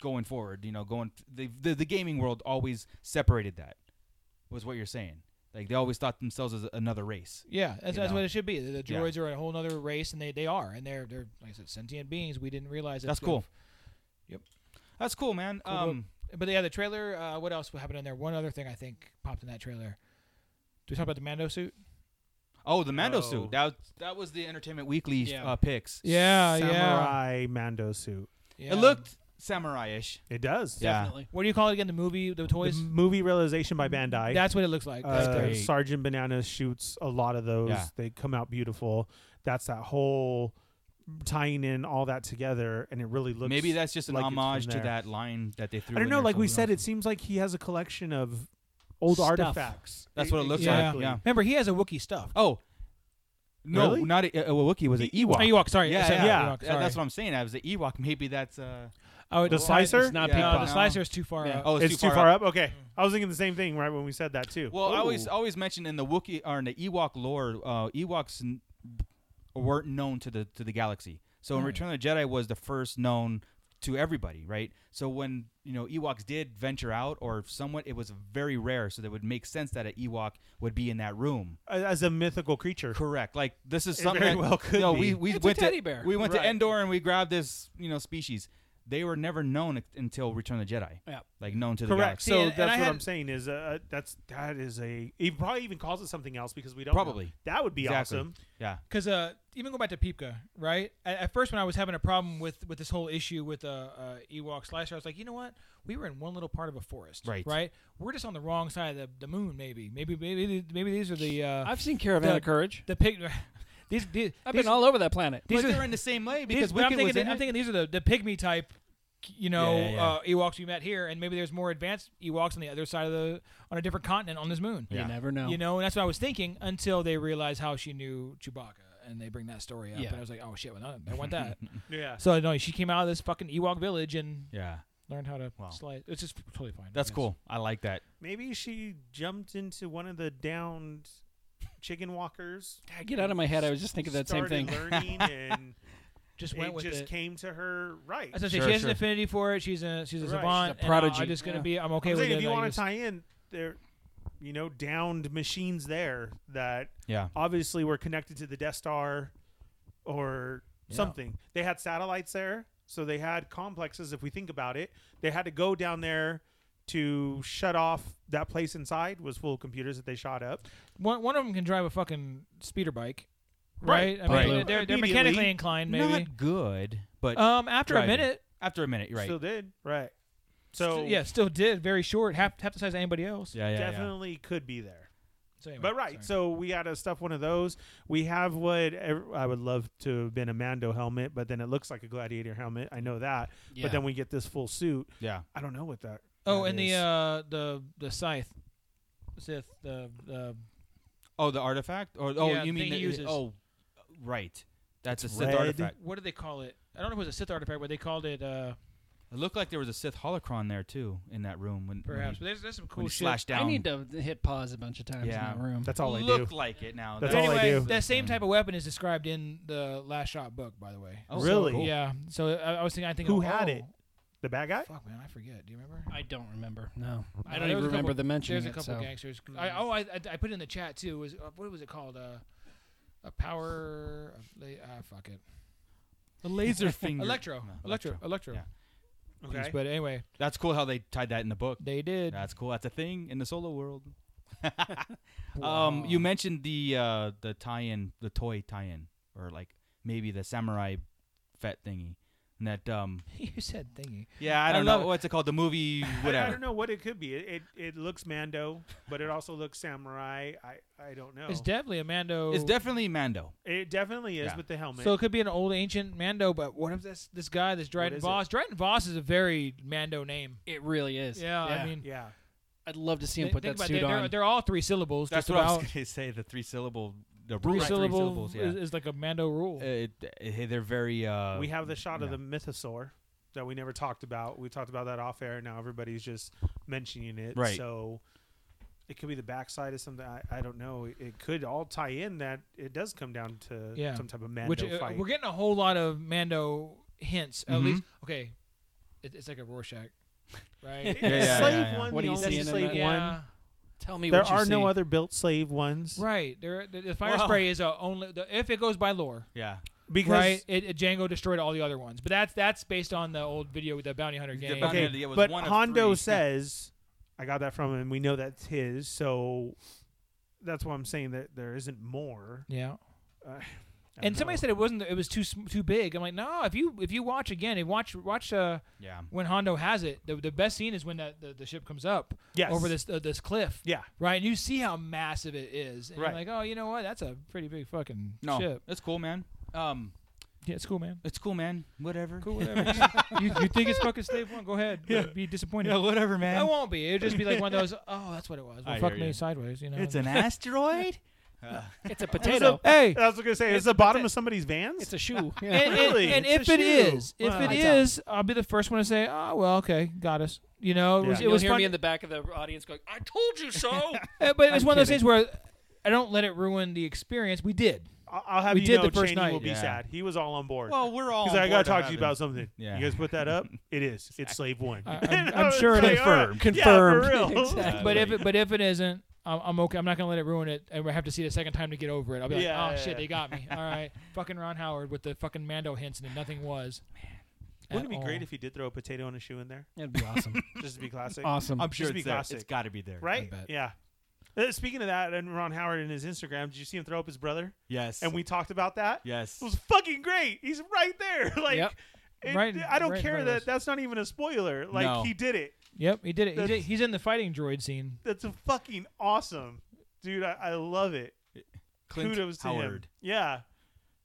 H: going forward, you know, going the the, the gaming world always separated that. Was what you're saying? Like they always thought themselves as another race.
J: Yeah, that's,
H: you
J: that's
H: know?
J: what it should be. The, the
H: Yeah.
J: droids are a whole other race, and they, they are, and they're they're like I said, sentient beings. We didn't realize
H: That's
J: that-
H: cool.
J: Yep.
H: That's cool, man.
J: Cool
H: um,
J: But yeah, the trailer. Uh, what else happened in there? One other thing I think popped in that trailer. Do we talk about the Mando suit?
H: oh, the Mando
I: Oh.
H: suit. That was, that was the Entertainment Weekly
E: Yeah.
H: uh, picks.
J: Yeah,
I: Samurai Mando suit.
J: yeah.
H: It looked samurai-ish.
I: It does.
H: Yeah.
E: Definitely.
J: What do you call it again? The movie, the toys.
I: The movie realization by Bandai.
J: That's what it looks like. That's
I: uh,
J: great.
I: Sergeant Banana shoots a lot of those.
H: Yeah.
I: They come out beautiful. That's that whole tying in all that together, and it really looks.
H: Maybe that's just an
I: like it's from
H: homage to
I: there.
H: that line that they threw.
I: I don't
H: in
I: know.
H: there
I: Like we
H: somewhere
I: said, it
H: else.
I: seems like he has a collection of old
J: Stuff.
I: artifacts.
H: that's what it looks
J: Exactly.
H: like. Yeah.
J: Remember, he has a Wookiee stuff.
H: Oh. No,
I: Really? E-
H: not a, a, a Wookiee. Was it Ewok?
J: Oh, Ewok. Sorry.
H: Yeah,
J: I said
H: yeah,
I: yeah.
J: Ewok,
H: Yeah, that's
J: sorry. Oh,
H: what I'm saying. I was the Ewok. Maybe that's. Uh,
J: I would-
I: The
J: well,
I: slicer?
J: It's not
H: Yeah.
J: no,
H: No.
J: uh, the slicer is too far.
E: Yeah.
J: Out.
H: oh,
I: It's, too far, up. Okay, I was thinking the same thing right when we said that too.
H: Well, I always
I: Ooh.
H: I always mention in the Wookiee or in the Ewok lore, uh, Ewoks n- weren't known to the to the galaxy. So in Return of the Jedi was the first known to everybody, right? So when you know Ewoks did venture out or somewhat, it was very rare. So that would make sense that an Ewok would be in that room.
I: as a mythical creature.
H: Correct. Like this is
I: It
H: something
I: very
H: that,
I: well could
H: you know,
I: be.
H: we we
E: It's a
H: went
E: teddy
H: to
E: bear.
H: we went
I: Right.
H: to Endor and we grabbed this you know species. They were never known ex- until Return of the Jedi.
E: Yeah.
H: Like known to the
I: Correct.
H: galaxy.
I: so
J: See, and-
I: that's
J: and
I: what
J: I had-
I: I'm saying is uh, that's that is a he probably even calls it something else because we don't know.
H: Probably.
I: that would be
H: Exactly.
I: awesome.
H: Yeah.
J: because uh, even go back to Peepka, right? At, at first, when I was having a problem with with this whole issue with uh, uh, Ewok Slasher, I was like, you know what? We were in one little part of a forest,
H: Right.
J: Right? We're just on the wrong side of the, the moon, maybe. Maybe maybe th- maybe these are the uh,
E: I've seen Caravan
J: The-
E: of Courage.
J: the pig. These, these
E: I've
J: these,
E: been all over that planet.
J: these
H: but
J: are-
H: they're in the same way
J: these-
H: because
J: but I'm
H: Wicked was
J: thinking,
H: in
J: I'm
H: it.
J: thinking these are the, the pygmy type, you know,
H: Yeah, yeah, yeah.
J: Uh, Ewoks we met here, and maybe there's more advanced Ewoks on the other side of the on a different continent on this moon.
H: Yeah.
E: You never know.
J: You know, and that's what I was thinking until they realized how she knew Chewbacca, and they bring that story up,
E: Yeah.
J: and I was like, oh shit, well, no, I want that.
I: Yeah.
J: so no, she came out of this fucking Ewok village and
H: Yeah.
J: learned how to
H: Wow.
J: slide. It's just totally fine.
H: That's
J: Yes.
H: cool. I like that.
I: Maybe she jumped into one of the downed chicken walkers.
E: God, Get out of my head. I was just thinking that same
I: started
E: thing.
I: Learning and
J: Just went
I: it
J: with
I: just
J: it.
I: came to her right.
J: That's what I say.
H: Sure,
J: she has
H: sure.
J: an affinity for it. She's a she's a
I: Right.
J: savant.
E: She's
J: and
E: a
J: I-
E: prodigy.
J: I'm just gonna
E: Yeah.
J: be. I'm okay
I: I'm
J: with
I: saying
J: it.
I: if you
J: I
I: want
J: just-
I: to tie in there, you know, downed machines there that
H: Yeah.
I: obviously were connected to the Death Star or something. They had satellites there, so they had complexes. If we think about it, they had to go down there to shut off that place inside was full of computers that they shot up.
J: One one of them can drive a fucking speeder bike,
I: Right.
J: right? I mean,
H: Right.
J: they're- they're, they're
I: Immediately.
J: mechanically inclined, maybe.
H: Not good, but
J: um, after
H: driving.
J: a minute,
H: Uh, after a minute, right?
I: Still did right. So
J: st- yeah, still did very short, half half the size of anybody else.
H: yeah, yeah, yeah.
I: definitely could be there.
J: So anyway,
I: But right,
J: sorry.
I: so we got to stuff one of those. We have what ev- I would love to have been a Mando helmet, but then it looks like a gladiator helmet. I know that.
E: Yeah.
I: But then we get this full suit.
H: Yeah.
I: I don't know what that.
J: oh,
I: that
J: and the
I: is.
J: uh the the scythe, Sith, the the
H: Oh, the artifact? Or oh,
J: Yeah,
H: you
J: the
H: mean
J: thing
H: the,
J: he uses.
H: Oh, right. That's a Sith
I: red.
H: artifact.
J: what do they call it? I don't know if it was a Sith artifact, but they called it uh
H: It looked like there was a Sith holocron there too in that room when when
J: perhaps. But
H: he,
J: there's, there's some
H: when
J: cool
H: he
J: shit.
H: slashed down.
E: I need to hit pause a bunch of times
H: Yeah.
E: in that room.
I: that's all I
H: look
I: do.
H: like it now.
I: That's
J: But
I: all I
J: anyway,
I: do.
J: that same type of weapon is described in the Last Shot book, by the way.
H: Oh,
I: Really?
H: So cool.
J: Yeah. So I, I was thinking. I think
I: Who
J: oh,
I: had it? The bad guy.
J: Fuck man, I forget. Do you remember?
E: I don't remember. No, I
J: Uh, there
E: don't even
J: was a
E: remember
J: couple-
E: the mention.
J: There's a
E: it,
J: couple
E: so.
J: gangsters. I, oh, I, I I put it in the chat too. Was uh, what was it called? Uh, a power. Uh, ah, fuck it.
H: The laser finger.
J: Electro.
H: No,
J: Electro. Electro.
H: Yeah.
J: Piece, But anyway,
H: That's cool how they tied that in the book.
J: they did.
H: That's cool. That's a thing in the solo world. um, you mentioned the uh, the tie-in, the toy tie-in, or like maybe the samurai fet thingy. And that um,
J: you said thingy.
H: yeah, I
J: I
H: don't
J: love
H: know
J: it.
H: what's it called. The movie,
I: I-
H: whatever.
I: I, don't know what it could be. It, it it looks Mando, but it also looks samurai. I I don't know.
J: It's definitely a Mando.
H: It's definitely Mando.
I: it definitely is
H: Yeah.
I: with the helmet.
J: So it could be an old ancient Mando, but what if this this guy, this Dryden
I: is it?
J: Voss? Dryden Voss is a very Mando name.
E: It really is.
J: Yeah, I mean,
I: yeah,
E: I'd love to see him
J: thi-
E: put
J: think
E: that
J: about it,
E: suit
J: they're,
E: on.
J: They're all three syllables.
H: That's
J: just
H: what I
J: about.
H: was gonna say. The three syllable, the
J: Three,
H: rule-
J: syllable
H: syllables. Yeah,
J: is, is like a Mando rule.
H: Uh, it, uh, they're very. Uh,
I: we have the shot of
H: yeah.
I: the mythosaur that we never talked about. We talked about that off air. Now everybody's just mentioning it.
H: Right.
I: So it could be the backside of something. I, I don't know. It, it could all tie in that it does come down to
J: Yeah.
I: some type of Mando
J: which uh,
I: fight.
J: we're getting a whole lot of Mando hints. At
H: Mhm.
J: least, okay, it, it's like a Rorschach, right?
I: It's
H: yeah,
I: slave
H: yeah, yeah.
I: one.
E: What
I: the
E: do you
I: only
E: see in
I: slave
E: that?
I: one.
J: Yeah,
E: Tell me
I: There
E: what you
I: are no
E: see.
I: other built slave ones.
J: right. There, the, the fire
H: Wow.
J: spray is a only the, if it goes by lore,
H: Yeah,
I: Because
J: right? It, it- Django destroyed all the other ones, but that's that's based on the old video with the bounty hunter
H: The
J: game.
H: bounty-
I: okay,
H: Hondo, it was
I: but
H: one of
I: Hondo
H: three.
I: says, "I got that from him. We know that's his." So that's why I'm saying that there isn't more.
J: Yeah,
I: Uh, I don't
J: and somebody
I: know.
J: said it wasn't. It was too sm- too big. I'm like, no. If you if you watch again, if watch watch uh,
H: yeah.
J: when Hondo has it, the, the best scene is when that the, the ship comes up
I: Yes.
J: over this uh, this cliff.
I: Yeah.
J: right? And you see how massive it is. And
I: Right.
J: you're like, oh, you know what? That's a pretty big fucking
H: No,
J: ship.
H: it's cool, man. Um,
J: Yeah, it's cool, man.
H: it's cool, man. Whatever.
J: Cool, whatever. you, you think it's fucking slave one? Go ahead. Be disappointed.
H: Yeah, whatever, man.
J: I won't be. It'd just be like one of those, oh, that's what it was. Well,
H: I
J: fuck
H: hear
J: me
H: you.
J: sideways, you know?
H: It's an asteroid.
E: It's a potato.
J: hey!
I: That's what I was gonna say. It's the bottom of somebody's vans.
E: it's a shoe. Yeah.
J: And, and-
I: Really?
J: and
I: It's
J: if
I: a
J: it
I: shoe.
J: is, if
I: Wow.
J: it
I: Lights out.
J: is, I'll be the first one to say, "Oh well, okay, got us." You know, it was,
I: Yeah.
J: it
E: You'll
J: was
E: hear
J: fun.
E: me in the back of the audience going, "I told you so."
J: Uh, but it was
E: I'm
J: one of those
E: kidding.
J: things where I don't let it ruin the experience. We did.
I: I'll, I'll have
J: We
I: you
J: did
I: know
J: the first
I: Cheney
J: night.
I: will be
K: Yeah.
I: sad. He was all on board.
E: Oh,
H: Well, we're all.
I: He's
H: on
I: like, I gotta talk
H: board
I: to
H: having-
I: you about something.
K: Yeah.
I: You guys put that up? It is. It's slave one.
J: I- I'm-
I: And
J: I'm
I: was
J: sure it
I: like,
J: is.
I: all right.
E: Confirmed.
I: Yeah, for real.
E: Exactly.
J: But if it, but if it isn't, I'm, I'm okay. I'm not gonna let it ruin it, and we have to see it a second time to get over it. I'll be like,
I: Yeah,
J: oh
I: yeah,
J: shit,
I: yeah.
J: they got me. All right, fucking Ron Howard with the fucking Mando hints, and then nothing was.
I: Wouldn't it be great if he did throw a potato and a shoe in there,
E: That'd be awesome.
I: just to be classic?
E: awesome.
H: I'm sure
I: Just be
H: it's there.
I: classic.
H: It's got to be there.
I: right?
E: bet.
I: Yeah. Uh, Speaking of that, and Ron Howard in his Instagram, did you see him throw up his brother?
H: Yes.
I: And we talked about that.
H: Yes.
I: It was fucking great. He's right there. like,
J: Yep.
I: it-
J: Right-
I: I don't
J: right in front
I: care
J: of
I: that
J: us.
I: that's not even a spoiler. Like,
H: No.
I: he did it.
J: Yep, he did it. He did,
I: That's-
J: he's in the fighting droid scene.
I: That's a fucking awesome, dude. I, I love it.
H: Clint
I: Kudos to
H: Howard.
I: him. Yeah,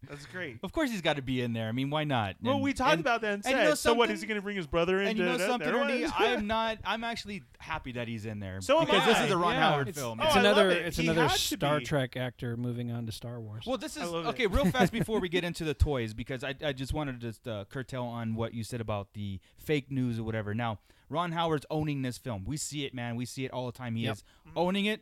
I: that's great.
H: Of course he's got to be in there. I mean, why not?
I: Well,
H: And-
I: we talked
H: and-
I: about that and
H: and
I: said,
H: you know
I: so what,
H: something?
I: is he going to bring his brother in?
H: And you know
I: Da-da-da.
H: something,
I: There it
H: Ernie?
I: is.
H: I'm not. I'm actually happy that he's in there.
I: So am
H: because this is
I: I.
H: a Ron
J: Yeah.
H: Howard
J: It's-
H: film.
I: oh,
E: it's
I: I love
E: another.
I: it.
E: It's
I: He
E: another
I: had to
E: Star
I: be.
E: Trek actor moving on to Star Wars.
H: Well, this is
I: love it.
H: okay. Real fast before we get into the toys, because I, I just wanted to just, uh, curtail on what you said about the fake news or whatever. Now, Ron Howard's owning this film. We see it, man. We see it all the time. He
E: Yep.
H: is owning it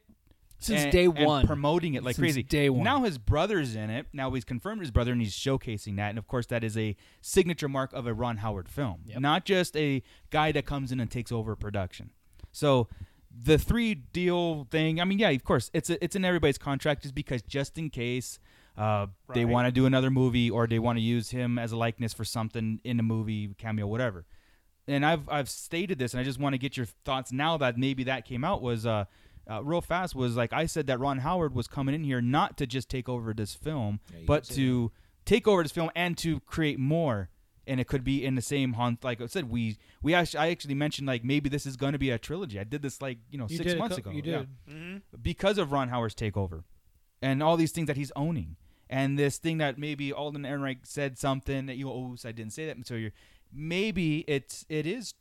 E: Since
H: and-
E: day
H: and
E: one.
H: promoting it like
E: Since
H: crazy.
E: day one.
H: Now his brother's in it. Now he's confirmed his brother, and he's showcasing that. And of course, that is a signature mark of a Ron Howard film, not just a guy that comes in and takes over production. So. The three deal thing. I mean, yeah, of course, it's a, it's in everybody's contract, just because just in case uh, they
I: Right.
H: want to do another movie or they want to use him as a likeness for something in a movie cameo, whatever and I've I've stated this, and I just want to get your thoughts now that maybe that came out was uh, uh real fast was like I said that Ron Howard was coming in here not to just take over this film, but to take over this film and to create more. And it could be in the same haunt. Like I said, we we actually I actually mentioned like maybe this is going to be a trilogy. I did this like you know
J: You
H: six
J: did a
H: months
J: cou-
H: ago.
J: You did.
H: yeah
I: Mm-hmm.
H: because of Ron Howard's takeover and all these things that he's owning. And this thing that maybe Alden Ehrenreich said something that you oh, oops, I didn't say that. So you're maybe it's it is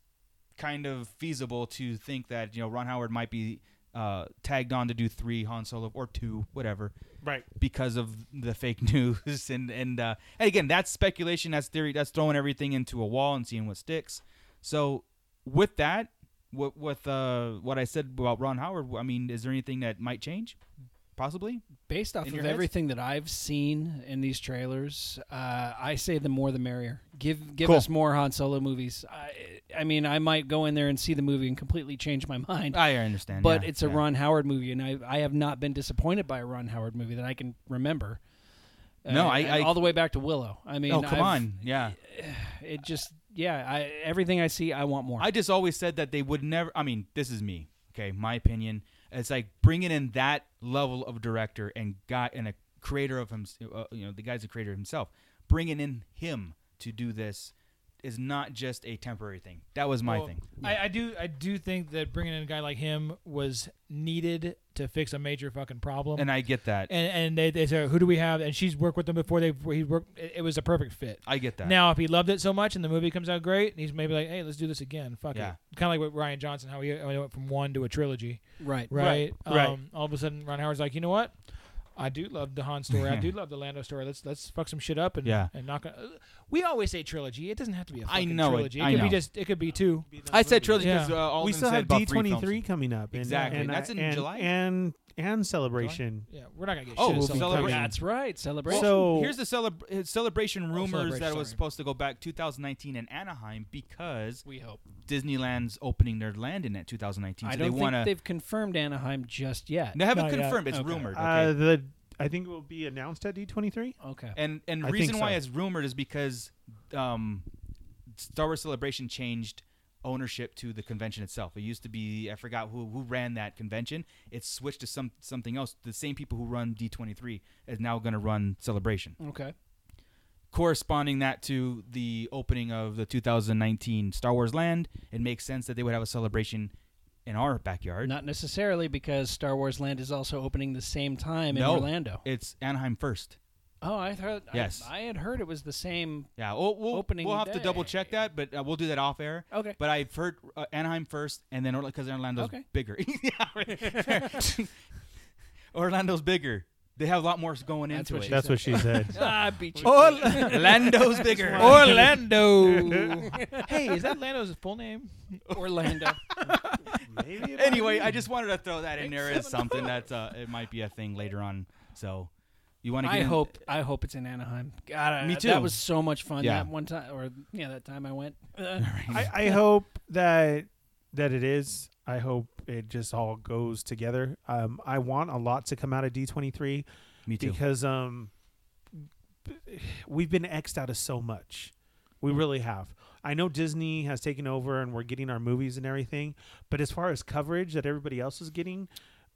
H: kind of feasible to think that, you know, Ron Howard might be uh, tagged on to do three Han Solo or two, whatever,
I: Right.
H: because of the fake news and and uh, and again that's speculation, that's theory, that's throwing everything into a wall and seeing what sticks. So with that, with, with uh, what I said about Ron Howard, I mean, is there anything that might change? Possibly.
E: Based off
H: In
E: of
H: your heads?
E: everything that I've seen in these trailers, uh, I say the more the merrier. Give give
H: Cool.
E: us more Han Solo movies. I, I mean, I might go in there and see the movie and completely change my mind.
H: I understand.
E: but
H: yeah,
E: it's a
H: yeah.
E: Ron Howard movie, and I I have not been disappointed by a Ron Howard movie that I can remember. Uh,
H: No, I-
E: and
H: I-
E: all the way back to Willow. I mean,
H: Oh come
E: I've-
H: on, yeah.
E: It just yeah, I everything I see, I want more.
H: I just always said that they would never. I mean, this is me. Okay, my opinion. It's like bringing in that level of director and guy and a creator of him. Uh, you know, the guy's a creator himself. Bringing in him to do this is not just a temporary thing. That was my
J: Well,
H: thing.
J: I, I do. I do think that bringing in a guy like him was needed to fix a major fucking problem.
H: and I get that.
J: and, and they, they said, "Who do we have?" And she's worked with them before. They he worked. It, it was a perfect fit.
H: I get that.
J: Now, if he loved it so much and the movie comes out great, and he's maybe like, "Hey, let's do this again." Fuck
H: Yeah.
J: it. Kind of like with Ryan Johnson, how he how he went from one to a trilogy,
E: right.
J: right?
I: Right.
J: Um, All of a sudden, Ron Howard's like, "You know what? I do love the Han story. I do love the Lando story. Let's let's fuck some shit up and
H: Yeah.
J: and knock." A, we always say trilogy. It doesn't have to be a
H: I
J: fucking
H: know it.
J: trilogy. It,
H: I
J: could
H: know.
J: be just. It could be two.
H: I said trilogy
J: Yeah.
H: because uh, Alden
I: we still
H: said
I: have
H: about
I: D
H: three
I: twenty
H: films.
I: three coming up. and-
H: Exactly.
I: and
H: That's
I: I-
H: in
I: and-
H: July.
I: And and celebration.
J: Yeah, we're not gonna get.
H: Oh,
J: shit
H: we'll
J: someone
H: celebrate.
J: coming.
E: That's right. Celebration.
I: So-
H: here's the celeb- uh, celebration rumors
J: Celebration,
H: that it was
J: sorry.
H: supposed to go back 2019 in Anaheim because
E: we hope.
H: Disneyland's opening their land in that 2019. So
E: I don't
H: they
E: think
H: want to.
E: they've confirmed Anaheim just yet.
H: They haven't
I: Not yet.
H: confirmed. It's
E: Okay.
H: rumored. Okay.
I: Uh, the I think it will be announced at D twenty three.
E: Okay.
H: and and
I: I think
H: reason why
I: so.
H: it's rumored is because um, Star Wars Celebration changed ownership to the convention itself. It used to be I forgot who who ran that convention. It switched to some something else. The same people who run D23 is now going to run Celebration.
E: Okay.
H: corresponding that to the opening of the 2019 Star Wars Land, it makes sense that they would have a celebration in our backyard.
E: Not necessarily because Star Wars Land is also opening the same time in
H: No,
E: Orlando.
H: It's Anaheim first.
E: oh, I thought. I-
H: Yes.
E: I, had heard it was the same.
H: Yeah, we'll, we'll,
E: Opening
H: we'll have to
E: day.
H: double check that, but uh, we'll do that off air.
E: Okay.
H: But I've heard uh, Anaheim first, and then because Orlando's
E: Okay.
H: bigger. Yeah, right. Orlando's bigger. They have a lot more going
E: That's
H: into
E: what
H: it.
E: she
I: That's what she said.
E: Ah, I beat you.
H: Orlando's bigger.
J: Orlando. hey, is that Lando's full name?
E: Orlando.
I: Maybe. it
H: anyway, I just wanted to throw that in there as something that uh, it might be a thing later on. So You want to?
E: I
H: in-
E: hope I hope it's in Anaheim. God, I-
H: Me too.
E: That was so much fun
H: Yeah.
E: that one time, or yeah, that time I went. Uh,
I: I, I hope that that it is. I hope it just all goes together. Um, I want a lot to come out of D twenty three
H: Me too.
I: because um, we've been xed out of so much. We really have. I know Disney has taken over and we're getting our movies and everything, but as far as coverage that everybody else is getting,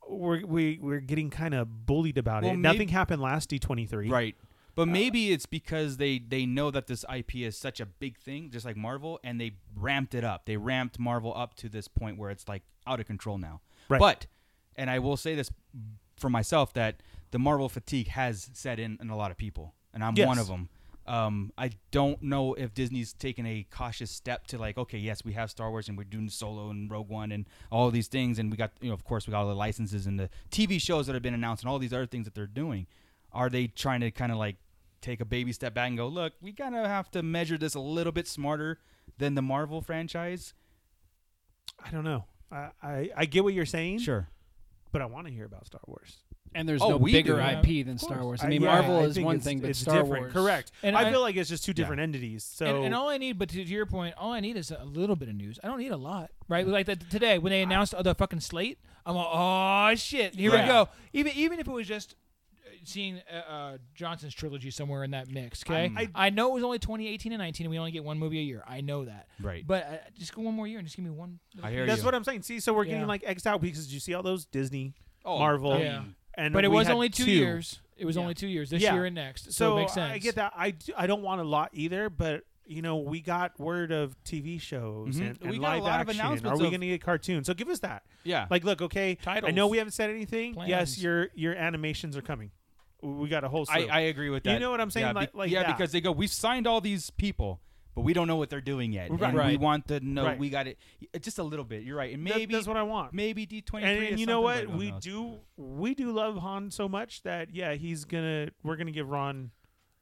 I: we're we, we're getting kind of bullied about
H: Well,
I: it.
H: mayb-
I: Nothing happened last D twenty three.
H: Right. But maybe it's because they they know that this IP is such a big thing, just like Marvel, and they ramped it up. They ramped Marvel up to this point where it's like out of control now.
I: Right.
H: But, and I will say this for myself that the Marvel fatigue has set in in a lot of people, and I'm one
I: Yes.
H: of them. Um, I don't know if Disney's taken a cautious step to like, okay, yes, we have Star Wars and we're doing Solo and Rogue One and all these things, and we got, you know, of course, we got all the licenses and the TV shows that have been announced and all these other things that they're doing. Are they trying to kind of like take a baby step back and go, look, we gotta have to measure this a little bit smarter than the Marvel franchise?
I: I don't know. I, I, I get what you're saying,
H: Sure.
I: but I want to hear about Star Wars.
E: and there's
H: Oh,
E: no
H: we
E: bigger
H: do, yeah,
E: IP than Star Wars. I mean,
I: yeah,
E: Marvel
I: I
E: is
I: think
E: one
I: it's-
E: thing, but
I: it's
E: Star
I: different.
E: Wars,
I: correct.
J: And
I: I,
J: I-
I: feel like it's just two different entities. So
J: and, and all I need, but to, to your point, all I need is a little bit of news. I don't need a lot, right? Like that today when they announced the fucking slate, I'm like, oh shit, here
H: Yeah.
J: we go. Even even if it was just uh, seeing uh, uh, Johnson's trilogy somewhere in that mix, okay?
H: I'm-
J: I, know it was only 2018 and 19, and we only get one movie a year. I know that,
H: Right.
J: But uh, just go one more year and just give me one.
H: I hear
I: that's
H: you.
I: what I'm saying. See, so we're
J: Yeah.
I: getting like Xed out because you see all those Disney,
H: Oh,
I: Marvel,
J: yeah.
I: and
J: but it
I: we
J: was
I: had
J: only two, years. It was
I: Yeah.
J: only two years this
I: Yeah.
J: year and next, so,
I: So
J: it makes sense.
I: I get that. I, d- I don't want a lot either, but you know we got word of TV shows
H: Mhm.
I: and, and
H: We got a
I: live
H: lot of
I: action. Are
H: announcements
I: we
H: of-
I: going to get cartoons? So give us that.
H: Yeah.
I: Like, look, okay. I know
J: Titles.
I: we haven't said anything. Yes,
J: Plans.
I: your your animations are coming. We got a whole.
H: I,
I: slew.
H: I agree with
I: You
H: that.
I: know what I'm saying?
H: Yeah,
I: Like- like
H: yeah,
I: that.
H: because they go, we've signed all these people, but we don't know what they're doing yet.
I: Right.
H: And we
I: Right.
H: want to know.
I: Right.
H: We got it just a little bit. You're right. And
I: That-
H: maybe
I: that's what I want.
H: Maybe D twenty
I: and,
H: three.
I: and you know what we do we do love han so much that yeah he's gonna we're gonna give ron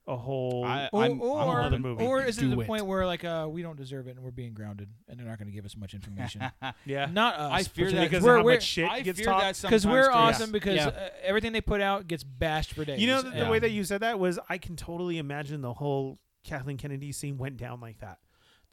I: a whole
H: I-
J: Or,
H: I'm- I'm
J: or,
I: another movie.
J: or is it
E: Do
J: the
E: it.
J: point where like uh, we don't deserve it and we're being grounded and they're not going to give us much information?
I: yeah
J: not us.
H: I fear
I: Because
H: that
I: of how
J: we're-
I: much
J: we're-
I: shit
H: I
I: gets
H: fear
I: talked.
H: that
J: because we're
H: sometimes
J: awesome
H: too.
J: because
E: Yeah.
J: uh, everything they put out gets bashed for days.
I: you know the, the
J: and-
I: way that you said that was i can totally imagine the whole kathleen kennedy scene went down like that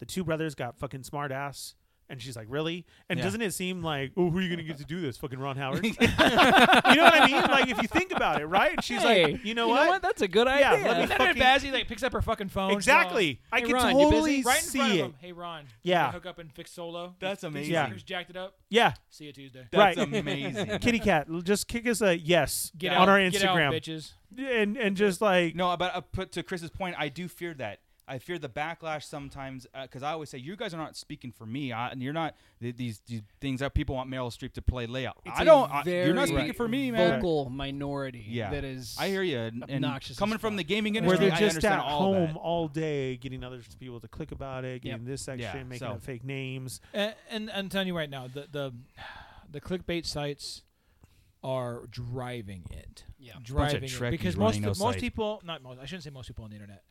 I: the two brothers got fucking smart ass and she's like, really? And
H: Yeah.
I: doesn't it seem like, oh, who are you gonna get to do this? Fucking Ron Howard. you know what I mean? Like, if you think about it, right? And she's
E: Hey,
I: like, you know what?
E: That's a good
I: Yeah,
E: idea.
I: let me
J: Isn't that
I: fucking-
J: Bazzi like picks up her fucking phone? she's
I: Exactly.
J: all,
I: I
J: uh, "Hey,
I: can
J: Ron, you
I: totally
J: busy?" right in front
I: see
J: of
I: it.
J: him. Hey Ron,
I: Yeah.
J: you hook up and fix solo.
H: That's
J: These-
H: amazing.
J: These
I: Yeah.
J: fuckers jacked it up.
I: Yeah,
J: See you Tuesday.
H: That's
I: Right.
H: amazing.
I: kitty cat. l- Just kick us a yes
J: Get
I: on
J: out,
I: our
J: get out,
I: Instagram.
J: bitches.
I: and and just like
H: No, but uh, put to Chris's point, I do fear that. I fear the backlash sometimes because I always say you guys are not speking for me, I, and you're not th- these, these things that people want Meryl Streep to play layout.
E: It's
H: I
E: a
H: don't. I, you're
E: very
H: not speaking for me, man.
E: Vocal minority.
H: Yeah,
E: That is.
H: I hear you. And, and
E: obnoxious as
H: coming from
E: fuck.
H: the gaming
I: where
H: industry,
I: they're
H: I
I: just
H: understand
I: at
H: all
I: home
H: that.
I: all day, getting other people to click about it, getting
E: Yep.
I: this section,
H: Yeah,
I: making
H: so-
I: up fake names.
J: And, and I'm telling you right now, the the the clickbait sites are driving it.
E: Yeah.
J: driving
H: Bunch of
J: it
H: Trekkies
J: because most
H: running
J: most
H: those sites.
J: people, not most, I shouldn't say most people on the internet,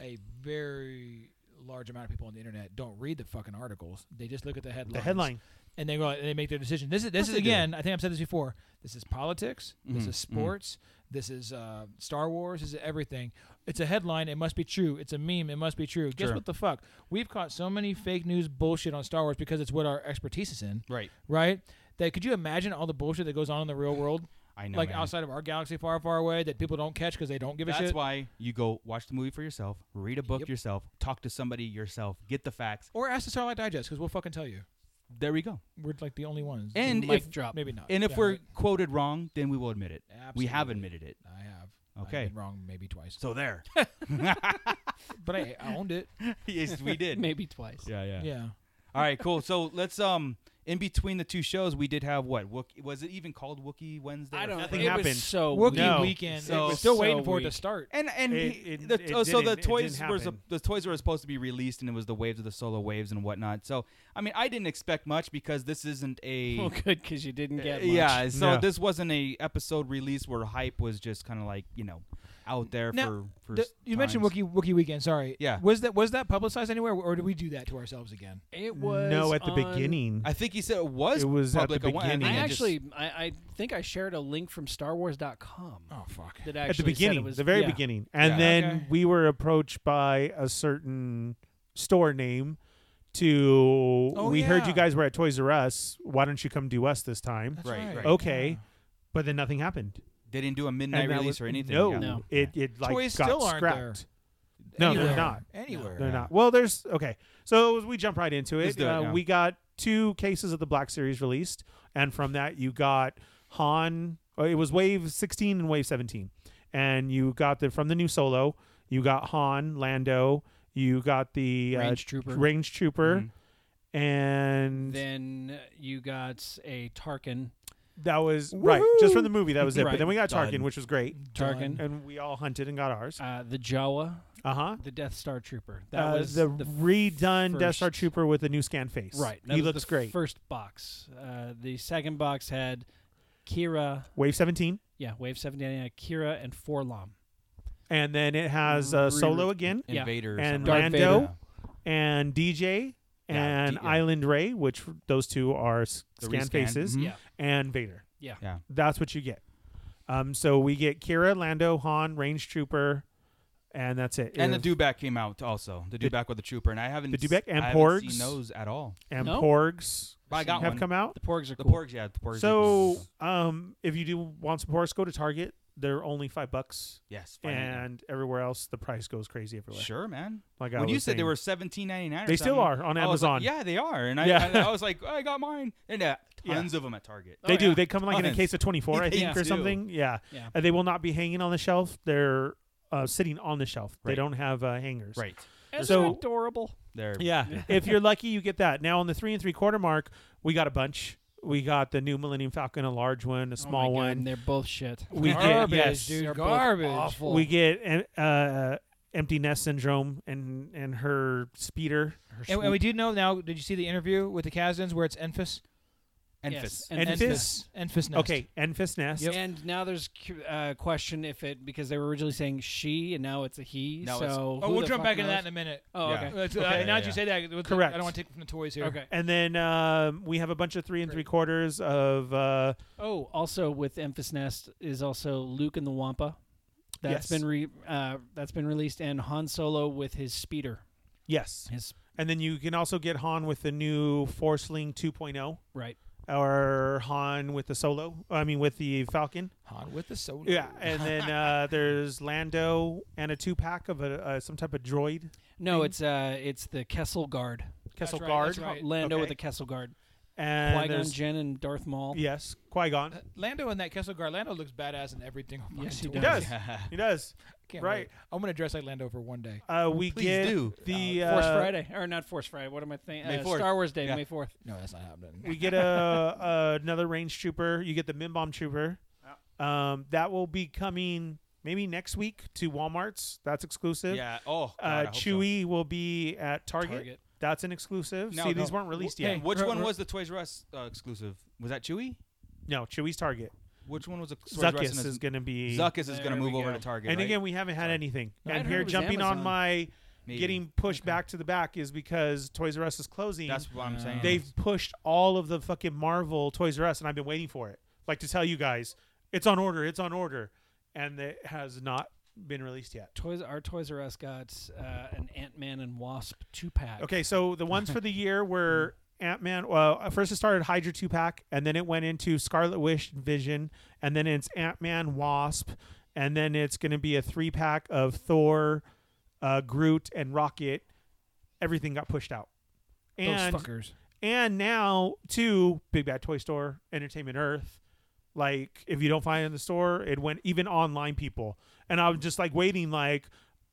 J: a very large amount of people on the internet don't read the fucking articles. They just look at the headline.
I: The headline.
J: and they go out and they make their decision. This is this is
H: they do.
J: again. I think I've said this before. This is politics. This
H: Mhm,
J: is
H: mhm.
J: sports. This is uh, Star Wars. This is everything. It's a headline. It must be true. It's a meme. It must be true. Guess
H: Sure.
J: what the fuck? We've caught so many fake news bullshit on Star Wars because it's what our expertise is in.
H: Right.
J: Right. That could you imagine all the bullshit that goes on in the real world?
H: I know.
J: like
H: man.
J: outside of our galaxy, far, far away, that people don't catch because they don't give a
H: That's
J: shit.
H: why you go watch the movie for yourself, read a book
J: Yep.
H: yourself, talk to somebody yourself, get the facts.
J: Or ask the Starlight Digest because we'll fucking tell you.
H: There we go.
J: We're like the only ones.
H: And
E: Mic
H: if
E: drop.
J: maybe not.
H: and if
J: Yeah,
H: we're
J: right.
H: quoted wrong, then we will admit it. We have
J: Absolutely.
H: admitted it.
J: I have. I've
H: Okay.
J: been wrong maybe twice.
H: So there.
J: But I, I owned it.
H: yes, we did.
E: Maybe twice.
H: Yeah, yeah.
J: Yeah.
H: All right, cool. So let's um in between the two shows we did have what? Wookie, was it even called Wookie Wednesday?
E: I
H: or
E: don't.
H: something?
I: Nothing
E: it
I: happened.
E: Was so
J: Wookiee
I: No.
J: weekend.
H: So-
J: So, still
E: so
J: waiting for it to
E: weak.
J: start.
H: And and
I: It-
H: he-
I: it-
H: the,
I: it
H: oh, so
I: didn't-
H: the
I: it
H: toys
I: didn't
H: were sup-
I: happen.
H: the toys were supposed to be released, and it was the waves of the solo waves and whatnot. So I mean, I didn't expect much because this isn't a
E: Well, good because you didn't get
H: Uh,
E: much.
H: Yeah, so
I: No.
H: this wasn't a episode release where hype was just kind of like you know
L: out there
J: Now,
L: for, for
J: the-
L: s-
J: you mentioned
L: times.
J: Wookie Wookie Weekend. Sorry.
L: Yeah.
J: Was that was that publicized anywhere, or did we do that to ourselves again?
E: It was
I: no, at the
E: on-
I: beginning.
L: I think he said it was.
I: It was at
L: public
I: the
L: at one- and
I: beginning.
E: I
L: then it just-
E: actually, I, I think I shared a link from StarWars.com
J: Oh fuck.
E: that
I: at the
E: actually
I: beginning,
E: said it was
I: the very
E: yeah.
I: beginning, and
L: Yeah.
I: then
J: Okay.
I: we were approached by a certain store name. To
J: Oh,
I: we heard
J: yeah.
I: you guys were at Toys R Us. Why don't you come do us this time?
J: That's
L: Right,
J: right.
L: right.
I: Okay,
J: Yeah.
I: but then nothing happened.
L: they didn't do a midnight
I: And that
L: release
I: was-
L: or anything.
I: No,
L: yeah.
E: No.
I: it it like
J: Toys
I: got
J: still aren't
I: scrapped.
J: there.
I: No,
J: Anywhere.
I: they're not.
J: Anywhere.
I: They're not. Well, there's okay. So we jump right into
L: Let's
I: it.
L: do it,
I: uh,
L: yeah.
I: We got two cases of the Black Series released, and from that you got Han. Or it was Wave 16 and Wave 17, and you got the from the new Solo. You got Han, Lando. You got the
E: Range
I: uh,
E: Trooper. Mm-hmm.
I: Range Trooper, and
E: Then you got a Tarkin.
I: that was right just from the movie. That was it.
E: Right.
I: But then we got
F: Done.
I: Tarkin, which was great,
E: Tarkin.
I: and we all hunted and got ours.
E: Uh, the Jawa,
I: Uh huh.
E: the Death Star Trooper. That
I: uh,
E: was
I: the, redone Death Star
E: first-
I: Trooper with a new scan face.
E: right. that
I: he
E: was
I: looks
E: the
I: great.
E: First box. Uh, the second box had Kira.
I: Wave 17.
E: Yeah, Wave Seventy Nine. Kira and Forlom.
I: and then it has uh, Solo again,
E: Yeah.
L: Invader or
I: and
L: something like
E: Darth
L: that.
I: Lando,
L: Yeah.
I: and DJ,
L: Yeah,
I: and
L: D- yeah.
I: Island Ray, which those two are s-
L: The
I: scan
L: rescan.
I: faces,
L: Mhm.
E: Yeah.
I: and Vader.
E: Yeah.
L: Yeah.
I: That's what you get. Um, so we get Kira, Lando, Han, Range Trooper, and that's it.
L: And the
I: If-
L: Dewback came out also. The
I: The-
L: Dewback with the Trooper, and I haven't
I: the
L: s-
I: Dewback and
L: I haven't
I: Porgs.
L: seen those at all.
I: and
E: No.
I: Porgs
L: But I got
I: have
L: one.
I: come out.
E: The Porgs are
L: The
E: cool.
L: Porgs, yeah, the Porgs.
I: So um, if you do want some Porgs, go to Target. They're only five bucks,
L: yes, find it.
I: and everywhere else the price goes crazy everywhere.
L: sure, man.
I: Like I
L: when you
I: was
L: said they
I: saying.
L: were seventeen ninety nine,
I: They still are on Amazon.
L: yeah, they are, and I,
I: Yeah.
L: I, I was like, "Oh, I got mine, and uh,
I: Yeah.
L: tons of them at Target.
I: They
E: Oh,
I: do.
E: yeah.
I: They come like in a
L: Tons.
I: case of 24, I
L: They
I: think, or
L: do.
I: something. Yeah.
E: Yeah.
I: And they will not be hanging on the shelf. They're uh, sitting on the shelf. They
L: Right.
I: don't have uh, hangers.
L: Right
E: Isn't
I: So-
E: it adorable.
L: there,
I: Yeah. if you're lucky, you get that. Now, on the three and three quarter mark, we got a bunch. We got the new Millennium Falcon, a large one, a
E: Oh my
I: small
E: God,
I: one.
E: And they're both shit.
I: We get-
E: garbage,
I: yes.
E: dude.
J: They're both
E: garbage.
J: awful.
I: we get em- uh, empty nest syndrome and and her speeder. Her
J: And, and we do know now. Did you see the interview with the Kazans where it's Enfys?
L: Enfys.
E: Yes,
I: Enfys.
E: Enfys.
J: Enfys. Enfys nest.
I: okay, Enfys nest.
E: And now there's cu- uh, question if it because they were originally saying she and now it's a he.
L: Now
E: so
L: it's-
J: Oh,
E: who
J: we'll
E: the
J: jump back
E: fuck
J: into that
E: knows?
J: in a minute.
E: Oh,
L: Yeah.
E: okay.
J: Let's-
L: Okay.
J: uh, now
L: Yeah,
J: that you
L: yeah.
J: say that, let's-
I: Correct.
J: I don't want to take from the toys here.
E: Okay.
I: And then um, we have a bunch of three and
J: Great.
I: three quarters of uh,
E: Oh, also with Emphas Nest is also Luke and the Wampa.
I: Yes.
E: That's been re uh, that's been released and Han Solo with his speeder.
I: yes,
E: His
I: and then you can also get Han with the new Forceling 2.0.
E: right.
I: or Han with the solo. I mean, with the Falcon.
J: Han with the solo.
I: Yeah, and then uh, there's Lando and a two pack of a uh, some type of droid
E: No, it's uh it's the Kessel Guard.
I: Kessel
J: right,
I: Guard.
J: that's right.
E: Lando with
I: Okay.
E: the Kessel Guard.
I: And
E: Qui Gon
I: there's-
E: Jinn and Darth Maul.
I: yes, Qui Gon.
J: Uh, Lando in that Kessel Guard. Lando looks badass in everything.
E: Yes, he
I: He
J: Fucking
I: does.
J: toy.
I: He does.
J: Can't wait.
I: Right.
J: I'm gonna dress like Lando for one day.
I: Uh, we
L: Please
I: get
L: do.
I: the
E: Force
I: uh,
E: Friday or not Force Friday? What am I thinking?
L: May
E: Uh,
L: 4th.
E: Star Wars Day,
L: Yeah.
E: May fourth.
J: No, that's not happening.
I: we get a, uh, another range trooper. You get the Min Bomb trooper. Um, that will be coming maybe next week to Walmart's. That's exclusive.
L: yeah. Oh, God, I
I: Uh,
L: hope so.
I: Chewie will be at Target.
E: Target.
I: That's an exclusive.
L: No,
I: See,
L: no.
I: these weren't released
L: Hey,
I: yet.
L: which
J: Ru-
L: one
J: ru-
L: was the Toys R Us uh, exclusive? Was that Chewy?
I: No, Chewie's Target.
L: Which one was the Toys R Us
I: Zuckus
L: and
I: is going to be.
L: Zuckus is going
E: There
L: to move
E: we
L: over
E: go.
L: to Target.
I: and
L: right?
I: again, we haven't had anything.
E: No, I'd
I: and
E: heard
I: here,
E: it was
I: jumping on
E: Amazon.
I: my
L: Maybe.
I: getting pushed back to the back is because Toys R Us is closing.
L: That's what
E: Uh,
L: I'm saying.
I: They've pushed all of the fucking Marvel Toys R Us, and I've been waiting for it. Like to tell you guys, it's on order. It's on order, and it has not been released yet.
E: Toys our Toys R Us got uh, an Ant Man and Wasp two pack.
I: Okay, so the ones for the year were Ant Man. Well, uh, first it started Hydra two pack, and then it went into Scarlet Witch Vision, and then it's Ant Man Wasp, and then it's going to be a three pack of Thor, uh, Groot, and Rocket. Everything got pushed out. And
J: Those fuckers.
I: and now too, Big Bad Toy Store, Entertainment Earth. Like if you don't find it in the store, it went even online people. And I'm just like waiting, like,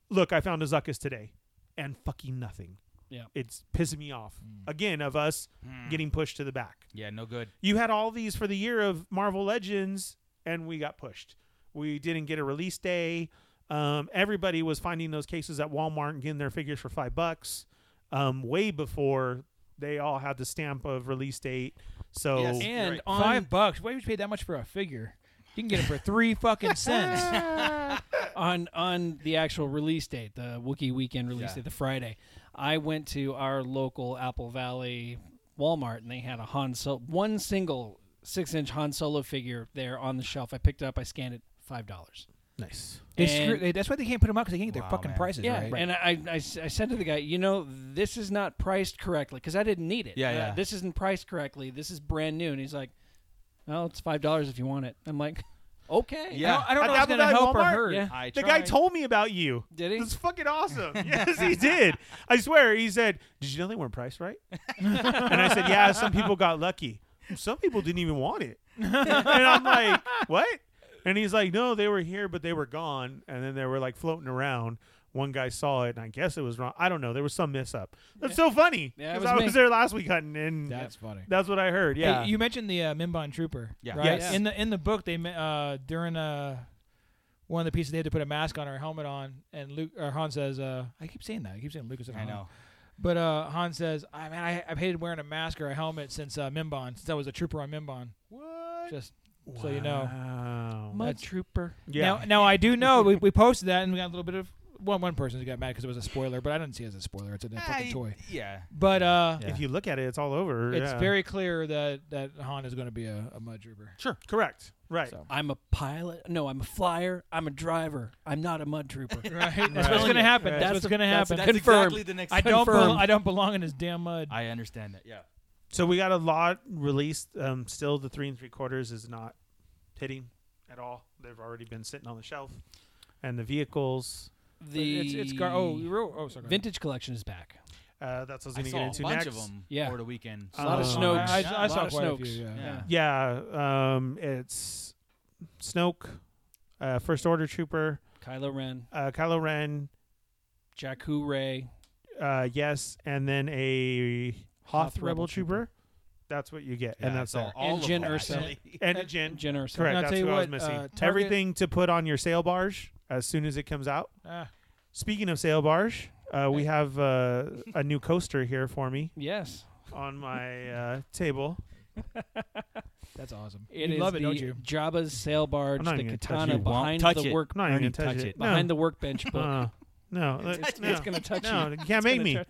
I: look, I found a Zuckus today, and fucking nothing.
E: Yeah.
I: it's pissing me off again of us getting pushed to the back.
L: yeah, no good.
I: You had all these for the year of Marvel Legends, and we got pushed. We didn't get a release day. Um, everybody was finding those cases at Walmart and getting their figures for five bucks, um, way before they all had the stamp of release date. So
L: Yes. You're
E: And
L: right.
E: on
J: Five bucks. Why would you pay that much for a figure? You can get it for three fucking cents.
E: on on the actual release date, the Wookiee weekend release
L: Yeah.
E: date, the Friday, I went to our local Apple Valley Walmart and they had a Han Solo one single six inch Han Solo figure there on the shelf. I picked it up, I scanned it, five dollars.
I: Nice.
J: They
E: And-
J: screw, they, that's why they can't put them out because they can't get their
L: Wow,
J: fucking
L: man.
J: prices
E: yeah,
J: right.
E: and I, I, I said to the guy, you know, this is not priced correctly because I didn't need it.
L: Yeah,
E: Uh,
L: yeah.
E: This isn't priced correctly. This is brand new, and he's like, well, it's five dollars if you want it. I'm like, okay,
L: Yeah.
J: I don't, I don't know
I: At
J: if it's
I: Apple
J: gonna
I: Valley
J: help or
I: Walmart?
J: hurt.
E: Yeah.
L: I
I: The guy
L: tried.
I: told me about you.
E: Did he?
I: That's fucking awesome. yes, he did. I swear, he said, "Did you know they weren't priced right?" and I said, "Yeah, some people got lucky. Some people didn't even want it." and I'm like, "What?" And he's like, "No, they were here, but they were gone, and then they were like floating around." One guy saw it, and I guess it was wrong. I don't know. There was some mess up. That's so funny.
E: Yeah, it
I: 'cause
E: was
I: I
E: me.
I: was there last week hunting, and
J: That's funny.
I: that's what I heard.
J: Hey,
I: Yeah,
J: you mentioned the uh, Minbon Trooper.
L: Yeah.
J: Right?
I: Yes.
J: In the in the book, they men- uh, during uh, one of the pieces they had to put a mask on or a helmet on, and Luke or Han says, uh, "I keep saying that. I keep saying Lucas and
L: I
E: Uh-huh.
J: Han.
L: know.
J: But uh, Han says, "I mean, I, I've hated wearing a mask or a helmet since uh, Minbon, since I was a trooper on Minbon. What? Just so you know.
I: Wow.
E: Mud
J: That's-
E: Trooper.
I: Yeah.
J: Now, now I do know we, we posted that and we got a little bit of one one person who got mad because it was a spoiler, but I didn't see it as a spoiler. It's a
H: Ah,
J: fucking toy.
L: Yeah.
J: But uh,
L: Yeah.
I: if you look at it, it's all over.
J: it's
I: yeah.
J: very clear that that Han is going to be a, a mud trooper.
I: sure. Correct. Right.
J: So.
E: I'm a pilot. No, I'm a flyer. I'm a driver. I'm not a mud trooper.
J: Right. That's
I: Right.
J: what's gonna happen.
I: Right.
J: That's,
E: That's
J: what's
E: the-
J: gonna
E: that's-
J: happen.
L: That's
E: Confirmed.
L: exactly the next.
J: I don't.
E: confirmed.
J: bel I don't belong in this damn mud.
L: I understand that. Yeah.
I: So we got a lot released. Um, still, the three and three quarters is not hitting at all. They've already been sitting on the shelf, and the vehicles.
E: The
J: it's it's gar- oh you wrote- oh sorry.
E: vintage collection is back.
I: Uh, that's what I
L: I
I: was
L: saw
I: going
L: a
I: to get into
L: bunch
I: next.
L: of them
E: Yeah.
L: over the weekend.
I: A
E: A lot of
I: Uh,
E: Snokes.
J: Oh, I, I
E: A lot
J: saw
E: of
J: quite a
E: Snokes.
J: few. Yeah.
L: Yeah.
I: Yeah, um, it's Snoke, uh, First Order Trooper,
E: Kylo Ren,
I: uh, Kylo Ren.
E: Jakku Ray.
I: Uh, yes, and then a Hoth, Rebel,
E: Rebel
I: Trooper. That's what you get, and
L: Yeah,
I: that's
L: so
I: all.
L: all
E: And
L: of
E: Jyn
L: them,
E: Erso.
L: actually.
I: And a
J: And-
I: Jin.
E: Jyn Erso.
I: Correct.
J: I'll
I: That's
J: tell you
I: who I was
J: what,
I: missing.
J: uh, Target-
I: Everything to put on your sale barge as soon as it comes out.
J: Ah.
I: Speaking of sail barge, uh, we have uh, a new coaster here for me
E: Yes.
I: on my uh, table.
J: That's awesome.
E: It
J: you
E: is
J: love it,
E: the
J: don't you?
E: Jabba's sail barge,
I: I'm not
E: the
I: even gonna touch it.
E: katana
I: You
L: won't
E: behind
L: touch
E: the
L: it.
E: work
I: I'm not even
L: Not
I: gonna
L: even
I: touch
L: touch
I: it.
L: it.
I: No.
E: behind the workbench book.
I: Uh, no,
E: it's,
I: that-
E: it's,
I: no,
E: gonna touch
I: no,
E: you.
I: you can't
E: It's
I: make
E: gonna
I: me.
E: touch-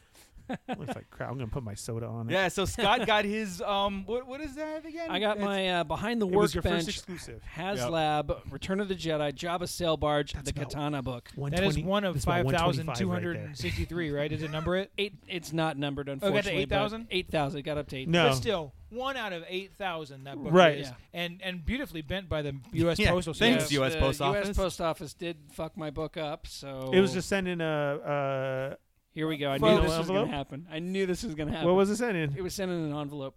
I: Looks like crap. I'm gonna put my soda on it.
L: Yeah. So Scott got his um. What what is that again?
E: I got
L: It's-
E: my uh, behind the
I: it was your first
E: workbench,
I: exclusive.
E: HasLab, Return of the Jedi, Jabba's sail barge,
I: That's
E: the
I: about-
E: katana book.
J: That is
I: 120
J: one of
I: that's about
J: five
I: 125
J: thousand
I: right
J: two hundred
I: there.
J: and sixty-three. Right? Does it number it?
E: Eight. It's not numbered,
I: Oh,
J: to
E: unfortunately. but
J: 8,000?
E: 8,000. It got up to 8,000.
I: No.
J: But still, one out of eight thousand that book
I: Right.
J: is,
E: Yeah.
J: and and beautifully bent by the U.S.
L: Yeah,
J: Postal
L: thanks,
J: Service.
L: you. US
E: the
L: Post
E: U.S.
L: Office.
E: Post Office did fuck my book up, so
I: It was just sending a.
E: here we go. I
I: Well,
E: knew this was
I: envelope?
E: gonna happen. I knew this was gonna
I: Uh,
E: happen.
I: what was it sending?
E: It was sent in an envelope.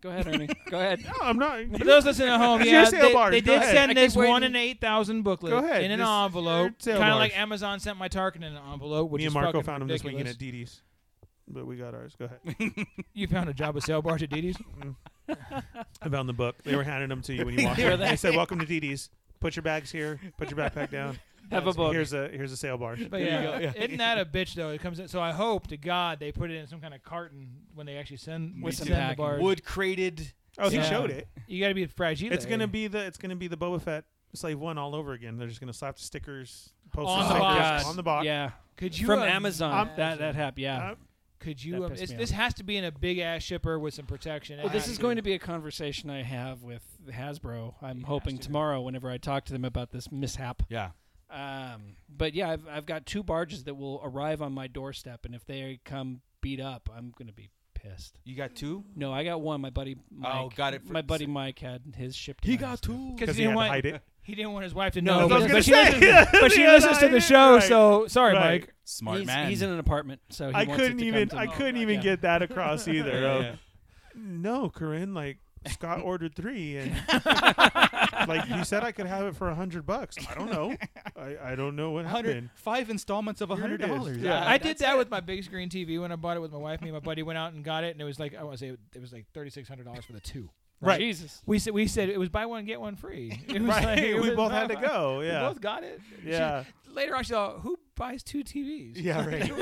E: Go ahead, Ernie. go ahead.
I: No, I'm not.
J: For those listening at home,
I: It's
J: yeah,
I: your sale
J: they,
I: barge.
J: they
I: Go
J: did
I: ahead.
E: I
J: send
E: keep
J: this one
E: waiting.
J: in eight thousand booklet
I: Go ahead.
J: in an
I: This is your
J: envelope,
I: sale
J: kind of
I: barge.
J: like Amazon sent my Tarkin in an envelope. Which
I: Me and
J: is
I: Marco
J: fucking
I: found them this
J: ridiculous.
I: weekend at Dee Dee's, but we got ours. Go ahead.
J: You found a job at sale barge at Didi's?
I: I found the book. They were handing them to you when you walked
E: Were
I: in. They
E: they?
I: said, "Welcome to Dee Dee's. Put your bags here. Put your backpack down.
E: Have a book.
I: Here's a here's a sale barge."
J: But yeah, isn't that a bitch though? It comes in, so I hope to God they put it in some kind of carton when they actually send
E: With
J: send
E: some
J: the
E: packing.
J: barge.
L: wood crated.
I: Oh, he
J: Yeah.
I: showed it.
J: You got to be fragile.
I: It's gonna be the it's gonna be the Boba Fett Slave One all over again. They're just gonna slap the stickers, post
J: On
I: the
J: the
I: stickers
J: box.
I: on the box.
E: Yeah,
J: Could you
E: from
J: um,
E: Amazon.
I: uh, I'm-
E: that that happened. Yeah.
I: Uh,
J: Could
E: That
J: you? Um,
E: pissed
J: it's,
E: me
J: this has to be in a big ass shipper with some protection. It
E: Well, this
J: has
E: is going to be a conversation I have with Hasbro. I'm hoping tomorrow, whenever I talk to them about this mishap.
L: Yeah.
E: Um, but yeah, I've, I've got two barges that will arrive on my doorstep, and if they come beat up, I'm gonna be pissed.
L: You got two.
E: No, I got one. My buddy Mike.
L: Oh, got it for-
E: my buddy Mike had his shipped. to my house.
L: two.
I: Because
J: because he
I: he had
J: didn't
I: to
J: want
I: hide it.
J: he didn't want his wife to
E: No,
J: know.
E: but
J: but,
E: I was
J: but
E: gonna
J: she
E: say,
J: listens, but she
I: Yeah,
J: listens to
I: I
J: the
I: did,
J: show,
I: right.
J: so "Oh, sorry,
I: Right.
J: Mike.
L: Smart
E: he's,
L: man.
E: He's in an apartment, so he
I: I
E: wants it
I: couldn't
E: to come
I: even
E: to
I: I
E: me.
I: couldn't
J: God,
I: even
J: yeah.
I: get that across either.
L: Yeah,
I: of,
L: yeah.
I: No, Corinne, like Scott ordered three, and like you said, I could have it for a hundred bucks. I don't know. I, I don't know what happened.
L: Hundred five installments of a
I: Here
L: hundred
I: it
L: dollars.
I: is. Yeah.
J: I did that with my big screen TV when I bought it with my wife. Me and my buddy went out and got it, and it was like I want to say it was like thirty six hundred dollars for the two.
I: Right.
E: Jesus.
J: We said we said it was buy one get one free. It was like-
I: Right,
J: it
I: we
J: was-
I: both had to go.
J: We
I: Yeah,
J: both got it. She-
I: yeah.
J: later on, she thought, "Who buys two TVs?"
I: Yeah, right.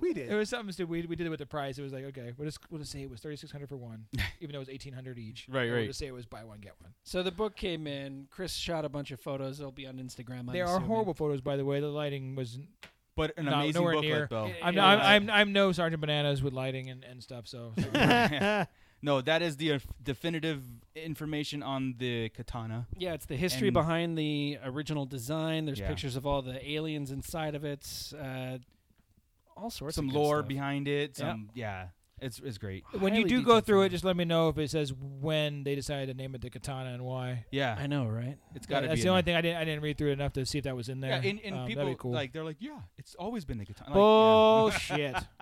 I: We did.
J: It was something stupid. We, we did it with the price. It was like, okay, we'll just, we'll just say it was thirty six hundred for one, even though it was eighteen hundred each.
L: Right,
J: And We'll
L: right.
J: just say it was buy one get one.
E: So the book came in. Chris shot a bunch of photos. They'll be on Instagram. I'm
J: There are
E: assuming.
J: horrible photos, by the way. The lighting was
L: But an
J: not,
L: amazing
J: nowhere
L: booklet,
J: near.
L: though.
J: I'm,
E: It
J: I'm,
E: was.
J: I'm, I'm no Sergeant Bananas with lighting and, and stuff. So,
L: no, that is the uh, definitive information on the katana.
E: Yeah, it's the history
L: And-
E: behind the original design. There's
L: Yeah.
E: pictures of all the aliens inside of it. Uh, all sorts.
L: some
E: of good
L: lore
E: stuff.
L: behind it. Some yeah, it's it's great.
J: when you
E: Highly
J: do go
E: detailed
J: through it,
E: photo.
J: just let me know if it says when they decided to name it the katana and why.
L: Yeah,
E: I know, right?
L: it's got to
J: that's
L: be.
J: the
L: in
J: only
L: there.
J: thing I didn't I didn't read through it enough to see if that was in there.
L: Yeah, and, and
J: Um, that'd be
L: people
J: cool.
L: like they're like, yeah, it's always been the katana. Like, yeah.
J: bullshit.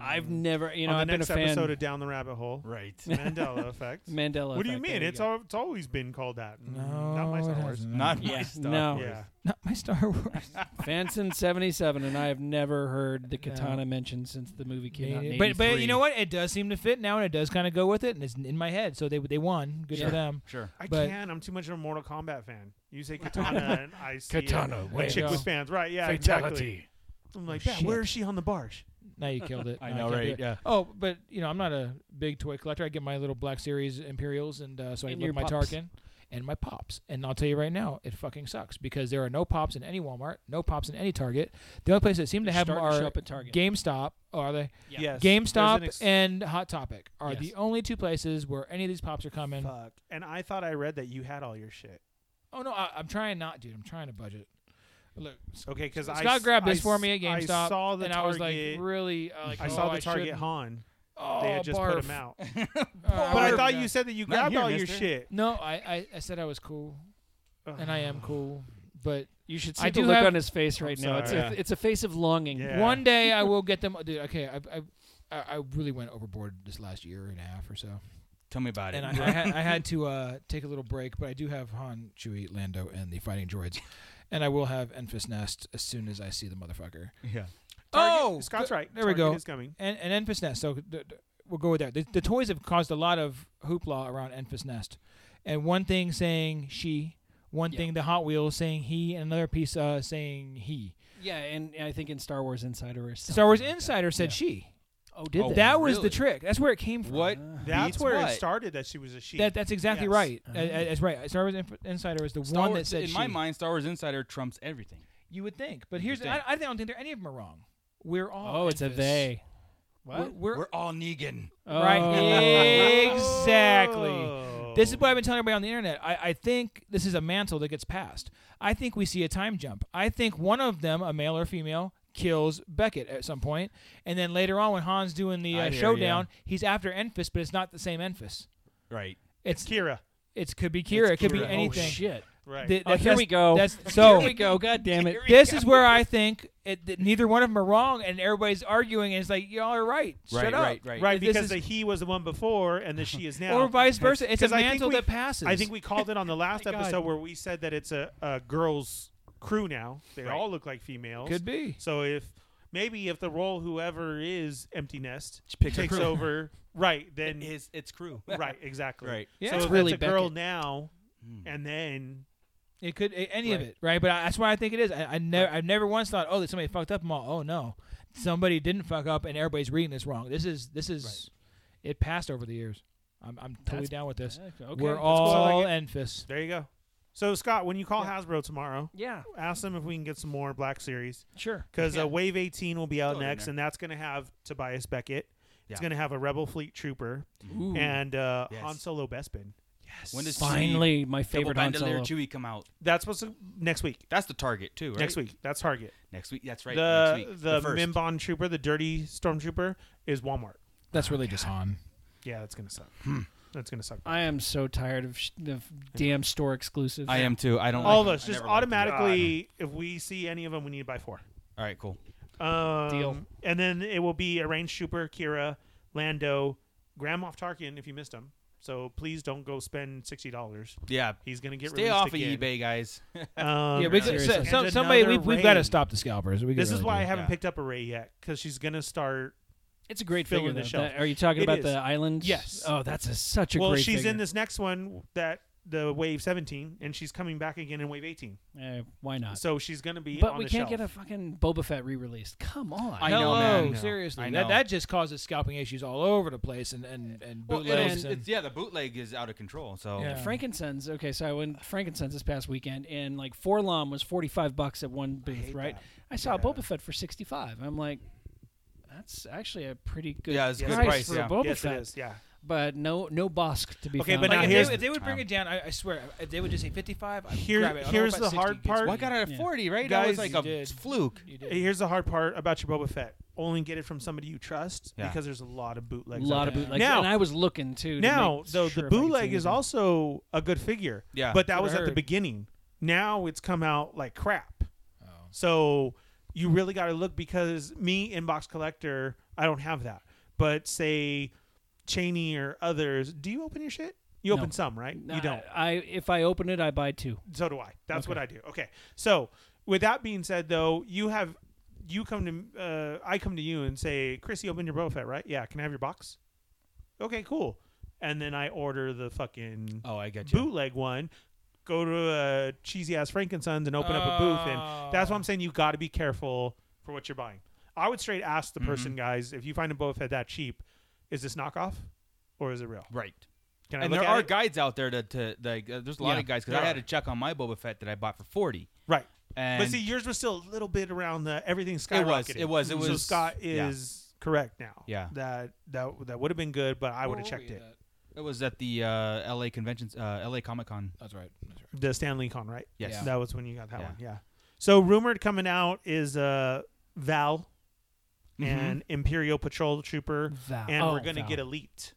E: I've never, you know,
I: On the
E: I've
I: next
E: been a fan.
I: episode of Down the Rabbit Hole,
L: right.
I: Mandela effect.
E: Mandela.
I: what do you
E: effect,
I: mean?
E: there you
I: It's
E: go.
I: al- it's always been called that. Mm,
J: No,
I: not my Star
J: it
I: Wars.
J: hasn't.
L: Not my
E: Yeah,
L: stuff.
E: no.
I: Yeah,
J: not my Star Wars.
E: Fanson seventy seven, and I have never heard the katana mentioned since the movie came out. in
J: but but you
E: 83.
J: know what? It does seem to fit now, and it does kind of go with it, and it's in my head. So they they won. Good
E: Yeah.
J: for them.
L: Sure.
I: I
J: But-
I: can't. I'm too much of a Mortal Kombat fan. You say katana, and I see
E: Katana,
I: A,
E: way
I: a
E: to
I: chick
J: go.
I: with fans, right? Yeah,
E: fatality.
I: exactly. I'm like,
E: Oh,
I: "Dad,
E: shit."
I: where is she on the barge?
J: Now you killed it.
L: I
J: Now
L: know,
J: can't do
L: right?
J: it.
L: Yeah.
J: Oh, but you know, I'm not a big toy collector. I get my little Black Series Imperials, and uh, so I
E: And
J: look
E: your
J: my
E: pops.
J: Tarkin and my pops. And I'll tell you right now, it fucking sucks because there are no pops in any Walmart, no pops in any Target. The only place that seem to
E: They're
J: have them
E: starting to
J: are
E: show up at Target.
J: GameStop. Oh, are they?
E: Yeah.
I: Yes.
J: GameStop
I: there's an ex-
J: and Hot Topic are
E: Yes.
J: the only two places where any of these pops are coming.
I: Fuck. And I thought I read that you had all your shit.
J: Oh no, I, I'm trying not, dude. I'm trying to budget. Look, S-
I: Okay, because I
J: Scott
I: s-
J: grabbed this
I: I
J: for
I: s-
J: me at GameStop,
I: I saw the
J: and
I: target.
J: I was like, really? Uh, like,
I: I
J: oh,
I: saw the
J: I
I: Target
J: shouldn't.
I: Han.
J: Oh,
I: they had just put
J: barf.
I: him out.
J: Uh,
I: But I
J: barf.
I: thought you said that you
L: Not
I: grabbed
L: here,
I: all your
L: mister.
I: shit.
J: No, I, I, I said I was cool, and I am cool. But
E: You should see
J: I
E: the
J: do
E: look
J: have-
E: on his face right now. It's
I: sorry.
E: a, it's a face of longing.
I: Yeah.
J: one day I will get them, dude. Okay, I, I, I I really went overboard this last year and a half or so,
L: Tell me about it.
J: and I, I, had, I had to uh, take a little break. But I do have Han, Chewie, Lando, and the fighting droids, and I will have Enfys Nest as soon as I see the motherfucker.
L: yeah.
J: oh,
I: Scott's
J: th-
I: right.
J: There we
I: Target
J: go.
I: Is coming.
J: and and Enfys Nest. So th- th- we'll go with that. The, the toys have caused a lot of hoopla around Enfys Nest, and one thing saying she, one
E: Yeah.
J: thing the Hot Wheels saying he, and another piece uh, saying he.
E: Yeah, and I think in Star Wars Insider or
J: Star Wars
E: something like
J: Insider said
E: Yeah.
J: she.
E: That. Oh, did
L: Oh,
E: they?
J: that was the
L: really?
J: trick. That's where it came from.
L: What?
I: That's
L: beats
I: where
L: what?
I: it started. That she was a she.
J: That, that's exactly
I: Yes.
J: right. Uh, uh, that's right. Star Wars Inf- Insider was the
L: Star
J: one
L: Wars-
J: that said
L: in
J: she.
L: my mind, Star Wars Insider trumps everything.
J: you would think, but here's
L: You'd
J: I, I don't think there any of them are wrong. We're all.
E: Oh, it's a
J: Enfys.
E: they.
J: We're, we're-
L: We're Uh, all Negan.
J: right.
E: Oh.
J: Exactly.
I: Oh.
J: This is what I've been telling everybody on the internet. I, I think this is a mantle that gets passed. I think we see a time jump. I think one of them, a male or female, kills Beckett at some point, and then later on when Han's doing the
L: I
J: uh,
L: hear
J: showdown, he's after Enfys, but it's not the same Enfys.
L: Right.
J: It's
I: Kira.
J: it could be Kira, it could be
I: Kira. Oh,
J: anything.
E: Oh shit!
I: Right.
J: Th-
E: Oh,
J: that-
E: here
J: that's-
E: we go.
J: That's so.
E: here we go. God damn it!
J: This is where I think it, that neither one of them are wrong, and everybody's arguing, and it's like y'all are right. Shut
L: Right,
J: up.
L: right, right.
I: right,
J: This
I: because
J: is-
I: the he was the one before, and the she is now,
J: Or vice versa. It's a
I: 'Cause I think
J: mantle
I: we-
J: that passes.
I: I think we called it on the last
J: My God.
I: episode where we said that it's a, a girls' crew now. They all look like females.
J: could be.
I: So if maybe if the role whoever is empty nest
L: Just pick a
I: takes
L: crew.
I: over, right?
L: It
I: Then
L: is its crew.
I: right, exactly.
L: Right.
J: Yeah.
I: So
J: It's
I: if
E: really
I: it's a girl
E: Beckett.
I: now,
L: Hmm.
I: and then
J: It could a- any of
E: Right.
J: it, right? But I, that's why I think it is. I, I never, I've never once thought, oh, that somebody fucked up. I'm all, oh no, somebody didn't fuck up, and everybody's reading this wrong. This is this is, it passed over the years. I'm I'm totally
E: That's-
J: down with this.
E: Okay.
J: We're
E: that's
J: all
I: like
J: Enfys.
I: there you go. So Scott, when you call
E: Yeah.
I: Hasbro tomorrow,
E: cool. Yeah,
I: ask them if we can get some more Black Series
E: sure.
I: because
J: Yeah.
I: uh, Wave 18 will be out
L: Throw it in
I: next,
L: there.
I: and that's going to have Tobias Beckett.
L: Yeah.
I: It's going to have a Rebel Fleet Trooper
E: Ooh.
I: and uh,
L: Yes.
I: Han Solo Bespin.
L: When does
E: finally my
L: Double
E: favorite Han
L: Bandolier
E: Solo.
L: Chewie come out?
I: That's what's next week.
L: That's the target too. Right?
I: Next week. That's Target.
L: Next week. That's right.
I: the
L: next week.
I: the,
L: first.
I: Mimbon Trooper, the dirty stormtrooper, is Walmart.
J: That's really just on.
I: Yeah, that's gonna suck.
L: Hmm.
I: That's gonna suck.
E: I am so tired of, sh- of damn store exclusives.
L: I am too. I don't. like
I: All of
L: them.
I: us
L: I
I: just
L: never liked them.
I: automatically, if we see any of them, we need to buy four.
L: God. All right. Cool.
I: Um,
E: Deal.
I: And then it will be a range trooper, Kira, Lando, Grand Moff Tarkin. If you missed him, so please don't go spend sixty dollars.
L: Yeah.
I: He's gonna get
L: Stay
I: released
L: off
I: again.
L: of eBay, guys.
I: Um,
J: yeah, we,
I: and-
J: so,
E: seriously.
J: so,
I: and
J: somebody we
I: another
J: we've got to
I: raid.
J: stop the scalpers. We
I: This is
J: really
I: why I
J: do.
I: haven't
L: Yeah.
I: picked up a Ray yet because she's gonna start.
E: It's a great
I: Fill
E: figure.
I: in the
E: though.
I: shelf.
E: That- are you talking
I: It
E: about
I: is.
E: the island?
I: Yes.
E: Oh, that's a, such a
I: well,
E: great.
I: she's
E: figure.
I: in this next one that the wave 17, and she's coming back again in wave 18.
E: Eh, why not?
I: So she's gonna be.
E: But
I: on
E: we
I: the
E: can't
I: shelf.
E: get a fucking Boba Fett re-released. Come on.
J: I know,
H: man. No.
J: seriously.
H: I know.
J: That, that just causes scalping issues all over the place and and and
H: Well,
J: bootlegs.
H: it's,
J: and,
H: it's- yeah, the bootleg is out of control. So
J: Yeah.
E: Frankincense. Okay, so I went frankincense this past weekend, and like four lom was forty five bucks at one booth, right? I saw a Boba Fett for sixty five. I'm like, that's actually a pretty good
H: Yeah, it's a good
E: price,
H: price,
E: for
H: yeah.
E: a Boba
I: Yes,
E: Fett.
I: it is. Yeah.
E: But no, no Bosk to be
I: Okay,
E: found.
I: but
J: like,
I: now
J: if,
I: here's
J: they,
I: the-
J: if they would bring it down, I, I swear, if they would just say 55, I'd
I: Here-
J: grab it. I don't know
I: here's
J: about
I: the
J: 60
I: hard
J: gets
I: part.
J: me.
H: well, I got it at
E: Yeah.
H: forty, right? that
I: Guys,
H: was like
J: you
H: a
J: did.
H: fluke.
J: You did.
I: Here's the hard part about your Boba Fett. Only get it from somebody you trust
H: Yeah.
I: because there's a lot of
E: a
I: bootlegs. out
E: lot of
I: there.
E: bootlegs,
I: Now-
E: and I was looking too. to
I: Now,
E: make
I: though,
E: sure
I: the
E: if I could see
I: bootleg is
E: anything.
I: also a good figure.
H: Yeah.
I: But that
J: That's
I: was
J: what I
I: at the
J: heard.
I: beginning. Now it's come out like crap. So you really got to look because me, inbox collector, I don't have that. But say Cheney or others, do you open your shit? You
E: No.
I: open some, right?
E: Nah,
I: you don't.
E: I if I open it, I buy two.
I: So do I. That's what I do. Okay. So with that being said, though, you have you come to uh, I come to you and say, Chris, you opened your Boba Fett, right? Yeah. Can I have your box? Okay, cool. And then I order the fucking
H: Oh, I get you.
I: bootleg one. Go to uh, cheesy ass Frankensons and open up a booth, and that's
H: Oh.
I: why I'm saying you got to be careful for what you're buying. I would straight ask the person,
H: Mm-hmm.
I: guys, if you find a Boba Fett that cheap, is this knockoff or is it real?
H: Right.
I: Can I
H: And
I: look
H: there
I: at
H: are
I: it?
H: guides out there to, to like. Uh, there's a lot
E: Yeah,
H: of guys because
I: there
H: I had
I: are.
H: a check on my Boba Fett that I bought for forty.
I: right.
H: And
I: But see, yours was still a little bit around the everything skyrocketed.
H: It was, it was, it
I: So
H: was-
I: Scott
H: yeah.
I: is correct now.
H: Yeah.
I: That that that would have been good, but I would have checked it.
H: it was at the uh, L.A. convention, uh, L.A. Comic Con.
J: That's right. That's right.
I: The Stanley Con, right?
H: Yes. Yeah.
I: That was when you got that
H: Yeah.
I: one. Yeah. So rumored coming out is uh Val
H: Mm-hmm.
I: and Imperial Patrol Trooper,
E: Val.
I: and we're
E: Oh,
I: gonna
E: Val.
I: get Elite,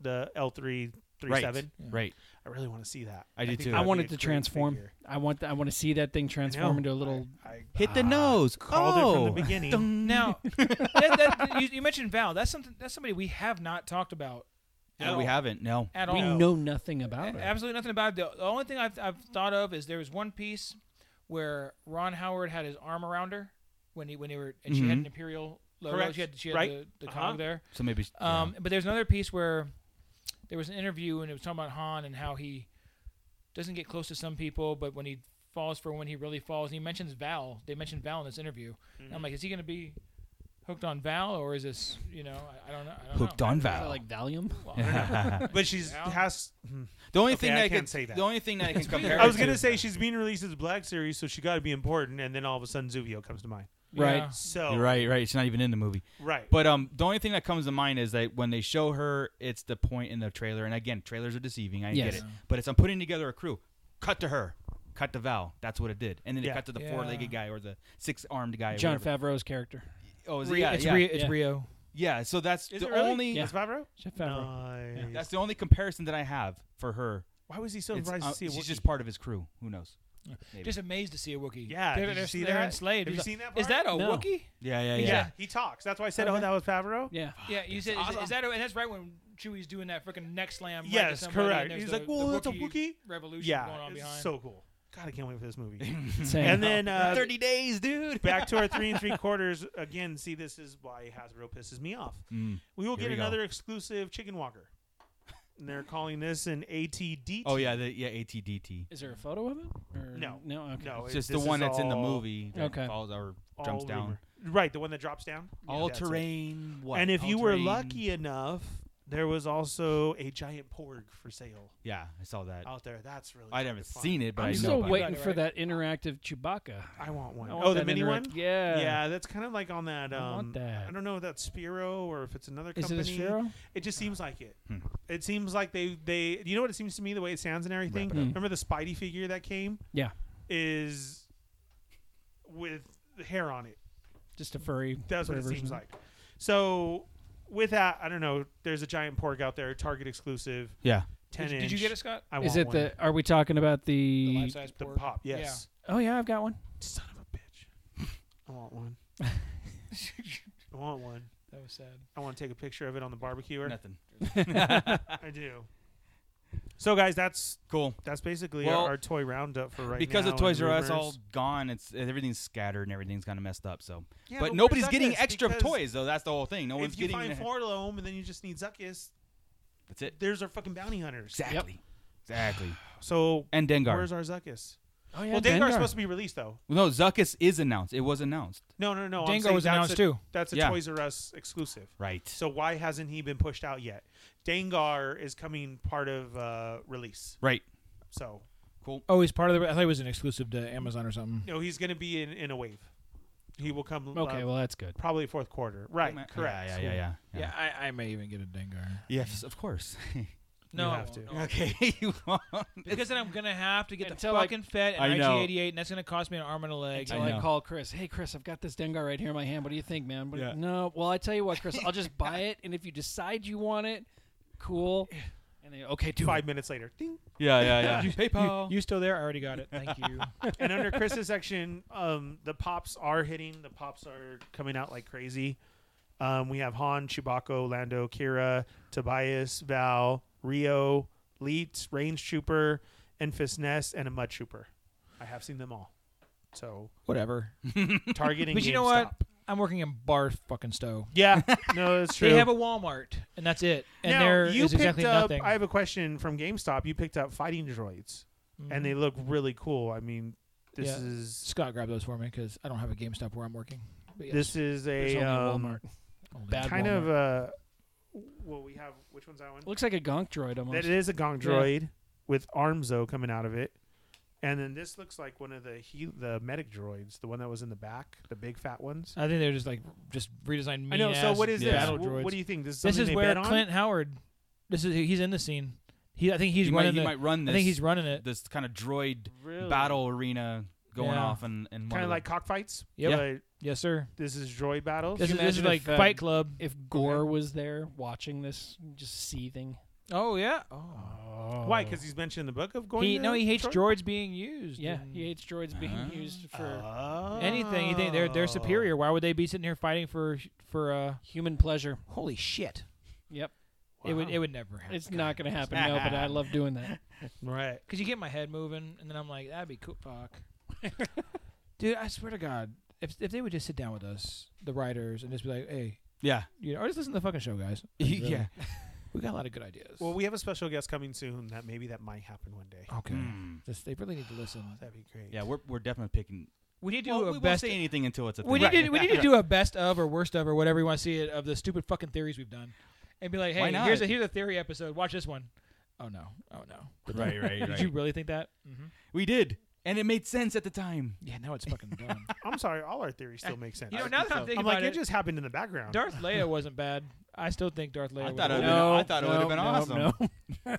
I: the L three three
H: Right.
I: seven.
H: Right.
I: I really want to see that.
H: I do
I: think
H: too.
I: that
E: I
I: would
E: want
I: be
E: it
I: a
E: to
I: great
E: transform.
I: figure.
E: I want I want to see that thing
I: I
E: transform
I: know.
E: into a little.
I: I, I
H: Hit the nose.
I: Ah, called it from the
H: Oh.
I: beginning.
H: Dun.
J: Now, that, that, you, you mentioned Val. That's something. That's somebody we have not talked about
H: No, we haven't. No.
J: at
E: we
J: all.
E: know nothing
H: Oh,
E: about
J: A-
E: it.
J: Absolutely nothing about it. The the only thing I've, I've thought of is there was one piece where Ron Howard had his arm around her when he when they were and she
H: Mm-hmm.
J: had an imperial logo.
I: Correct.
J: She had, she had
I: Right.
J: the, the
I: Uh-huh.
J: cog there.
H: So maybe. yeah.
J: Um, But there's another piece where there was an interview and it was talking about Han and how he doesn't get close to some people, but when he falls for when he really falls, and he mentions Val. They mentioned Val in this interview. And
I: Mm-hmm.
J: I'm like, is he going to be hooked on Val or is this you know I, I don't know. I don't
H: hooked
J: know.
H: on
E: Is that
H: Val.
E: like Valium?
I: But she's
J: Val?
I: has.
H: the only
I: Okay,
H: thing
I: I
H: that
I: can't
H: could-
I: say that.
H: The only thing that I can compare.
I: I was
H: it
I: gonna
H: to-
I: say she's being released as Black Series, so she got to be important. And then all of a sudden, Zuvio comes to mind.
E: Right.
J: Yeah.
I: So
H: You're right. Right. She's not even in the movie.
I: right.
H: But um, the only thing that comes to mind is that when they show her, it's the point in the trailer. And again, trailers are deceiving. I
E: Yes.
H: get it. But it's I'm putting together a crew. Cut to her. Cut to Val. That's what it did. And then
I: Yeah.
H: it cut to the
J: Yeah.
H: four-legged guy or the six-armed guy. or
E: John
H: whatever.
E: Favreau's character.
H: Oh, is it?
J: Rio-
H: Yeah,
J: it's
H: yeah.
J: Rio, it's
E: yeah.
J: Rio.
H: Yeah, So that's
I: Is
H: the
I: it really?
H: only.
I: Is Favreau?
E: Jeff Favreau.
I: Nice.
H: That's the only comparison that I have for her.
I: Why was he so
H: It's,
I: surprised
H: uh,
I: to see a
H: she's
I: Wookiee?
H: just part of his crew. Who knows? Maybe.
J: Just amazed to see a Wookiee.
I: Yeah,
J: They're-
I: did you
J: they're-
I: see
J: they're
I: that?
J: enslaved.
I: Have you
J: He's
I: seen
J: like,
I: that
J: Is that a
E: No.
J: Wookiee?
H: yeah, yeah,
J: Yeah.
I: yeah, he talks. That's why I said, "Oh, that was Favreau."
E: Yeah.
J: Yeah, you said is, is that a, and that's right when Chewie's doing that freaking neck slam. Right
I: Yes,
J: to somebody,
I: correct.
J: and there's
I: He's
J: the,
I: like, "Whoa,
J: the
I: that's a
J: Wookiee
I: Wookiee?"
J: revolution going
I: Yeah,
J: on
I: it's
J: behind.
I: so cool. God, I can't wait for this movie.
E: Same.
I: and then uh,
H: Thirty days, dude.
I: back to our three and three quarters again. See, this is why Hasbro pisses me off.
H: Mm.
I: We will
H: Here
I: get
H: we go.
I: another exclusive Chicken Walker. And they're calling this an ATD.
H: Oh yeah, the, yeah. ATDT.
E: is there a photo of it? Or
I: No.
E: No. Okay.
I: No,
H: It's
I: it-
H: just the
I: Oh, this
H: one
I: is
H: that's in the
I: all-
H: movie. That
E: Okay.
H: Falls or
I: all
H: jumps down.
I: rumor. Right, the one that drops down.
H: all
I: That's it.
H: terrain. What?
I: And if you
H: All
I: were
H: terrain-
I: lucky enough, there was also a giant porg for sale
H: Yeah, I saw that.
I: out there. That's really.
H: I haven't seen it, but
E: I'm
H: I know.
E: still
H: about it.
E: waiting
J: it.
E: for that interactive Chewbacca.
I: I want one.
E: I
I: oh,
E: want
I: the
E: that
I: mini
E: interact-
I: one.
E: Yeah.
I: Yeah, that's kind of like on that. Um,
E: I want that.
I: I don't know if that's Spiro or if it's another
E: Is it
I: company.
E: a Sphero?
I: It just seems like it.
H: Hmm.
I: It seems like they they. You know what it seems to me the way it sounds and everything.
E: up.
I: Remember the Spidey figure that came
E: Yeah.
I: is with hair on it.
E: Just a furry.
I: That's what
E: furry
I: it
E: version.
I: seems like. So with that, I don't know. There's a giant porg out there, Target exclusive,
H: Yeah.
I: ten
J: Did,
I: inch.
J: did you get it, Scott?
I: I
E: Is
I: want
E: it
I: one.
E: the? Are we talking about
J: The
E: the?
J: life-size
I: the
J: pork?
I: pop?
J: Yeah.
I: Yes.
E: oh yeah, I've got one.
I: Son of a bitch. I want one. I want one.
J: that was sad.
I: I want to take a picture of it on the barbecuer.
H: Nothing.
I: I do. So guys, that's
H: Cool.
I: that's basically
H: Well,
I: our, our toy roundup for right
H: because
I: now.
H: of Toys
I: and
H: R Us all
I: rumors.
H: gone, it's everything's scattered and everything's kind of messed up. So,
I: Yeah,
H: but
I: but
H: nobody's
I: we're
H: getting
I: Zuckus
H: extra
I: because
H: toys though. That's the whole thing. No one's
I: If you
H: getting.
I: find
H: the-
I: Forlom and then you just need Zuckus,
H: That's it.
I: there's our fucking bounty hunters.
H: Exactly. Exactly.
I: So
H: and Dengar.
I: Where's our Zuckus?
H: Oh, yeah,
I: well, Dengar's
H: Dengar.
I: supposed to be released though.
H: no, Zuckus is announced. It was announced.
I: No, no, no. I'm
H: Dengar
I: saying
H: was
I: that's
H: announced,
I: a-
H: too.
I: That's a
H: Yeah.
I: Toys R Us exclusive.
H: Right.
I: So why hasn't he been pushed out yet? Dangar is coming part of uh, release.
H: Right.
I: So
H: cool.
J: Oh, he's part of the. I thought he was an exclusive to Amazon or something.
I: No, he's going to be in, in a wave. He will come. uh,
J: Okay, well, that's good.
I: Probably fourth quarter. Right. Correct.
H: yeah, yeah, yeah,
J: Yeah, I, I may even get a Dengar.
H: Yes, of course.
J: No,
H: have to.
J: no.
H: Okay, you won't.
J: Because then I'm gonna have to get
E: Until
J: the
E: I-
J: fucking Fed and
H: I know.
J: IG88, and that's gonna cost me an arm and a leg.
E: Until I, call Chris. Hey, Chris, I've got this Dengar right here in my hand. What do you think, man? What do you-
J: Yeah.
E: No. Well, I tell you what, Chris, I'll just buy it, and if you decide you want it, cool. And then, okay, do
I: Five
E: it.
I: minutes later. Ding.
H: Yeah, yeah, yeah. You-
J: PayPal. You, still there? I already got it. Thank you.
I: and under Chris's section, um, the pops are hitting. The pops are coming out like crazy. Um, we have Han, Chewbacca, Lando, Kira, Tobias, Val, Rio, Leet, Range Trooper, Enfys Nest, and a Mud Trooper. I have seen them all. So
J: Whatever.
I: Targeting
J: But you know what?
I: GameStop.
J: I'm working in Bar fucking Stowe.
I: Yeah. No, that's true.
J: They have a Walmart, and that's it. And
I: now,
J: there
I: you
J: is
I: picked
J: exactly
I: up.
J: nothing.
I: I have a question from GameStop. You picked up fighting droids,
J: Mhm.
I: and they look really cool. I mean, this
J: Yeah.
I: is
J: Scott grabbed those for me because I don't have a GameStop where I'm working. But yes.
I: this is
J: There's
I: a
J: only
I: um,
J: Walmart. Only Walmart.
I: kind of a. Well, we have which one's that one?
E: Looks like a gonk droid almost.
I: That it is a gong
E: Yeah.
I: droid with arms though coming out of it, and then this looks like one of the he, the medic droids, the one that was in the back, the big fat ones.
J: I think they're just like just redesigned. Mean
I: I know, so
J: ass
I: what is this?
J: battle
I: Wh-
J: droids.
I: what do you think? This is
J: this
I: something
J: is
I: they
J: where
I: bet on?
J: Clint Howard. This is he's in the scene. He I think he's
H: he might,
J: running.
H: he
J: the-
H: might run this.
J: I think he's running it.
H: This kind of droid
I: Really?
H: battle arena going
J: Yeah.
H: off and and
I: Kind of like cockfights.
J: Yep. Yeah.
I: but
J: Yes, sir.
I: This is droid battles.
J: This is, this is like
E: uh,
J: Fight Club.
E: If Gore was there watching this, just seething.
J: Oh yeah. Oh.
I: Why? Because he's mentioned in the book of going.
J: He
I: to
J: no, he hates
I: Troy?
J: droids being used.
E: Yeah,
J: and
E: he hates droids being
H: Uh-huh.
E: used for
I: Oh.
J: anything. He think they're they're superior. Why would they be sitting here fighting for for uh?
E: human pleasure.
J: Holy shit!
E: Yep.
J: It would it would never happen.
E: It's not going to happen, no, but I love doing that.
I: Right.
J: Cause you get my head moving, and then I'm like, that'd be cool. Fuck, dude! I swear to God, if if they would just sit down with us, the writers, and just be like, hey,
H: Yeah.
J: you know, or just listen to the fucking show, guys.
H: Yeah.
J: Really. we got a lot of good ideas.
I: Well, we have a special guest coming soon. That maybe that might happen one day.
J: okay,
H: Mm.
J: Just- they really need to listen.
I: That'd be great.
H: Yeah, we're we're definitely picking.
J: We need to
H: Well,
J: do
H: we
J: a
H: won't
J: best.
H: say anything until it's a thing.
J: we need
H: Right.
J: to we need to do a best of or worst of or whatever you want to see it of the stupid fucking theories we've done, and be like,
H: Why
J: hey,
H: not?
J: here's a here's a theory episode. Watch this one. Oh no! Oh no! Did that-
H: Right, right,
J: Did
H: right.
J: you really think that? Mm-hmm.
H: We did, and it made sense at the time.
J: Yeah, now it's fucking done.
I: I'm sorry. All our theories still make sense.
J: you know, now that I'm thinking
I: I'm like,
J: about
I: it just happened in the background.
J: Darth Leia wasn't bad. I still think Darth Leia.
H: I
J: was
H: thought it
J: bad.
H: would've been- I thought it would've been
E: no,
H: awesome.
E: No.
J: We'd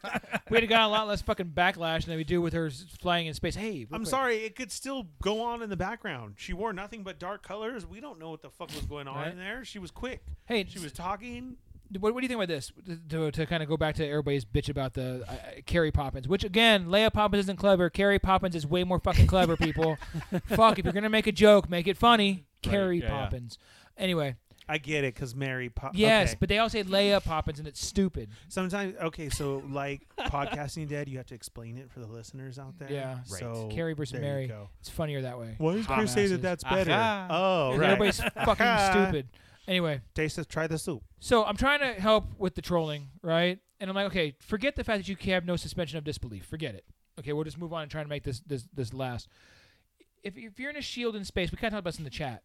J: have gotten a lot less fucking backlash than we do with her s- flying in space. Hey, real
I: I'm
J: quick.
I: sorry, it could still go on in the background. She wore nothing but dark colors. We don't know what the fuck was going on
J: Right.
I: in there. She was quick.
J: Hey,
I: she was talking.
J: What, what do you think about this? To- To, to kind of go back to everybody's bitch about the uh, uh, Carrie Poppins, which again, Leia Poppins isn't clever. Carrie Poppins is way more fucking clever. People, fuck if you're gonna make a joke, make it funny. Carrie
H: yeah, yeah.
J: Poppins. Anyway,
I: I get it, cause Mary. Po- Uh,
J: yes,
I: okay.
J: but they all say Leia Poppins, and it's stupid.
I: sometimes okay. So like podcasting dead, you have to explain it for the listeners out there.
J: Yeah. Right.
I: So
J: Carrie versus
I: Oh, there you
J: Mary.
I: go.
J: It's funnier that way.
I: Why does Chris say that
J: Dumbasses.
I: that's better?
H: Aha.
I: Oh, right.
J: Everybody's fucking
I: Aha.
J: stupid. Anyway,
I: Taste it. Try the soup.
J: So I'm trying to help with the trolling, right? And I'm like, okay, forget the fact that you can have no suspension of disbelief. Forget it. Okay, we'll just move on and try to make this this this last. If, if you're in a shield in space, we kind of talked about this in the chat.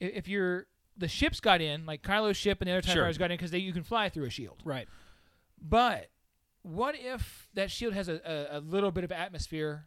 J: I- If you're the ships got in, like Kylo's ship and the other TIE
H: Sure.
J: fighters got in because you can fly through a shield.
E: Right.
J: But what if that shield has a, a, a little bit of atmosphere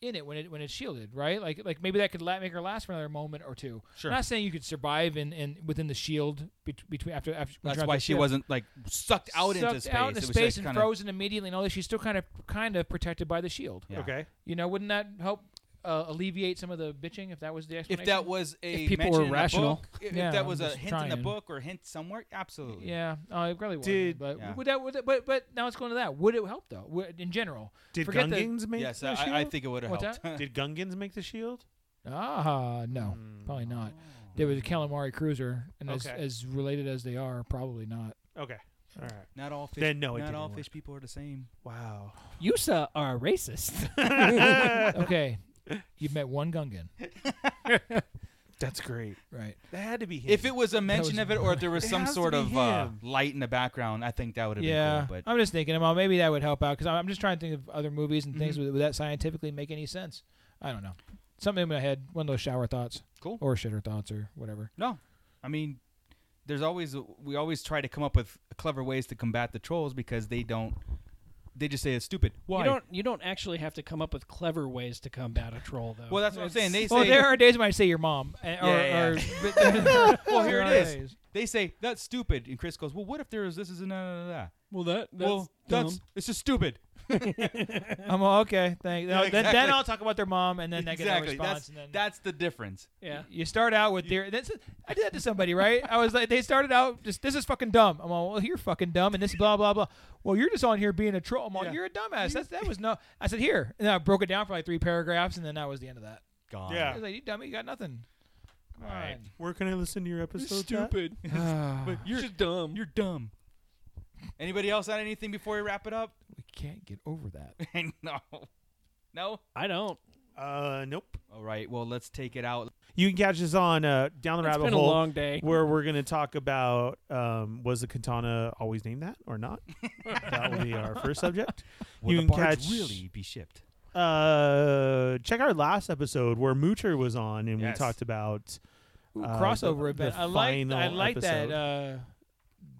J: in it when it when it's shielded, right? Like like maybe that could la- make her last for another moment or two.
H: Sure.
J: I'm not saying you could survive in, in within the shield bet- between after after. when you're
H: That's
J: on
H: why
J: the
H: she
J: ship.
H: wasn't like sucked out into
J: Sucked
H: space.
J: out into
H: It was
J: space
H: just
J: and
H: kinda-
J: frozen immediately, and all this. She's still kind of kind of protected by the shield.
H: Yeah.
I: Okay.
J: You know, wouldn't that help uh, alleviate some of the bitching if that was the explanation?
H: If that was a
E: If people
H: mention
E: were
H: in a
E: rational.
H: book, if, if
J: Yeah,
H: that
J: I'm
H: was a
J: just
H: hint in
J: trying.
H: the book or a hint somewhere, absolutely.
J: Yeah, oh, it probably would.
I: Did-
J: but
H: Yeah.
J: would that would that, but but now it's going to that. Would it help though? Would, in general,
I: Did
J: forget the-
I: Gungans make
H: Yes,
I: the
H: I-
I: shield?
H: I, I think it would have
J: What's
H: helped.
I: Did Gungans make the shield? Mm,
J: Ah, no,
H: Hmm.
J: probably not. There was a calamari cruiser, and as,
I: Okay.
J: as related as they are, probably not.
I: Okay. All right.
H: Not all fish.
I: Then no, it
H: not
I: didn't
H: all
I: work.
H: fish people are the same.
I: Wow.
E: Yusa are racist.
J: okay, you've met one Gungan.
I: That's great.
J: Right.
I: That had to be him.
H: If it was a mention
J: was-
H: of it, or if there was
I: It
H: some
I: has to
H: sort
I: be
H: of uh,
I: him.
H: light in the background, I think that would have
J: yeah,
H: been cool. But
J: I'm just thinking about maybe that would help out because I'm just trying to think of other movies and
H: Mm-hmm.
J: things. Would, would that scientifically make any sense? I don't know. Something in my head, one of those shower thoughts,
H: Cool.
J: or shitter thoughts, or whatever.
H: No, I mean, there's always we always try to come up with clever ways to combat the trolls because they don't. They just say it's stupid.
E: You
H: Why?
E: don't you don't actually have to come up with clever ways to combat a troll though.
H: well, that's what I'm saying. They
J: well,
H: say.
J: there are days when I say your mom, and, or,
H: Yeah,
J: or
H: yeah.
J: but there-
H: well, here
J: there
H: it
J: are
H: is.
J: days.
H: They say that's stupid, and Chris goes, "Well, what if there is this is a na na na na?"
E: well that that's
H: Well, that's it's just stupid.
J: I'm all, okay. Thank.
H: Yeah,
J: then- Then
H: exactly.
J: I'll talk about their mom, and then I get a
H: exactly.
J: response.
H: That's
J: and then
H: that's the difference.
E: yeah.
J: You start out with their. That's, I did that to somebody, right? I was like, they started out just this is fucking dumb. I'm all, well, you're fucking dumb, and this blah blah blah. Well, you're just on here being a troll. I'm all,
H: Yeah.
J: you're a dumbass. That's, that was no. I said here, and I broke it down for like three paragraphs, and then that was the end of that.
H: Gone.
J: I
I: Yeah.
J: was like, you dummy, you got nothing. Come on.
H: Right.
I: Where can I listen to your episode? Pat?
J: Ah,
H: You're
E: dumb.
H: You're dumb. Anybody else on anything before we wrap it up?
J: we can't get over that.
H: no. No?
E: I don't.
I: Uh, nope.
H: All right. Well, let's take it out.
I: You can catch us on uh, down the
E: It's
I: rabbit
E: been
I: hole,
E: a long day.
I: where we're gonna talk about um, was the katana always named that or not? that will be our first subject.
H: Will
I: you
H: the
I: can
H: barge
I: catch
H: really be shipped?
I: uh, check our last episode where Moocher was on and
H: Yes.
I: we talked about
J: Ooh,
I: uh,
J: crossover
I: the-
J: event.
I: the
J: I like. I
I: final
J: like that.
I: episode.
J: Uh,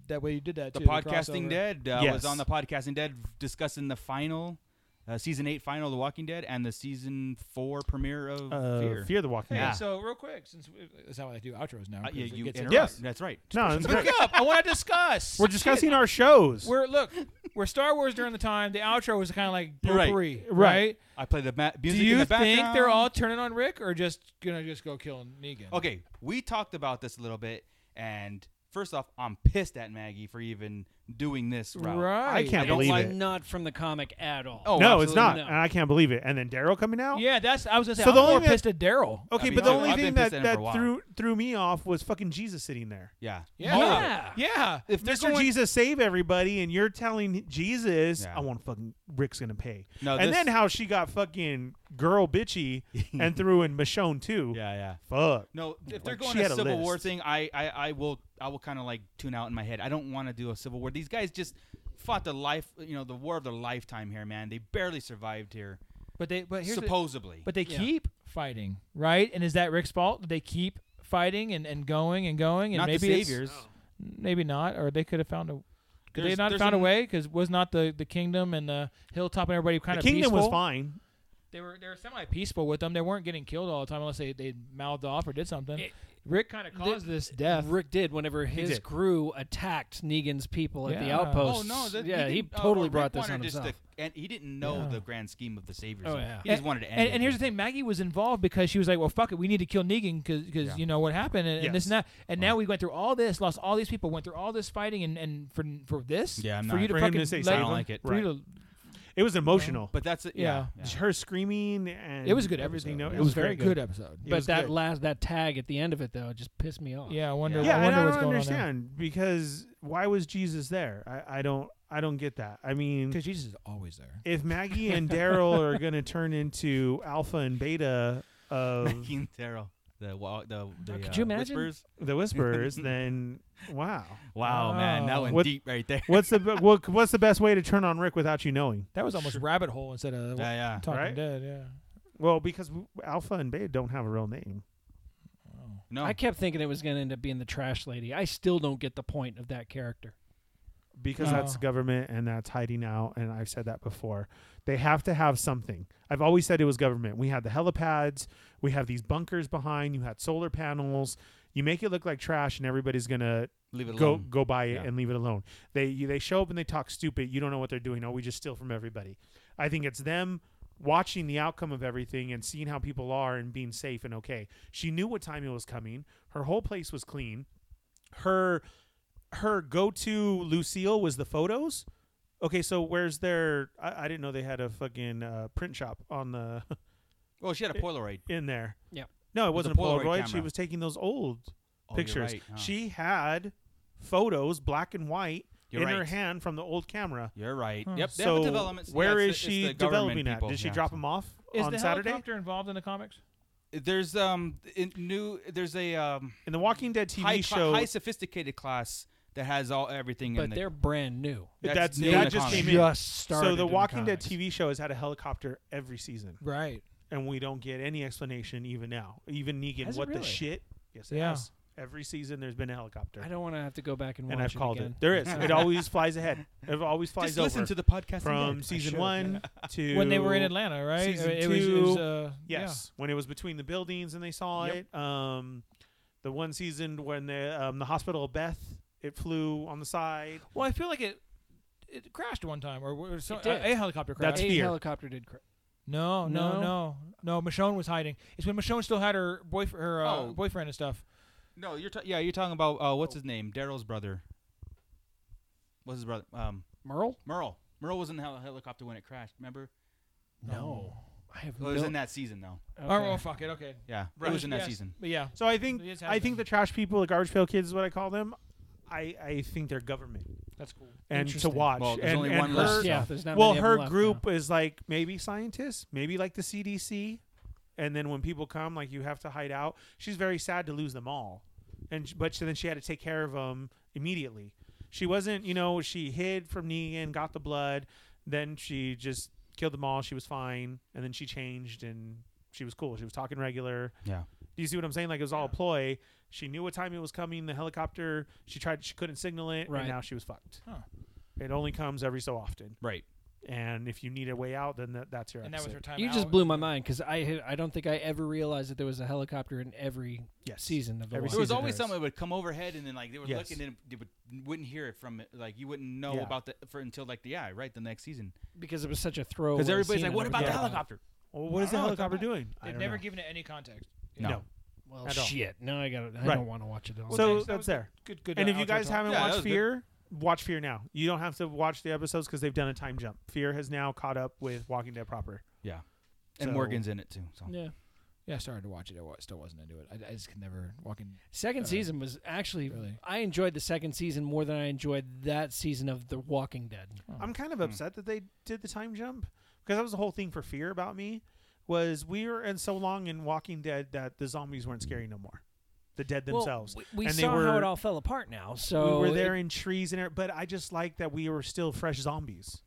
J: that way you did that.
H: The
J: too,
H: Podcasting
J: crossover.
H: Dead uh,
I: Yes.
H: was on the Podcasting Dead discussing the final, uh, season eight final of The Walking Dead and the season four premiere of
I: uh,
H: Fear.
I: Fear. the Walking
J: Hey,
H: Yeah.
I: Dead.
J: so real quick, since we, that's how I do outros now.
H: Uh,
J: 'cause
H: yeah,
J: it
H: you
J: gets in-
H: interrupt.
I: Yes.
H: That's right.
I: No, it's
J: Look
I: great.
J: up. I want to discuss.
I: We're discussing our shows.
J: We're look, we're Star Wars during the time. The outro was kind of like
H: You're right.
J: potpourri, right?
H: I play the ma- music
J: Do
H: in
J: you
H: the background. Oh,
J: think they're all turning on Rick or just gonna just go kill Negan?
H: Okay, we talked about this a little bit, and first off, I'm pissed at Maggie for even doing this route.
J: right.
I: I can't
H: I don't
I: believe
H: like-
I: it.
E: Not from the comic at all.
H: Oh,
I: no, it's
H: absolutely
I: not,
E: not.
I: and I can't believe it. And then Daryl coming out.
J: Yeah, that's. I was gonna say.
I: So
J: I'm
I: the
J: more
I: only thing
J: pissed at Daryl.
I: Okay,
H: I mean,
I: but the
H: I've-
I: only
H: I've been
I: thing that,
H: pissed at him for a
I: that
H: while.
I: threw threw me off was fucking Jesus sitting there.
H: Yeah.
J: Yeah.
H: All of it.
E: Yeah.
J: Yeah.
H: If they're
I: Mr.
H: going-
I: Jesus save everybody, and you're telling Jesus,
H: Yeah.
I: I want fucking Rick's gonna pay.
H: No,
I: and
H: this-
I: then how she got fucking girl bitchy and threw in Michonne too.
H: Yeah, yeah.
I: Fuck.
H: No, if they're
I: Like,
H: going
I: she
H: a
I: had a
H: Civil War
I: list.
H: thing, I, I, I will I will kind of like tune out in my head. I don't want to do a Civil War. These guys just fought the life, you know, the war of their lifetime here, man. They barely survived here,
J: But they. But here's. the-
H: supposedly.
J: but they
E: Yeah.
J: keep fighting, right? And is that Rick's fault? Did They keep fighting and, and going and going and
H: not
J: maybe
H: the
J: it's-
H: saviors.
E: Oh.
J: maybe not, or they could have found a. Could they
H: There's-
J: not
H: there's
J: found a
H: an-
J: way? Because was not the, the kingdom and the hilltop and everybody kind
I: The
J: of
I: kingdom
J: peaceful?
I: was fine.
J: They were they were semi peaceful with them. They weren't getting killed all the time unless they, they mouthed off or did something.
E: It-
J: Rick kind of caused this death.
E: Rick did whenever his
I: did.
E: crew attacked Negan's people at the
J: Yeah.
H: Oh
E: outpost.
H: no! That,
E: yeah, he,
H: didn't- uh,
E: totally
H: Rick
E: brought this
H: wanted
E: on
H: just
E: himself.
H: To, and he didn't know
J: Yeah.
H: the grand scheme of the saviors.
E: Oh, yeah.
H: He just wanted to end.
J: And,
H: it.
J: and here's the thing: Maggie was involved because she was like, "Well, fuck it, we need to kill Negan because
H: Yeah.
J: you know what happened and, and this
I: Yes.
J: and that." And now we went through all this, lost all these people, went through all this fighting, and, and for for this,
H: Yeah, I'm
J: for
H: not-
J: you to
I: for him
J: fucking
I: to say
J: let-
I: save
H: I don't like it.
J: for you
I: Right.
J: to-
I: It was emotional.
H: But that's it. Yeah. yeah.
I: Her screaming and
J: it was a good
I: everything. No,
J: episode. It
I: it,
J: was,
I: was
J: a very
I: very good.
J: episode.
I: It
E: but
I: was
E: that
I: good.
E: last that tag at the end of it though just pissed me off.
J: Yeah, I wonder.
I: yeah,
J: I
I: and
J: wonder
I: I
J: what's
I: don't
J: going on there.
I: understand because why was Jesus there? I, I don't I don't get that. I mean,
J: Because Jesus is always there.
I: if Maggie and Daryl are gonna turn into alpha and beta of
H: King Terrell, the wa- the, the
E: could
H: uh,
E: you imagine?
H: whispers.
I: the Whisperers, then wow,
H: Wow, man, that went
I: What-
H: deep right there.
I: What's the be- what, what's the best way to turn on Rick without you knowing?
J: That was almost rabbit hole instead of
H: Yeah, yeah.
J: Talking
I: Right?
J: Dead. Yeah.
I: Well, because w- Alpha and Beta don't have a real name.
H: No,
E: I kept thinking it was going to end up being the trash lady. I still don't get the point of that character.
I: Because that's
J: No.
I: government and that's hiding out, and I've said that before. They have to have something. I've always said it was government. We had the helipads, we have these bunkers behind, you had solar panels. You make it look like trash, and everybody's gonna
H: leave it
I: go
H: alone.
I: go buy it
H: Yeah.
I: and leave it alone. They you, they show up and they talk stupid. You don't know what they're doing. Oh, we just steal from everybody. I think it's them watching the outcome of everything and seeing how people are and being safe and okay. She knew what time it was coming. Her whole place was clean. Her her go to Lucille was the photos. Okay, so where's their? I, I didn't know they had a fucking uh, print shop on the
H: Well, Oh, she had a Polaroid.
I: in there.
E: Yep.
I: No, it
H: With a
I: wasn't a
H: Polaroid
I: Polaroid. She
H: camera.
I: was taking those old
H: Oh, you're
I: pictures.
H: right, huh.
I: She had photos, black and white,
H: You're
I: in her
H: right.
I: hand from the old camera.
H: You're right. Yep. they have a
I: Hmm. So
H: development.
I: where
H: yeah,
I: is
H: it's the- it's
I: she
H: the government
I: developing
H: people.
I: that? Did she
H: Yeah,
I: drop
H: so-
I: them off
J: Is
I: on
J: the
I: Saturday?
J: helicopter involved in the comics?
H: There's um in new there's a um
I: in the Walking Dead TV
H: high,
I: show-
H: high sophisticated class that has all everything
E: But
H: in the,
E: they're brand new.
H: That's
I: That's,
H: new in
I: that
H: the
I: just
H: comics.
I: came in.
E: Just started
I: so
E: in
I: the
E: the
I: Walking Dead
E: comics.
I: TV show has had a helicopter every season,
J: Right.
I: And we don't get any explanation even now. Even Negan,
E: Has it
I: what the
E: really?
I: shit? Yes, it
E: Yeah.
I: has. Every season there's been a helicopter.
E: I don't want to have to go back and watch
I: and I've
E: it
I: called
E: again.
I: it. There is. It always flies ahead. It always flies
H: Just listen
I: over.
H: to the podcast
I: from
H: again. I
I: season
H: should,
I: one to
J: When they were in Atlanta, right?
I: Season
J: It
I: two,
J: was- it was, uh,
I: yes, when it was between the buildings and they saw
J: Yep.
I: it. Um, the one season when the um, the hospital of Beth it flew on the side.
J: Well, I feel like it it crashed one time or, or so,
E: It did.
J: a, a helicopter crashed.
I: That's
E: a
I: fear.
E: helicopter did. Cra-
J: No, no,
E: No?
J: no, no. Michonne was hiding. It's when Michonne still had her boyfriend, her uh,
H: Oh.
J: boyfriend and stuff.
H: No, you're ta- yeah, you're talking about uh, what's his name? Daryl's brother. What's his brother? Um,
E: Merle?
H: Merle. Merle was in the hel- helicopter when it crashed. Remember?
E: No, I have.
H: Well, it was in that season though.
J: Oh,
E: Okay.
J: well, fuck it. Okay.
H: Yeah,
J: Right.
H: it was in that
J: Yes,
H: season.
J: But yeah.
I: So I think
J: It has
I: I
J: happened.
I: think the trash people, the garbage pail kids, is what I call them. I, I think they're government
J: That's cool.
I: and to
E: Interesting.
I: watch.
H: Well, there's
I: and,
H: only
I: and
H: one
I: her,
H: left, so-
E: yeah, there's not
I: well,
E: many of them
I: her
E: left now.
I: group is like maybe scientists, maybe like the CDC, and then when people come, like you have to hide out. She's very sad to lose them all, and sh- but she, then she had to take care of them immediately. She wasn't, you know, she hid from Negan, got the blood, then she just killed them all. She was fine, and then she changed and she was cool. She was talking regular.
H: Yeah.
I: Do you see what I'm saying? Like it was all a ploy. She knew what time it was coming. The helicopter. She tried. She couldn't signal it,
E: Right.
I: and now she was fucked.
J: Huh.
I: It only comes every so often
H: Right.
I: and if you need a way out, then that, that's your.
J: And that was her
I: exit.
J: time.
E: You
J: out.
E: just blew my mind because I had- I don't think I ever realized that there was a helicopter in every
I: Yes.
E: season of the
I: Every
E: Walking
H: There was
I: season
E: Dead.
H: always
I: there
H: something that would come overhead, and then like they were
I: Yes.
H: looking, and they would, wouldn't hear it from it. Like you wouldn't know
I: Yeah.
H: about the for until like the yeah, right, the next season.
E: because it was such a throwaway.
H: Because everybody's
E: scene
H: like,
E: and
H: "What about the
E: everything.
H: helicopter?"
I: Well, what is the
H: I don't know,
I: helicopter
H: come back.
I: doing? I
J: They've
I: don't
J: never
I: know.
J: given it any context.
I: no.
E: Well,
I: At all.
E: shit. No, I got. I
I: Right.
E: don't want to watch it. All.
I: So
J: thanks. That
I: that's
J: was
I: there.
J: Good, good.
I: and
J: uh,
I: if you
J: outro
I: guys
J: talk.
I: haven't
H: Yeah, that
I: watched
H: was good.
I: Fear, watch Fear now. You don't have to watch the episodes because they've done a time jump. Fear has now caught up with Walking Dead proper.
H: Yeah. And
I: So-
H: Morgan's in it too. So
E: yeah,
J: yeah, I started to watch it. I wa- still wasn't into it. I, I just could never walking.
E: second season was actually.
J: really?
E: I enjoyed the second season more than I enjoyed that season of The Walking Dead.
J: Oh.
I: I'm kind of upset that they did the time jump because that was the whole thing for Fear about me was we were in so long in Walking Dead that the zombies weren't scary no more. The dead themselves.
E: Well, we we
I: and
E: saw
I: they were,
E: how it all fell apart. Now, so
I: we were there in trees and everyth- but I just like that we were still fresh zombies.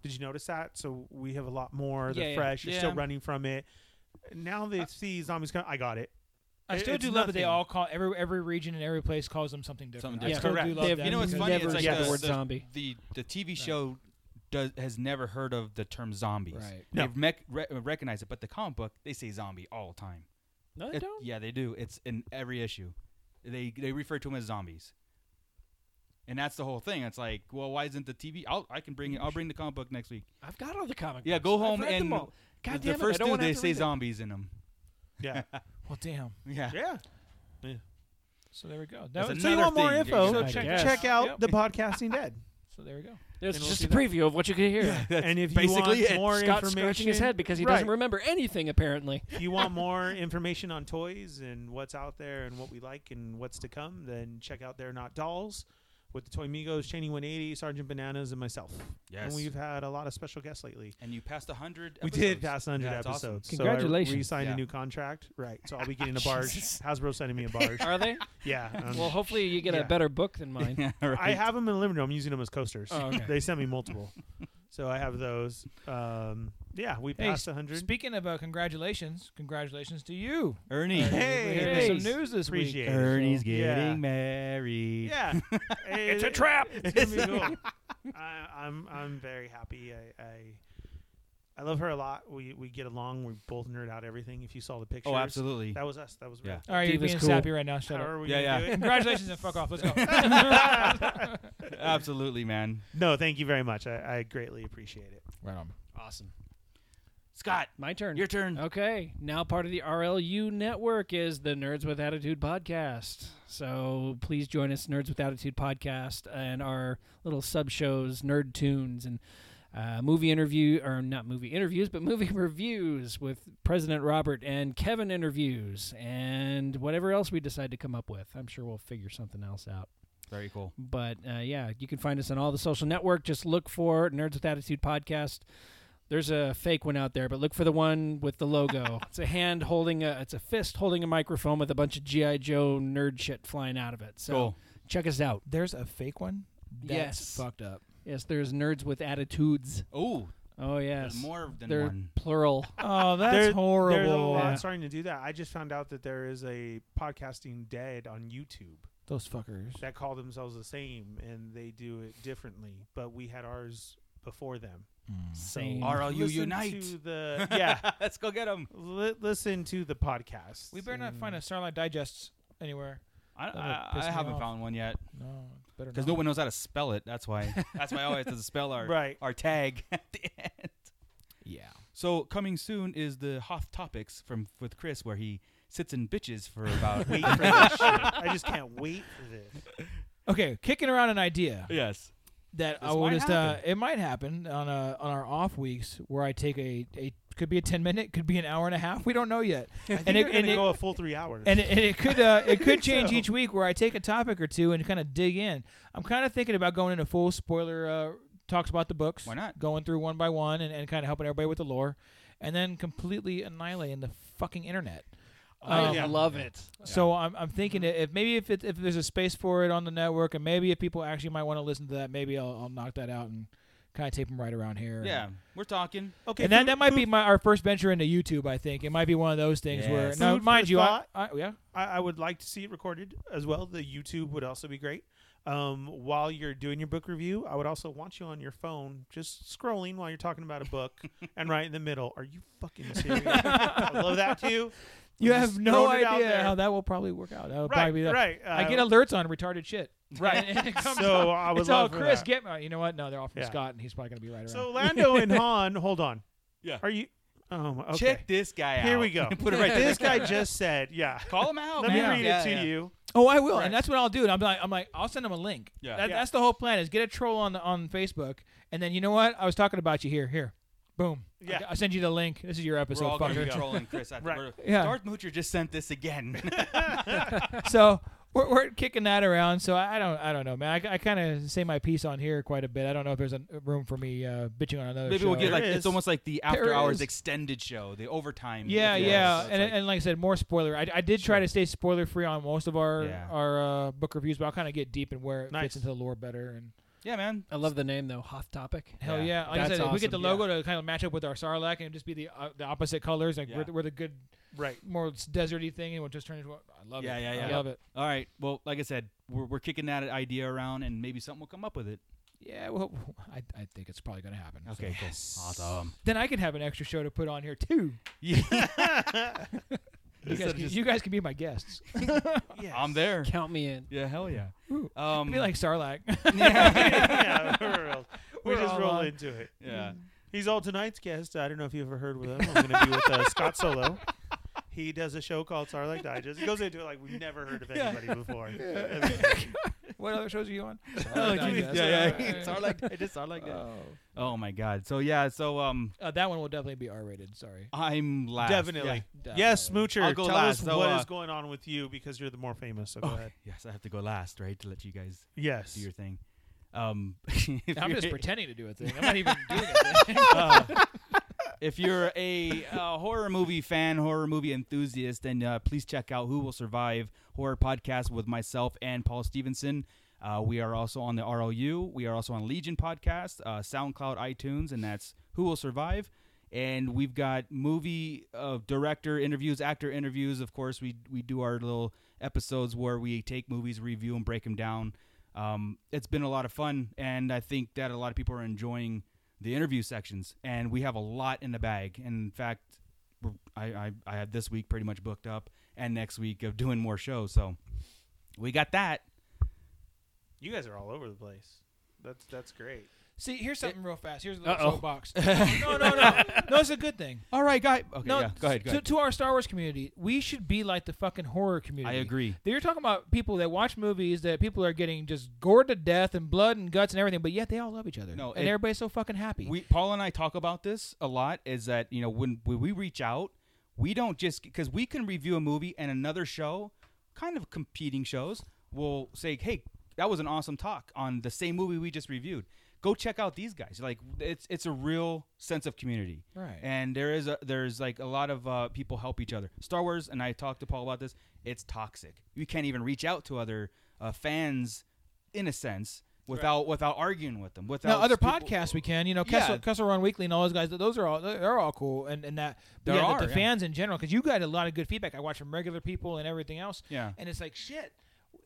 I: Did you notice that? So we have a lot more. They're
E: Yeah, yeah.
I: fresh. You're still
H: Yeah.
I: running from it. Now they see zombies come. I got it.
J: I
I: It-
J: still
I: it's
J: do love that they
I: nothing.
J: all call every every region and every place calls them something different.
H: Something
J: I
E: Yeah,
H: different.
J: still
I: Correct.
J: do love
E: They've-
J: that
H: You know what's
J: because-
H: funny?
E: never
H: It's like
E: said
I: the
H: the,
E: word zombie.
H: The the TV show does has never heard of the term zombies.
J: Right.
I: No.
H: They've mec- re- recognized it, but the comic book they say zombie all the time.
E: no, they
H: It-
E: don't.
H: Yeah, they do. It's in every issue. They they refer to them as zombies. And that's the whole thing. It's like, well, why isn't the TV? I'll, I can bring it. I'll bring the comic book next week.
E: I've got all the comic.
H: Yeah,
E: books.
H: go
E: I've
H: home
E: read
H: and
E: them all. God
H: the
E: damn it, I
H: first
E: don't
H: two
E: wanna
H: they
E: have to
H: say
E: read them.
H: zombies in them.
I: Yeah.
J: Well, damn.
H: Yeah.
I: yeah.
J: So there we go. That
H: That's
J: was,
I: So you want more
H: thing.
I: info?
J: So
E: I
J: check,
E: guess.
I: Check out
J: Yep.
I: the podcasting dead.
J: So there we go.
E: It's
I: And we'll
E: just
I: see
E: a preview of what you could hear.
I: and if you
H: basically
I: want
H: it.
I: more
E: Scott's
I: information,
E: scratching his head because he doesn't
I: Right.
E: remember anything apparently.
I: If you want more information on toys and what's out there and what we like and what's to come, then check out They're Not Dolls with the Toy Migos, Cheney 180, Sergeant Bananas, and myself.
H: Yes.
I: And we've had a lot of special guests lately.
H: And you passed 100
I: We
H: episodes.
I: did pass 100
H: Yeah, it's awesome.
I: episodes. So
E: Congratulations.
I: I re-signed
H: Yeah. Oh,
I: a new contract. Right. So I'll be getting a barge. Hasbro sending me a barge.
E: Are they?
I: yeah. um,
E: Well, hopefully you get
I: Yeah.
E: a better book than mine.
H: Yeah, right.
I: I have them in the living room. I'm using them as coasters.
E: Oh, okay.
I: They sent me multiple. so I have those. Um, yeah, we
J: Hey,
I: passed 100.
J: Speaking of uh, congratulations, congratulations to you.
H: Ernie.
I: Hey.
J: Hey,
E: Hey.
J: some news this
I: Appreciate
J: week.
I: it.
H: Ernie's getting
I: Yeah.
H: married.
I: Yeah, it's a trap. It's gonna be cool. I, I'm I'm very happy. I, I I love her a lot. We we get along. We both nerd out everything. If you saw the pictures,
H: Oh, absolutely.
I: That was us. That was
H: Yeah.
I: real.
J: All right, you're
E: Diva's
J: being
E: cool.
J: sappy right now. Shut
I: How
J: up.
I: are we
H: Yeah,
I: gonna
H: yeah.
I: do it?
J: Congratulations and fuck off. Let's go.
H: Absolutely, man.
I: No, thank you very much. I, I greatly appreciate it.
J: right on.
E: Awesome.
H: Scott,
E: My turn.
H: your turn.
E: Okay. Now part of the RLU network is the Nerds with Attitude podcast. So please join us, Nerds with Attitude podcast, and our little sub shows, Nerd Tunes, and uh, movie interview or not movie interviews, but movie reviews with President Robert and Kevin interviews, and whatever else we decide to come up with. I'm sure we'll figure something else out.
H: Very cool.
E: But uh, yeah, you can find us on all the social network. Just look for Nerds with Attitude podcast. There's a fake one out there, but look for the one with the logo. it's a hand holding a, it's a fist holding a microphone with a bunch of GI Joe nerd shit flying out of it. So
J: Cool.
E: check us out.
J: There's a fake one. That's
E: yes,
J: fucked up.
E: Yes, there's nerds with attitudes.
H: Oh,
E: Oh yes,
H: more than
E: they're
H: one.
E: plural.
J: Oh, that's
I: There-
J: horrible. uh,
I: There's a lot
E: Yeah.
I: starting to do that. I just found out that there is a podcasting dead on YouTube
J: Those fuckers.
I: that call themselves the same and they do it differently, but we had ours before them.
J: Hmm.
I: So
E: Same.
H: RLU
I: listen
H: unite.
I: To the, yeah,
H: Let's go get them.
I: li- listen to the podcast.
J: We better not find a Starlight Digests anywhere.
H: I,
J: That'd
H: I,
J: piss
H: I
J: me
H: haven't
J: off.
H: found one yet
J: No, better
H: because
J: not.
H: no one knows how to spell it. That's why. That's why I always have to spell our
I: Right.
H: our tag at the end.
J: yeah.
H: So coming soon is the hot topics from with Chris, where he sits and bitches for about.
I: wait for this shit. I just can't wait for this.
J: Okay, kicking around an idea
H: yes.
J: that I
H: This
J: will
H: might
J: just uh, it might happen on uh on our off weeks where I take a, a could be a ten minute, could be an hour and a half. We don't know yet.
I: And
J: And
I: it,
J: it-
I: going
J: and
I: to
J: it-
I: go a full three hours.
J: and it, and it could uh, it could change
I: So-
J: each week where I take a topic or two and kind of dig in. I'm kind of thinking about going into full spoiler uh, talks about the books.
H: Why not?
J: Going through one by one and, and kind of helping everybody with the lore, and then completely annihilating the fucking internet.
E: I
I: Oh,
J: Um,
E: love it.
J: So I'm, I'm thinking i- if maybe if it, if there's a space for it on the network, and maybe if people actually might want to listen to that, maybe I'll, I'll knock that out and kind of tape them right around here.
H: Yeah, we're talking.
I: okay,
J: And that,
I: food-
J: that might be
I: food-
J: my our first venture into YouTube. I think it might be one of those things where
H: Yes.
J: now,
I: Food for
J: mind you, I,
I: thought.
J: I yeah
I: I, I would like to see it recorded as well. The YouTube would also be great. Um, while you're doing your book review, I would also want you on your phone, just scrolling while you're talking about a book, and right in the middle, are you fucking serious? I love that too.
J: You
I: I'm
J: have
I: just
J: no
I: throwing it out
J: idea
I: there.
J: how that will probably work out. That will
I: Right,
J: probably be the-
I: right. Uh,
J: I get alerts on retarded shit. Right. and it comes
I: So
J: up.
I: I would
J: it's all
I: love for
J: Chris
I: that.
J: get me. You know what? No, they're all from
I: Yeah.
J: Scott, and he's probably gonna be right around.
I: So Lando and Han, hold on.
H: Yeah.
I: Are you? Oh, my- okay.
H: Check this guy out.
I: Here we go.
H: Put it right there.
I: This guy just said, yeah.
H: Call him out.
I: Let me
H: man.
I: read
H: Yeah,
I: it to
H: yeah.
I: you.
J: oh, I will,
I: Right.
J: and that's what I'll do. And I'm like, I'm like, I'll send him a link.
H: Yeah.
J: That,
I: Yeah.
J: That's the whole plan: is get a troll on the, on Facebook, and then you know what? I was talking about you here. Here, boom.
I: Yeah.
J: I, I send you the link. This is your
H: We're all
J: episode,
H: gonna be
J: fucker.
H: trolling Chris. After
I: Right.
H: we're-
J: Yeah.
H: Darth Moocher just sent this again.
J: so we're, we're kicking that around. So I I don't, I don't know, man. I, I kind of say my piece on here quite a bit. I don't know if there's a room for me uh, bitching on another.
H: Maybe we'll
J: show.
H: get like
I: There
H: it's
I: is.
H: almost like the after
J: There
H: hours
J: is.
H: extended show, the overtime.
J: Yeah,
H: if you will.
J: yeah,
H: So it's
J: and
H: like-
J: and like I said, more spoiler. I, I did try
H: Sure.
J: to stay spoiler free on most of our
H: Yeah.
J: our uh, book reviews, but I'll kind of get deep in where it
I: Nice.
J: fits into the lore better. And
H: yeah, man.
E: I love the name though. Hot topic.
J: hell
H: Yeah.
J: yeah, like I
E: That's
J: said, if we get the
E: awesome,
J: logo to kind of match up with our Sarlacc and just be the uh, the opposite colors. Like
H: Yeah.
J: we're, the- we're the good,
I: Right.
J: more deserty thing, and we'll just turn into. A, I love
H: Yeah,
J: it.
H: yeah,
J: I
H: yeah.
J: love it.
H: All right. Well, like I said, we're, we're kicking that idea around, and maybe something will come up with it.
J: Yeah, well, I, I think it's probably gonna happen. so.
H: Okay, cool. Awesome.
J: Then I can have an extra show to put on here too.
H: Yeah,
J: You guys,
H: of
J: can,
H: just-
J: you guys can be my guests.
H: I'm there.
E: Count me in.
H: Yeah, hell yeah.
J: Ooh.
H: Um,
J: be like Sarlacc.
I: yeah, we're real. we
J: We're
I: just
J: all
I: roll
J: on.
I: into it.
H: yeah.
I: He's all tonight's guest. I don't know if you ever heard with him. I'm going to be with uh, Scott Solo. He does a show called Sarlacc Digest. He goes into it like we've never heard of anybody before.
J: what other shows are you on?
H: Oh,
J: Sarlacc
H: geez.
J: Digest.
H: yeah, yeah. It's
J: Alright.
H: all like I just all like that.
J: Oh.
H: Oh my god. So yeah. So um,
J: Uh, that one will definitely be R-rated. Sorry.
H: I'm last.
I: Definitely.
J: Yeah.
I: Yes,
J: Definitely.
I: Smoocher,
H: I'll go
I: tell
H: last,
I: us
H: so,
I: what
H: uh, Oh,
I: is going on with you because you're the more famous. So go ahead.
H: Yeah. Yes, I have to go last, right, to let you guys
I: Yes.
H: do your thing. Um, if
J: I'm
H: you're-
J: just pretending to do a thing. I'm not even doing a thing.
H: if you're a uh, horror movie fan, horror movie enthusiast, then uh, please check out Who Will Survive Horror Podcast with myself and Paul Stevenson. Uh, we are also on the RLU. We are also on Legion Podcast, uh, SoundCloud, iTunes, and that's Who Will Survive. And we've got movie uh, director interviews, actor interviews. Of course, we we do our little episodes where we take movies, review, and break them down. Um, it's been a lot of fun, and I think that a lot of people are enjoying the interview sections, and we have a lot in the bag. And in fact, we're- I, I, I have this week pretty much booked up, and next week of doing more shows. So we got that.
I: You guys are all over the place. That's that's great.
J: See, here's something real fast. Here's a little
E: Uh-oh.
J: soapbox. no, no, no. No, it's a good thing.
H: All right, guy. Okay,
J: No,
H: yeah. Go ahead. Go
J: to,
H: ahead.
J: to our Star Wars community, we should be like the fucking horror community.
H: I agree.
J: That You're talking about people that watch movies that people are getting just gored to death and blood and guts and everything, but yet they all love each other.
H: No,
J: and
H: it-
J: everybody's so fucking happy.
H: We Paul and I talk about this a lot. Is that you know when when we reach out, we don't just because we can review a movie and another show, kind of competing shows, will say, "Hey, that was an awesome talk on the same movie we just reviewed." go check out these guys. Like it's it's a real sense of community.
M: Right.
H: And there is a there's like a lot of uh, people help each other. Star Wars, and I talked to Paul about this. It's toxic. You can't even reach out to other uh, fans, in a sense, without without arguing with them. Without
J: Now other
H: people-
J: podcasts we can, you know,
H: Yeah.
J: Kessel, Kessel Run Weekly and all those guys. th- Those are all they're all cool, and and that but
H: There
J: yeah, the-
H: are,
J: the,
H: yeah.
J: fans in general because you got a lot of good feedback. I watch from regular people and everything else.
H: Yeah.
J: and it's like shit.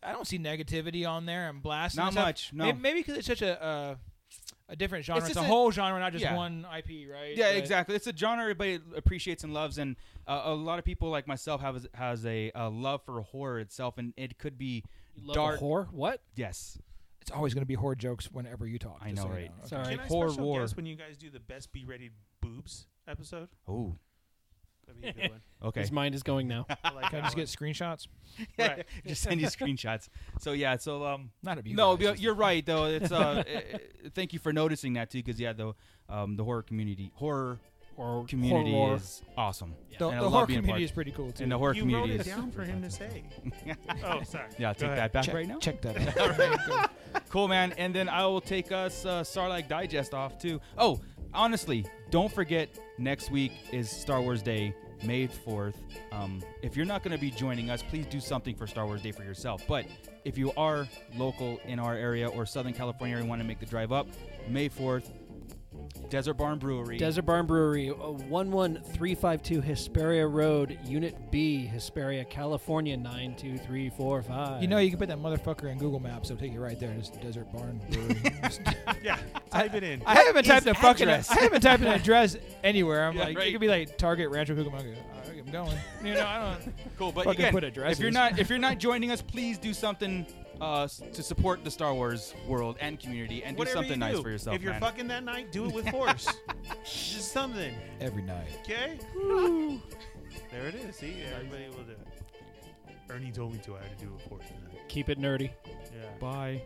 J: I don't see negativity on there and blasting.
H: Not
J: and stuff.
H: much, no.
J: Maybe- Maybe because it's such a uh, a different genre. It's,
H: just
J: a,
H: a-
J: whole genre, not just
H: yeah.
J: one IP, right?
H: Yeah,
J: But-
H: exactly. It's a genre everybody appreciates and loves, and uh, a lot of people like myself have has a, uh love for horror itself, and it could be
E: Love
H: dark.
E: whore? What?
H: Yes,
J: It's always going to be horror jokes whenever you talk.
H: I
J: just
H: know,
J: so you
H: right?
J: Okay.
E: Sorry.
I: Can I
H: Horror
I: special
H: war.
I: guest when you guys do the best B-rated boobs episode?
H: Oh,
I: That'd be a good one.
H: okay.
E: His mind is going now.
I: I like
J: Can I
I: that
J: just
I: one.
J: get screenshots?
I: Right.
H: Just send you screenshots. So yeah, so um,
J: Not of you.
H: no,
J: guys,
H: but
J: just-
H: you're right though. It's uh, eh, eh, thank you for noticing that too, because yeah, the um, the horror community, horror
E: Or
H: community
E: horror.
H: is awesome.
J: the,
H: And I
J: the
H: love
J: horror
H: being a part-
J: community is pretty cool too.
H: and the horror
I: you wrote
H: community
I: it
H: is
I: down for him to say. oh, sorry.
H: yeah, I'll
I: Go
H: take
I: ahead.
H: that back
J: check,
H: right now.
J: check that. out.
H: Cool, man. And then I will take us uh, Sarlacc Digest off too. Oh, honestly, don't forget next week is Star Wars Day, May fourth. Um, if you're not going to be joining us, please do something for Star Wars Day for yourself. But if you are local in our area or Southern California and want to make the drive up, May fourth, Desert Barn Brewery.
E: Desert Barn Brewery, uh, 11352 Hesperia Road, Unit B, Hesperia, California, 92345.
J: You know, you can put that motherfucker in Google Maps. It'll take you right there. Just Desert Barn. Brewery. Just-
I: Yeah, type it in.
J: I haven't typed a
H: It's
J: fucking.
H: address.
J: I haven't typed an address anywhere. I'm
H: Yeah,
J: like,
H: right.
J: it could be like Target Rancho Cucamonga. All right, I'm going. You know, I don't.
H: cool, but
J: fucking
H: again,
J: put
H: if you're
J: addresses.
H: not if you're not joining us, please do something. Uh, s- to support the Star Wars world and community, and do
I: Whatever you
H: something nice
I: do.
H: for yourself.
I: If you're
H: man.
I: fucking that night, do it with force. Just something,
J: Every night.
I: okay? there it is. See, everybody will do it. Ernie told me to. I had to do it force tonight.
E: Keep it nerdy.
I: Yeah.
H: Bye.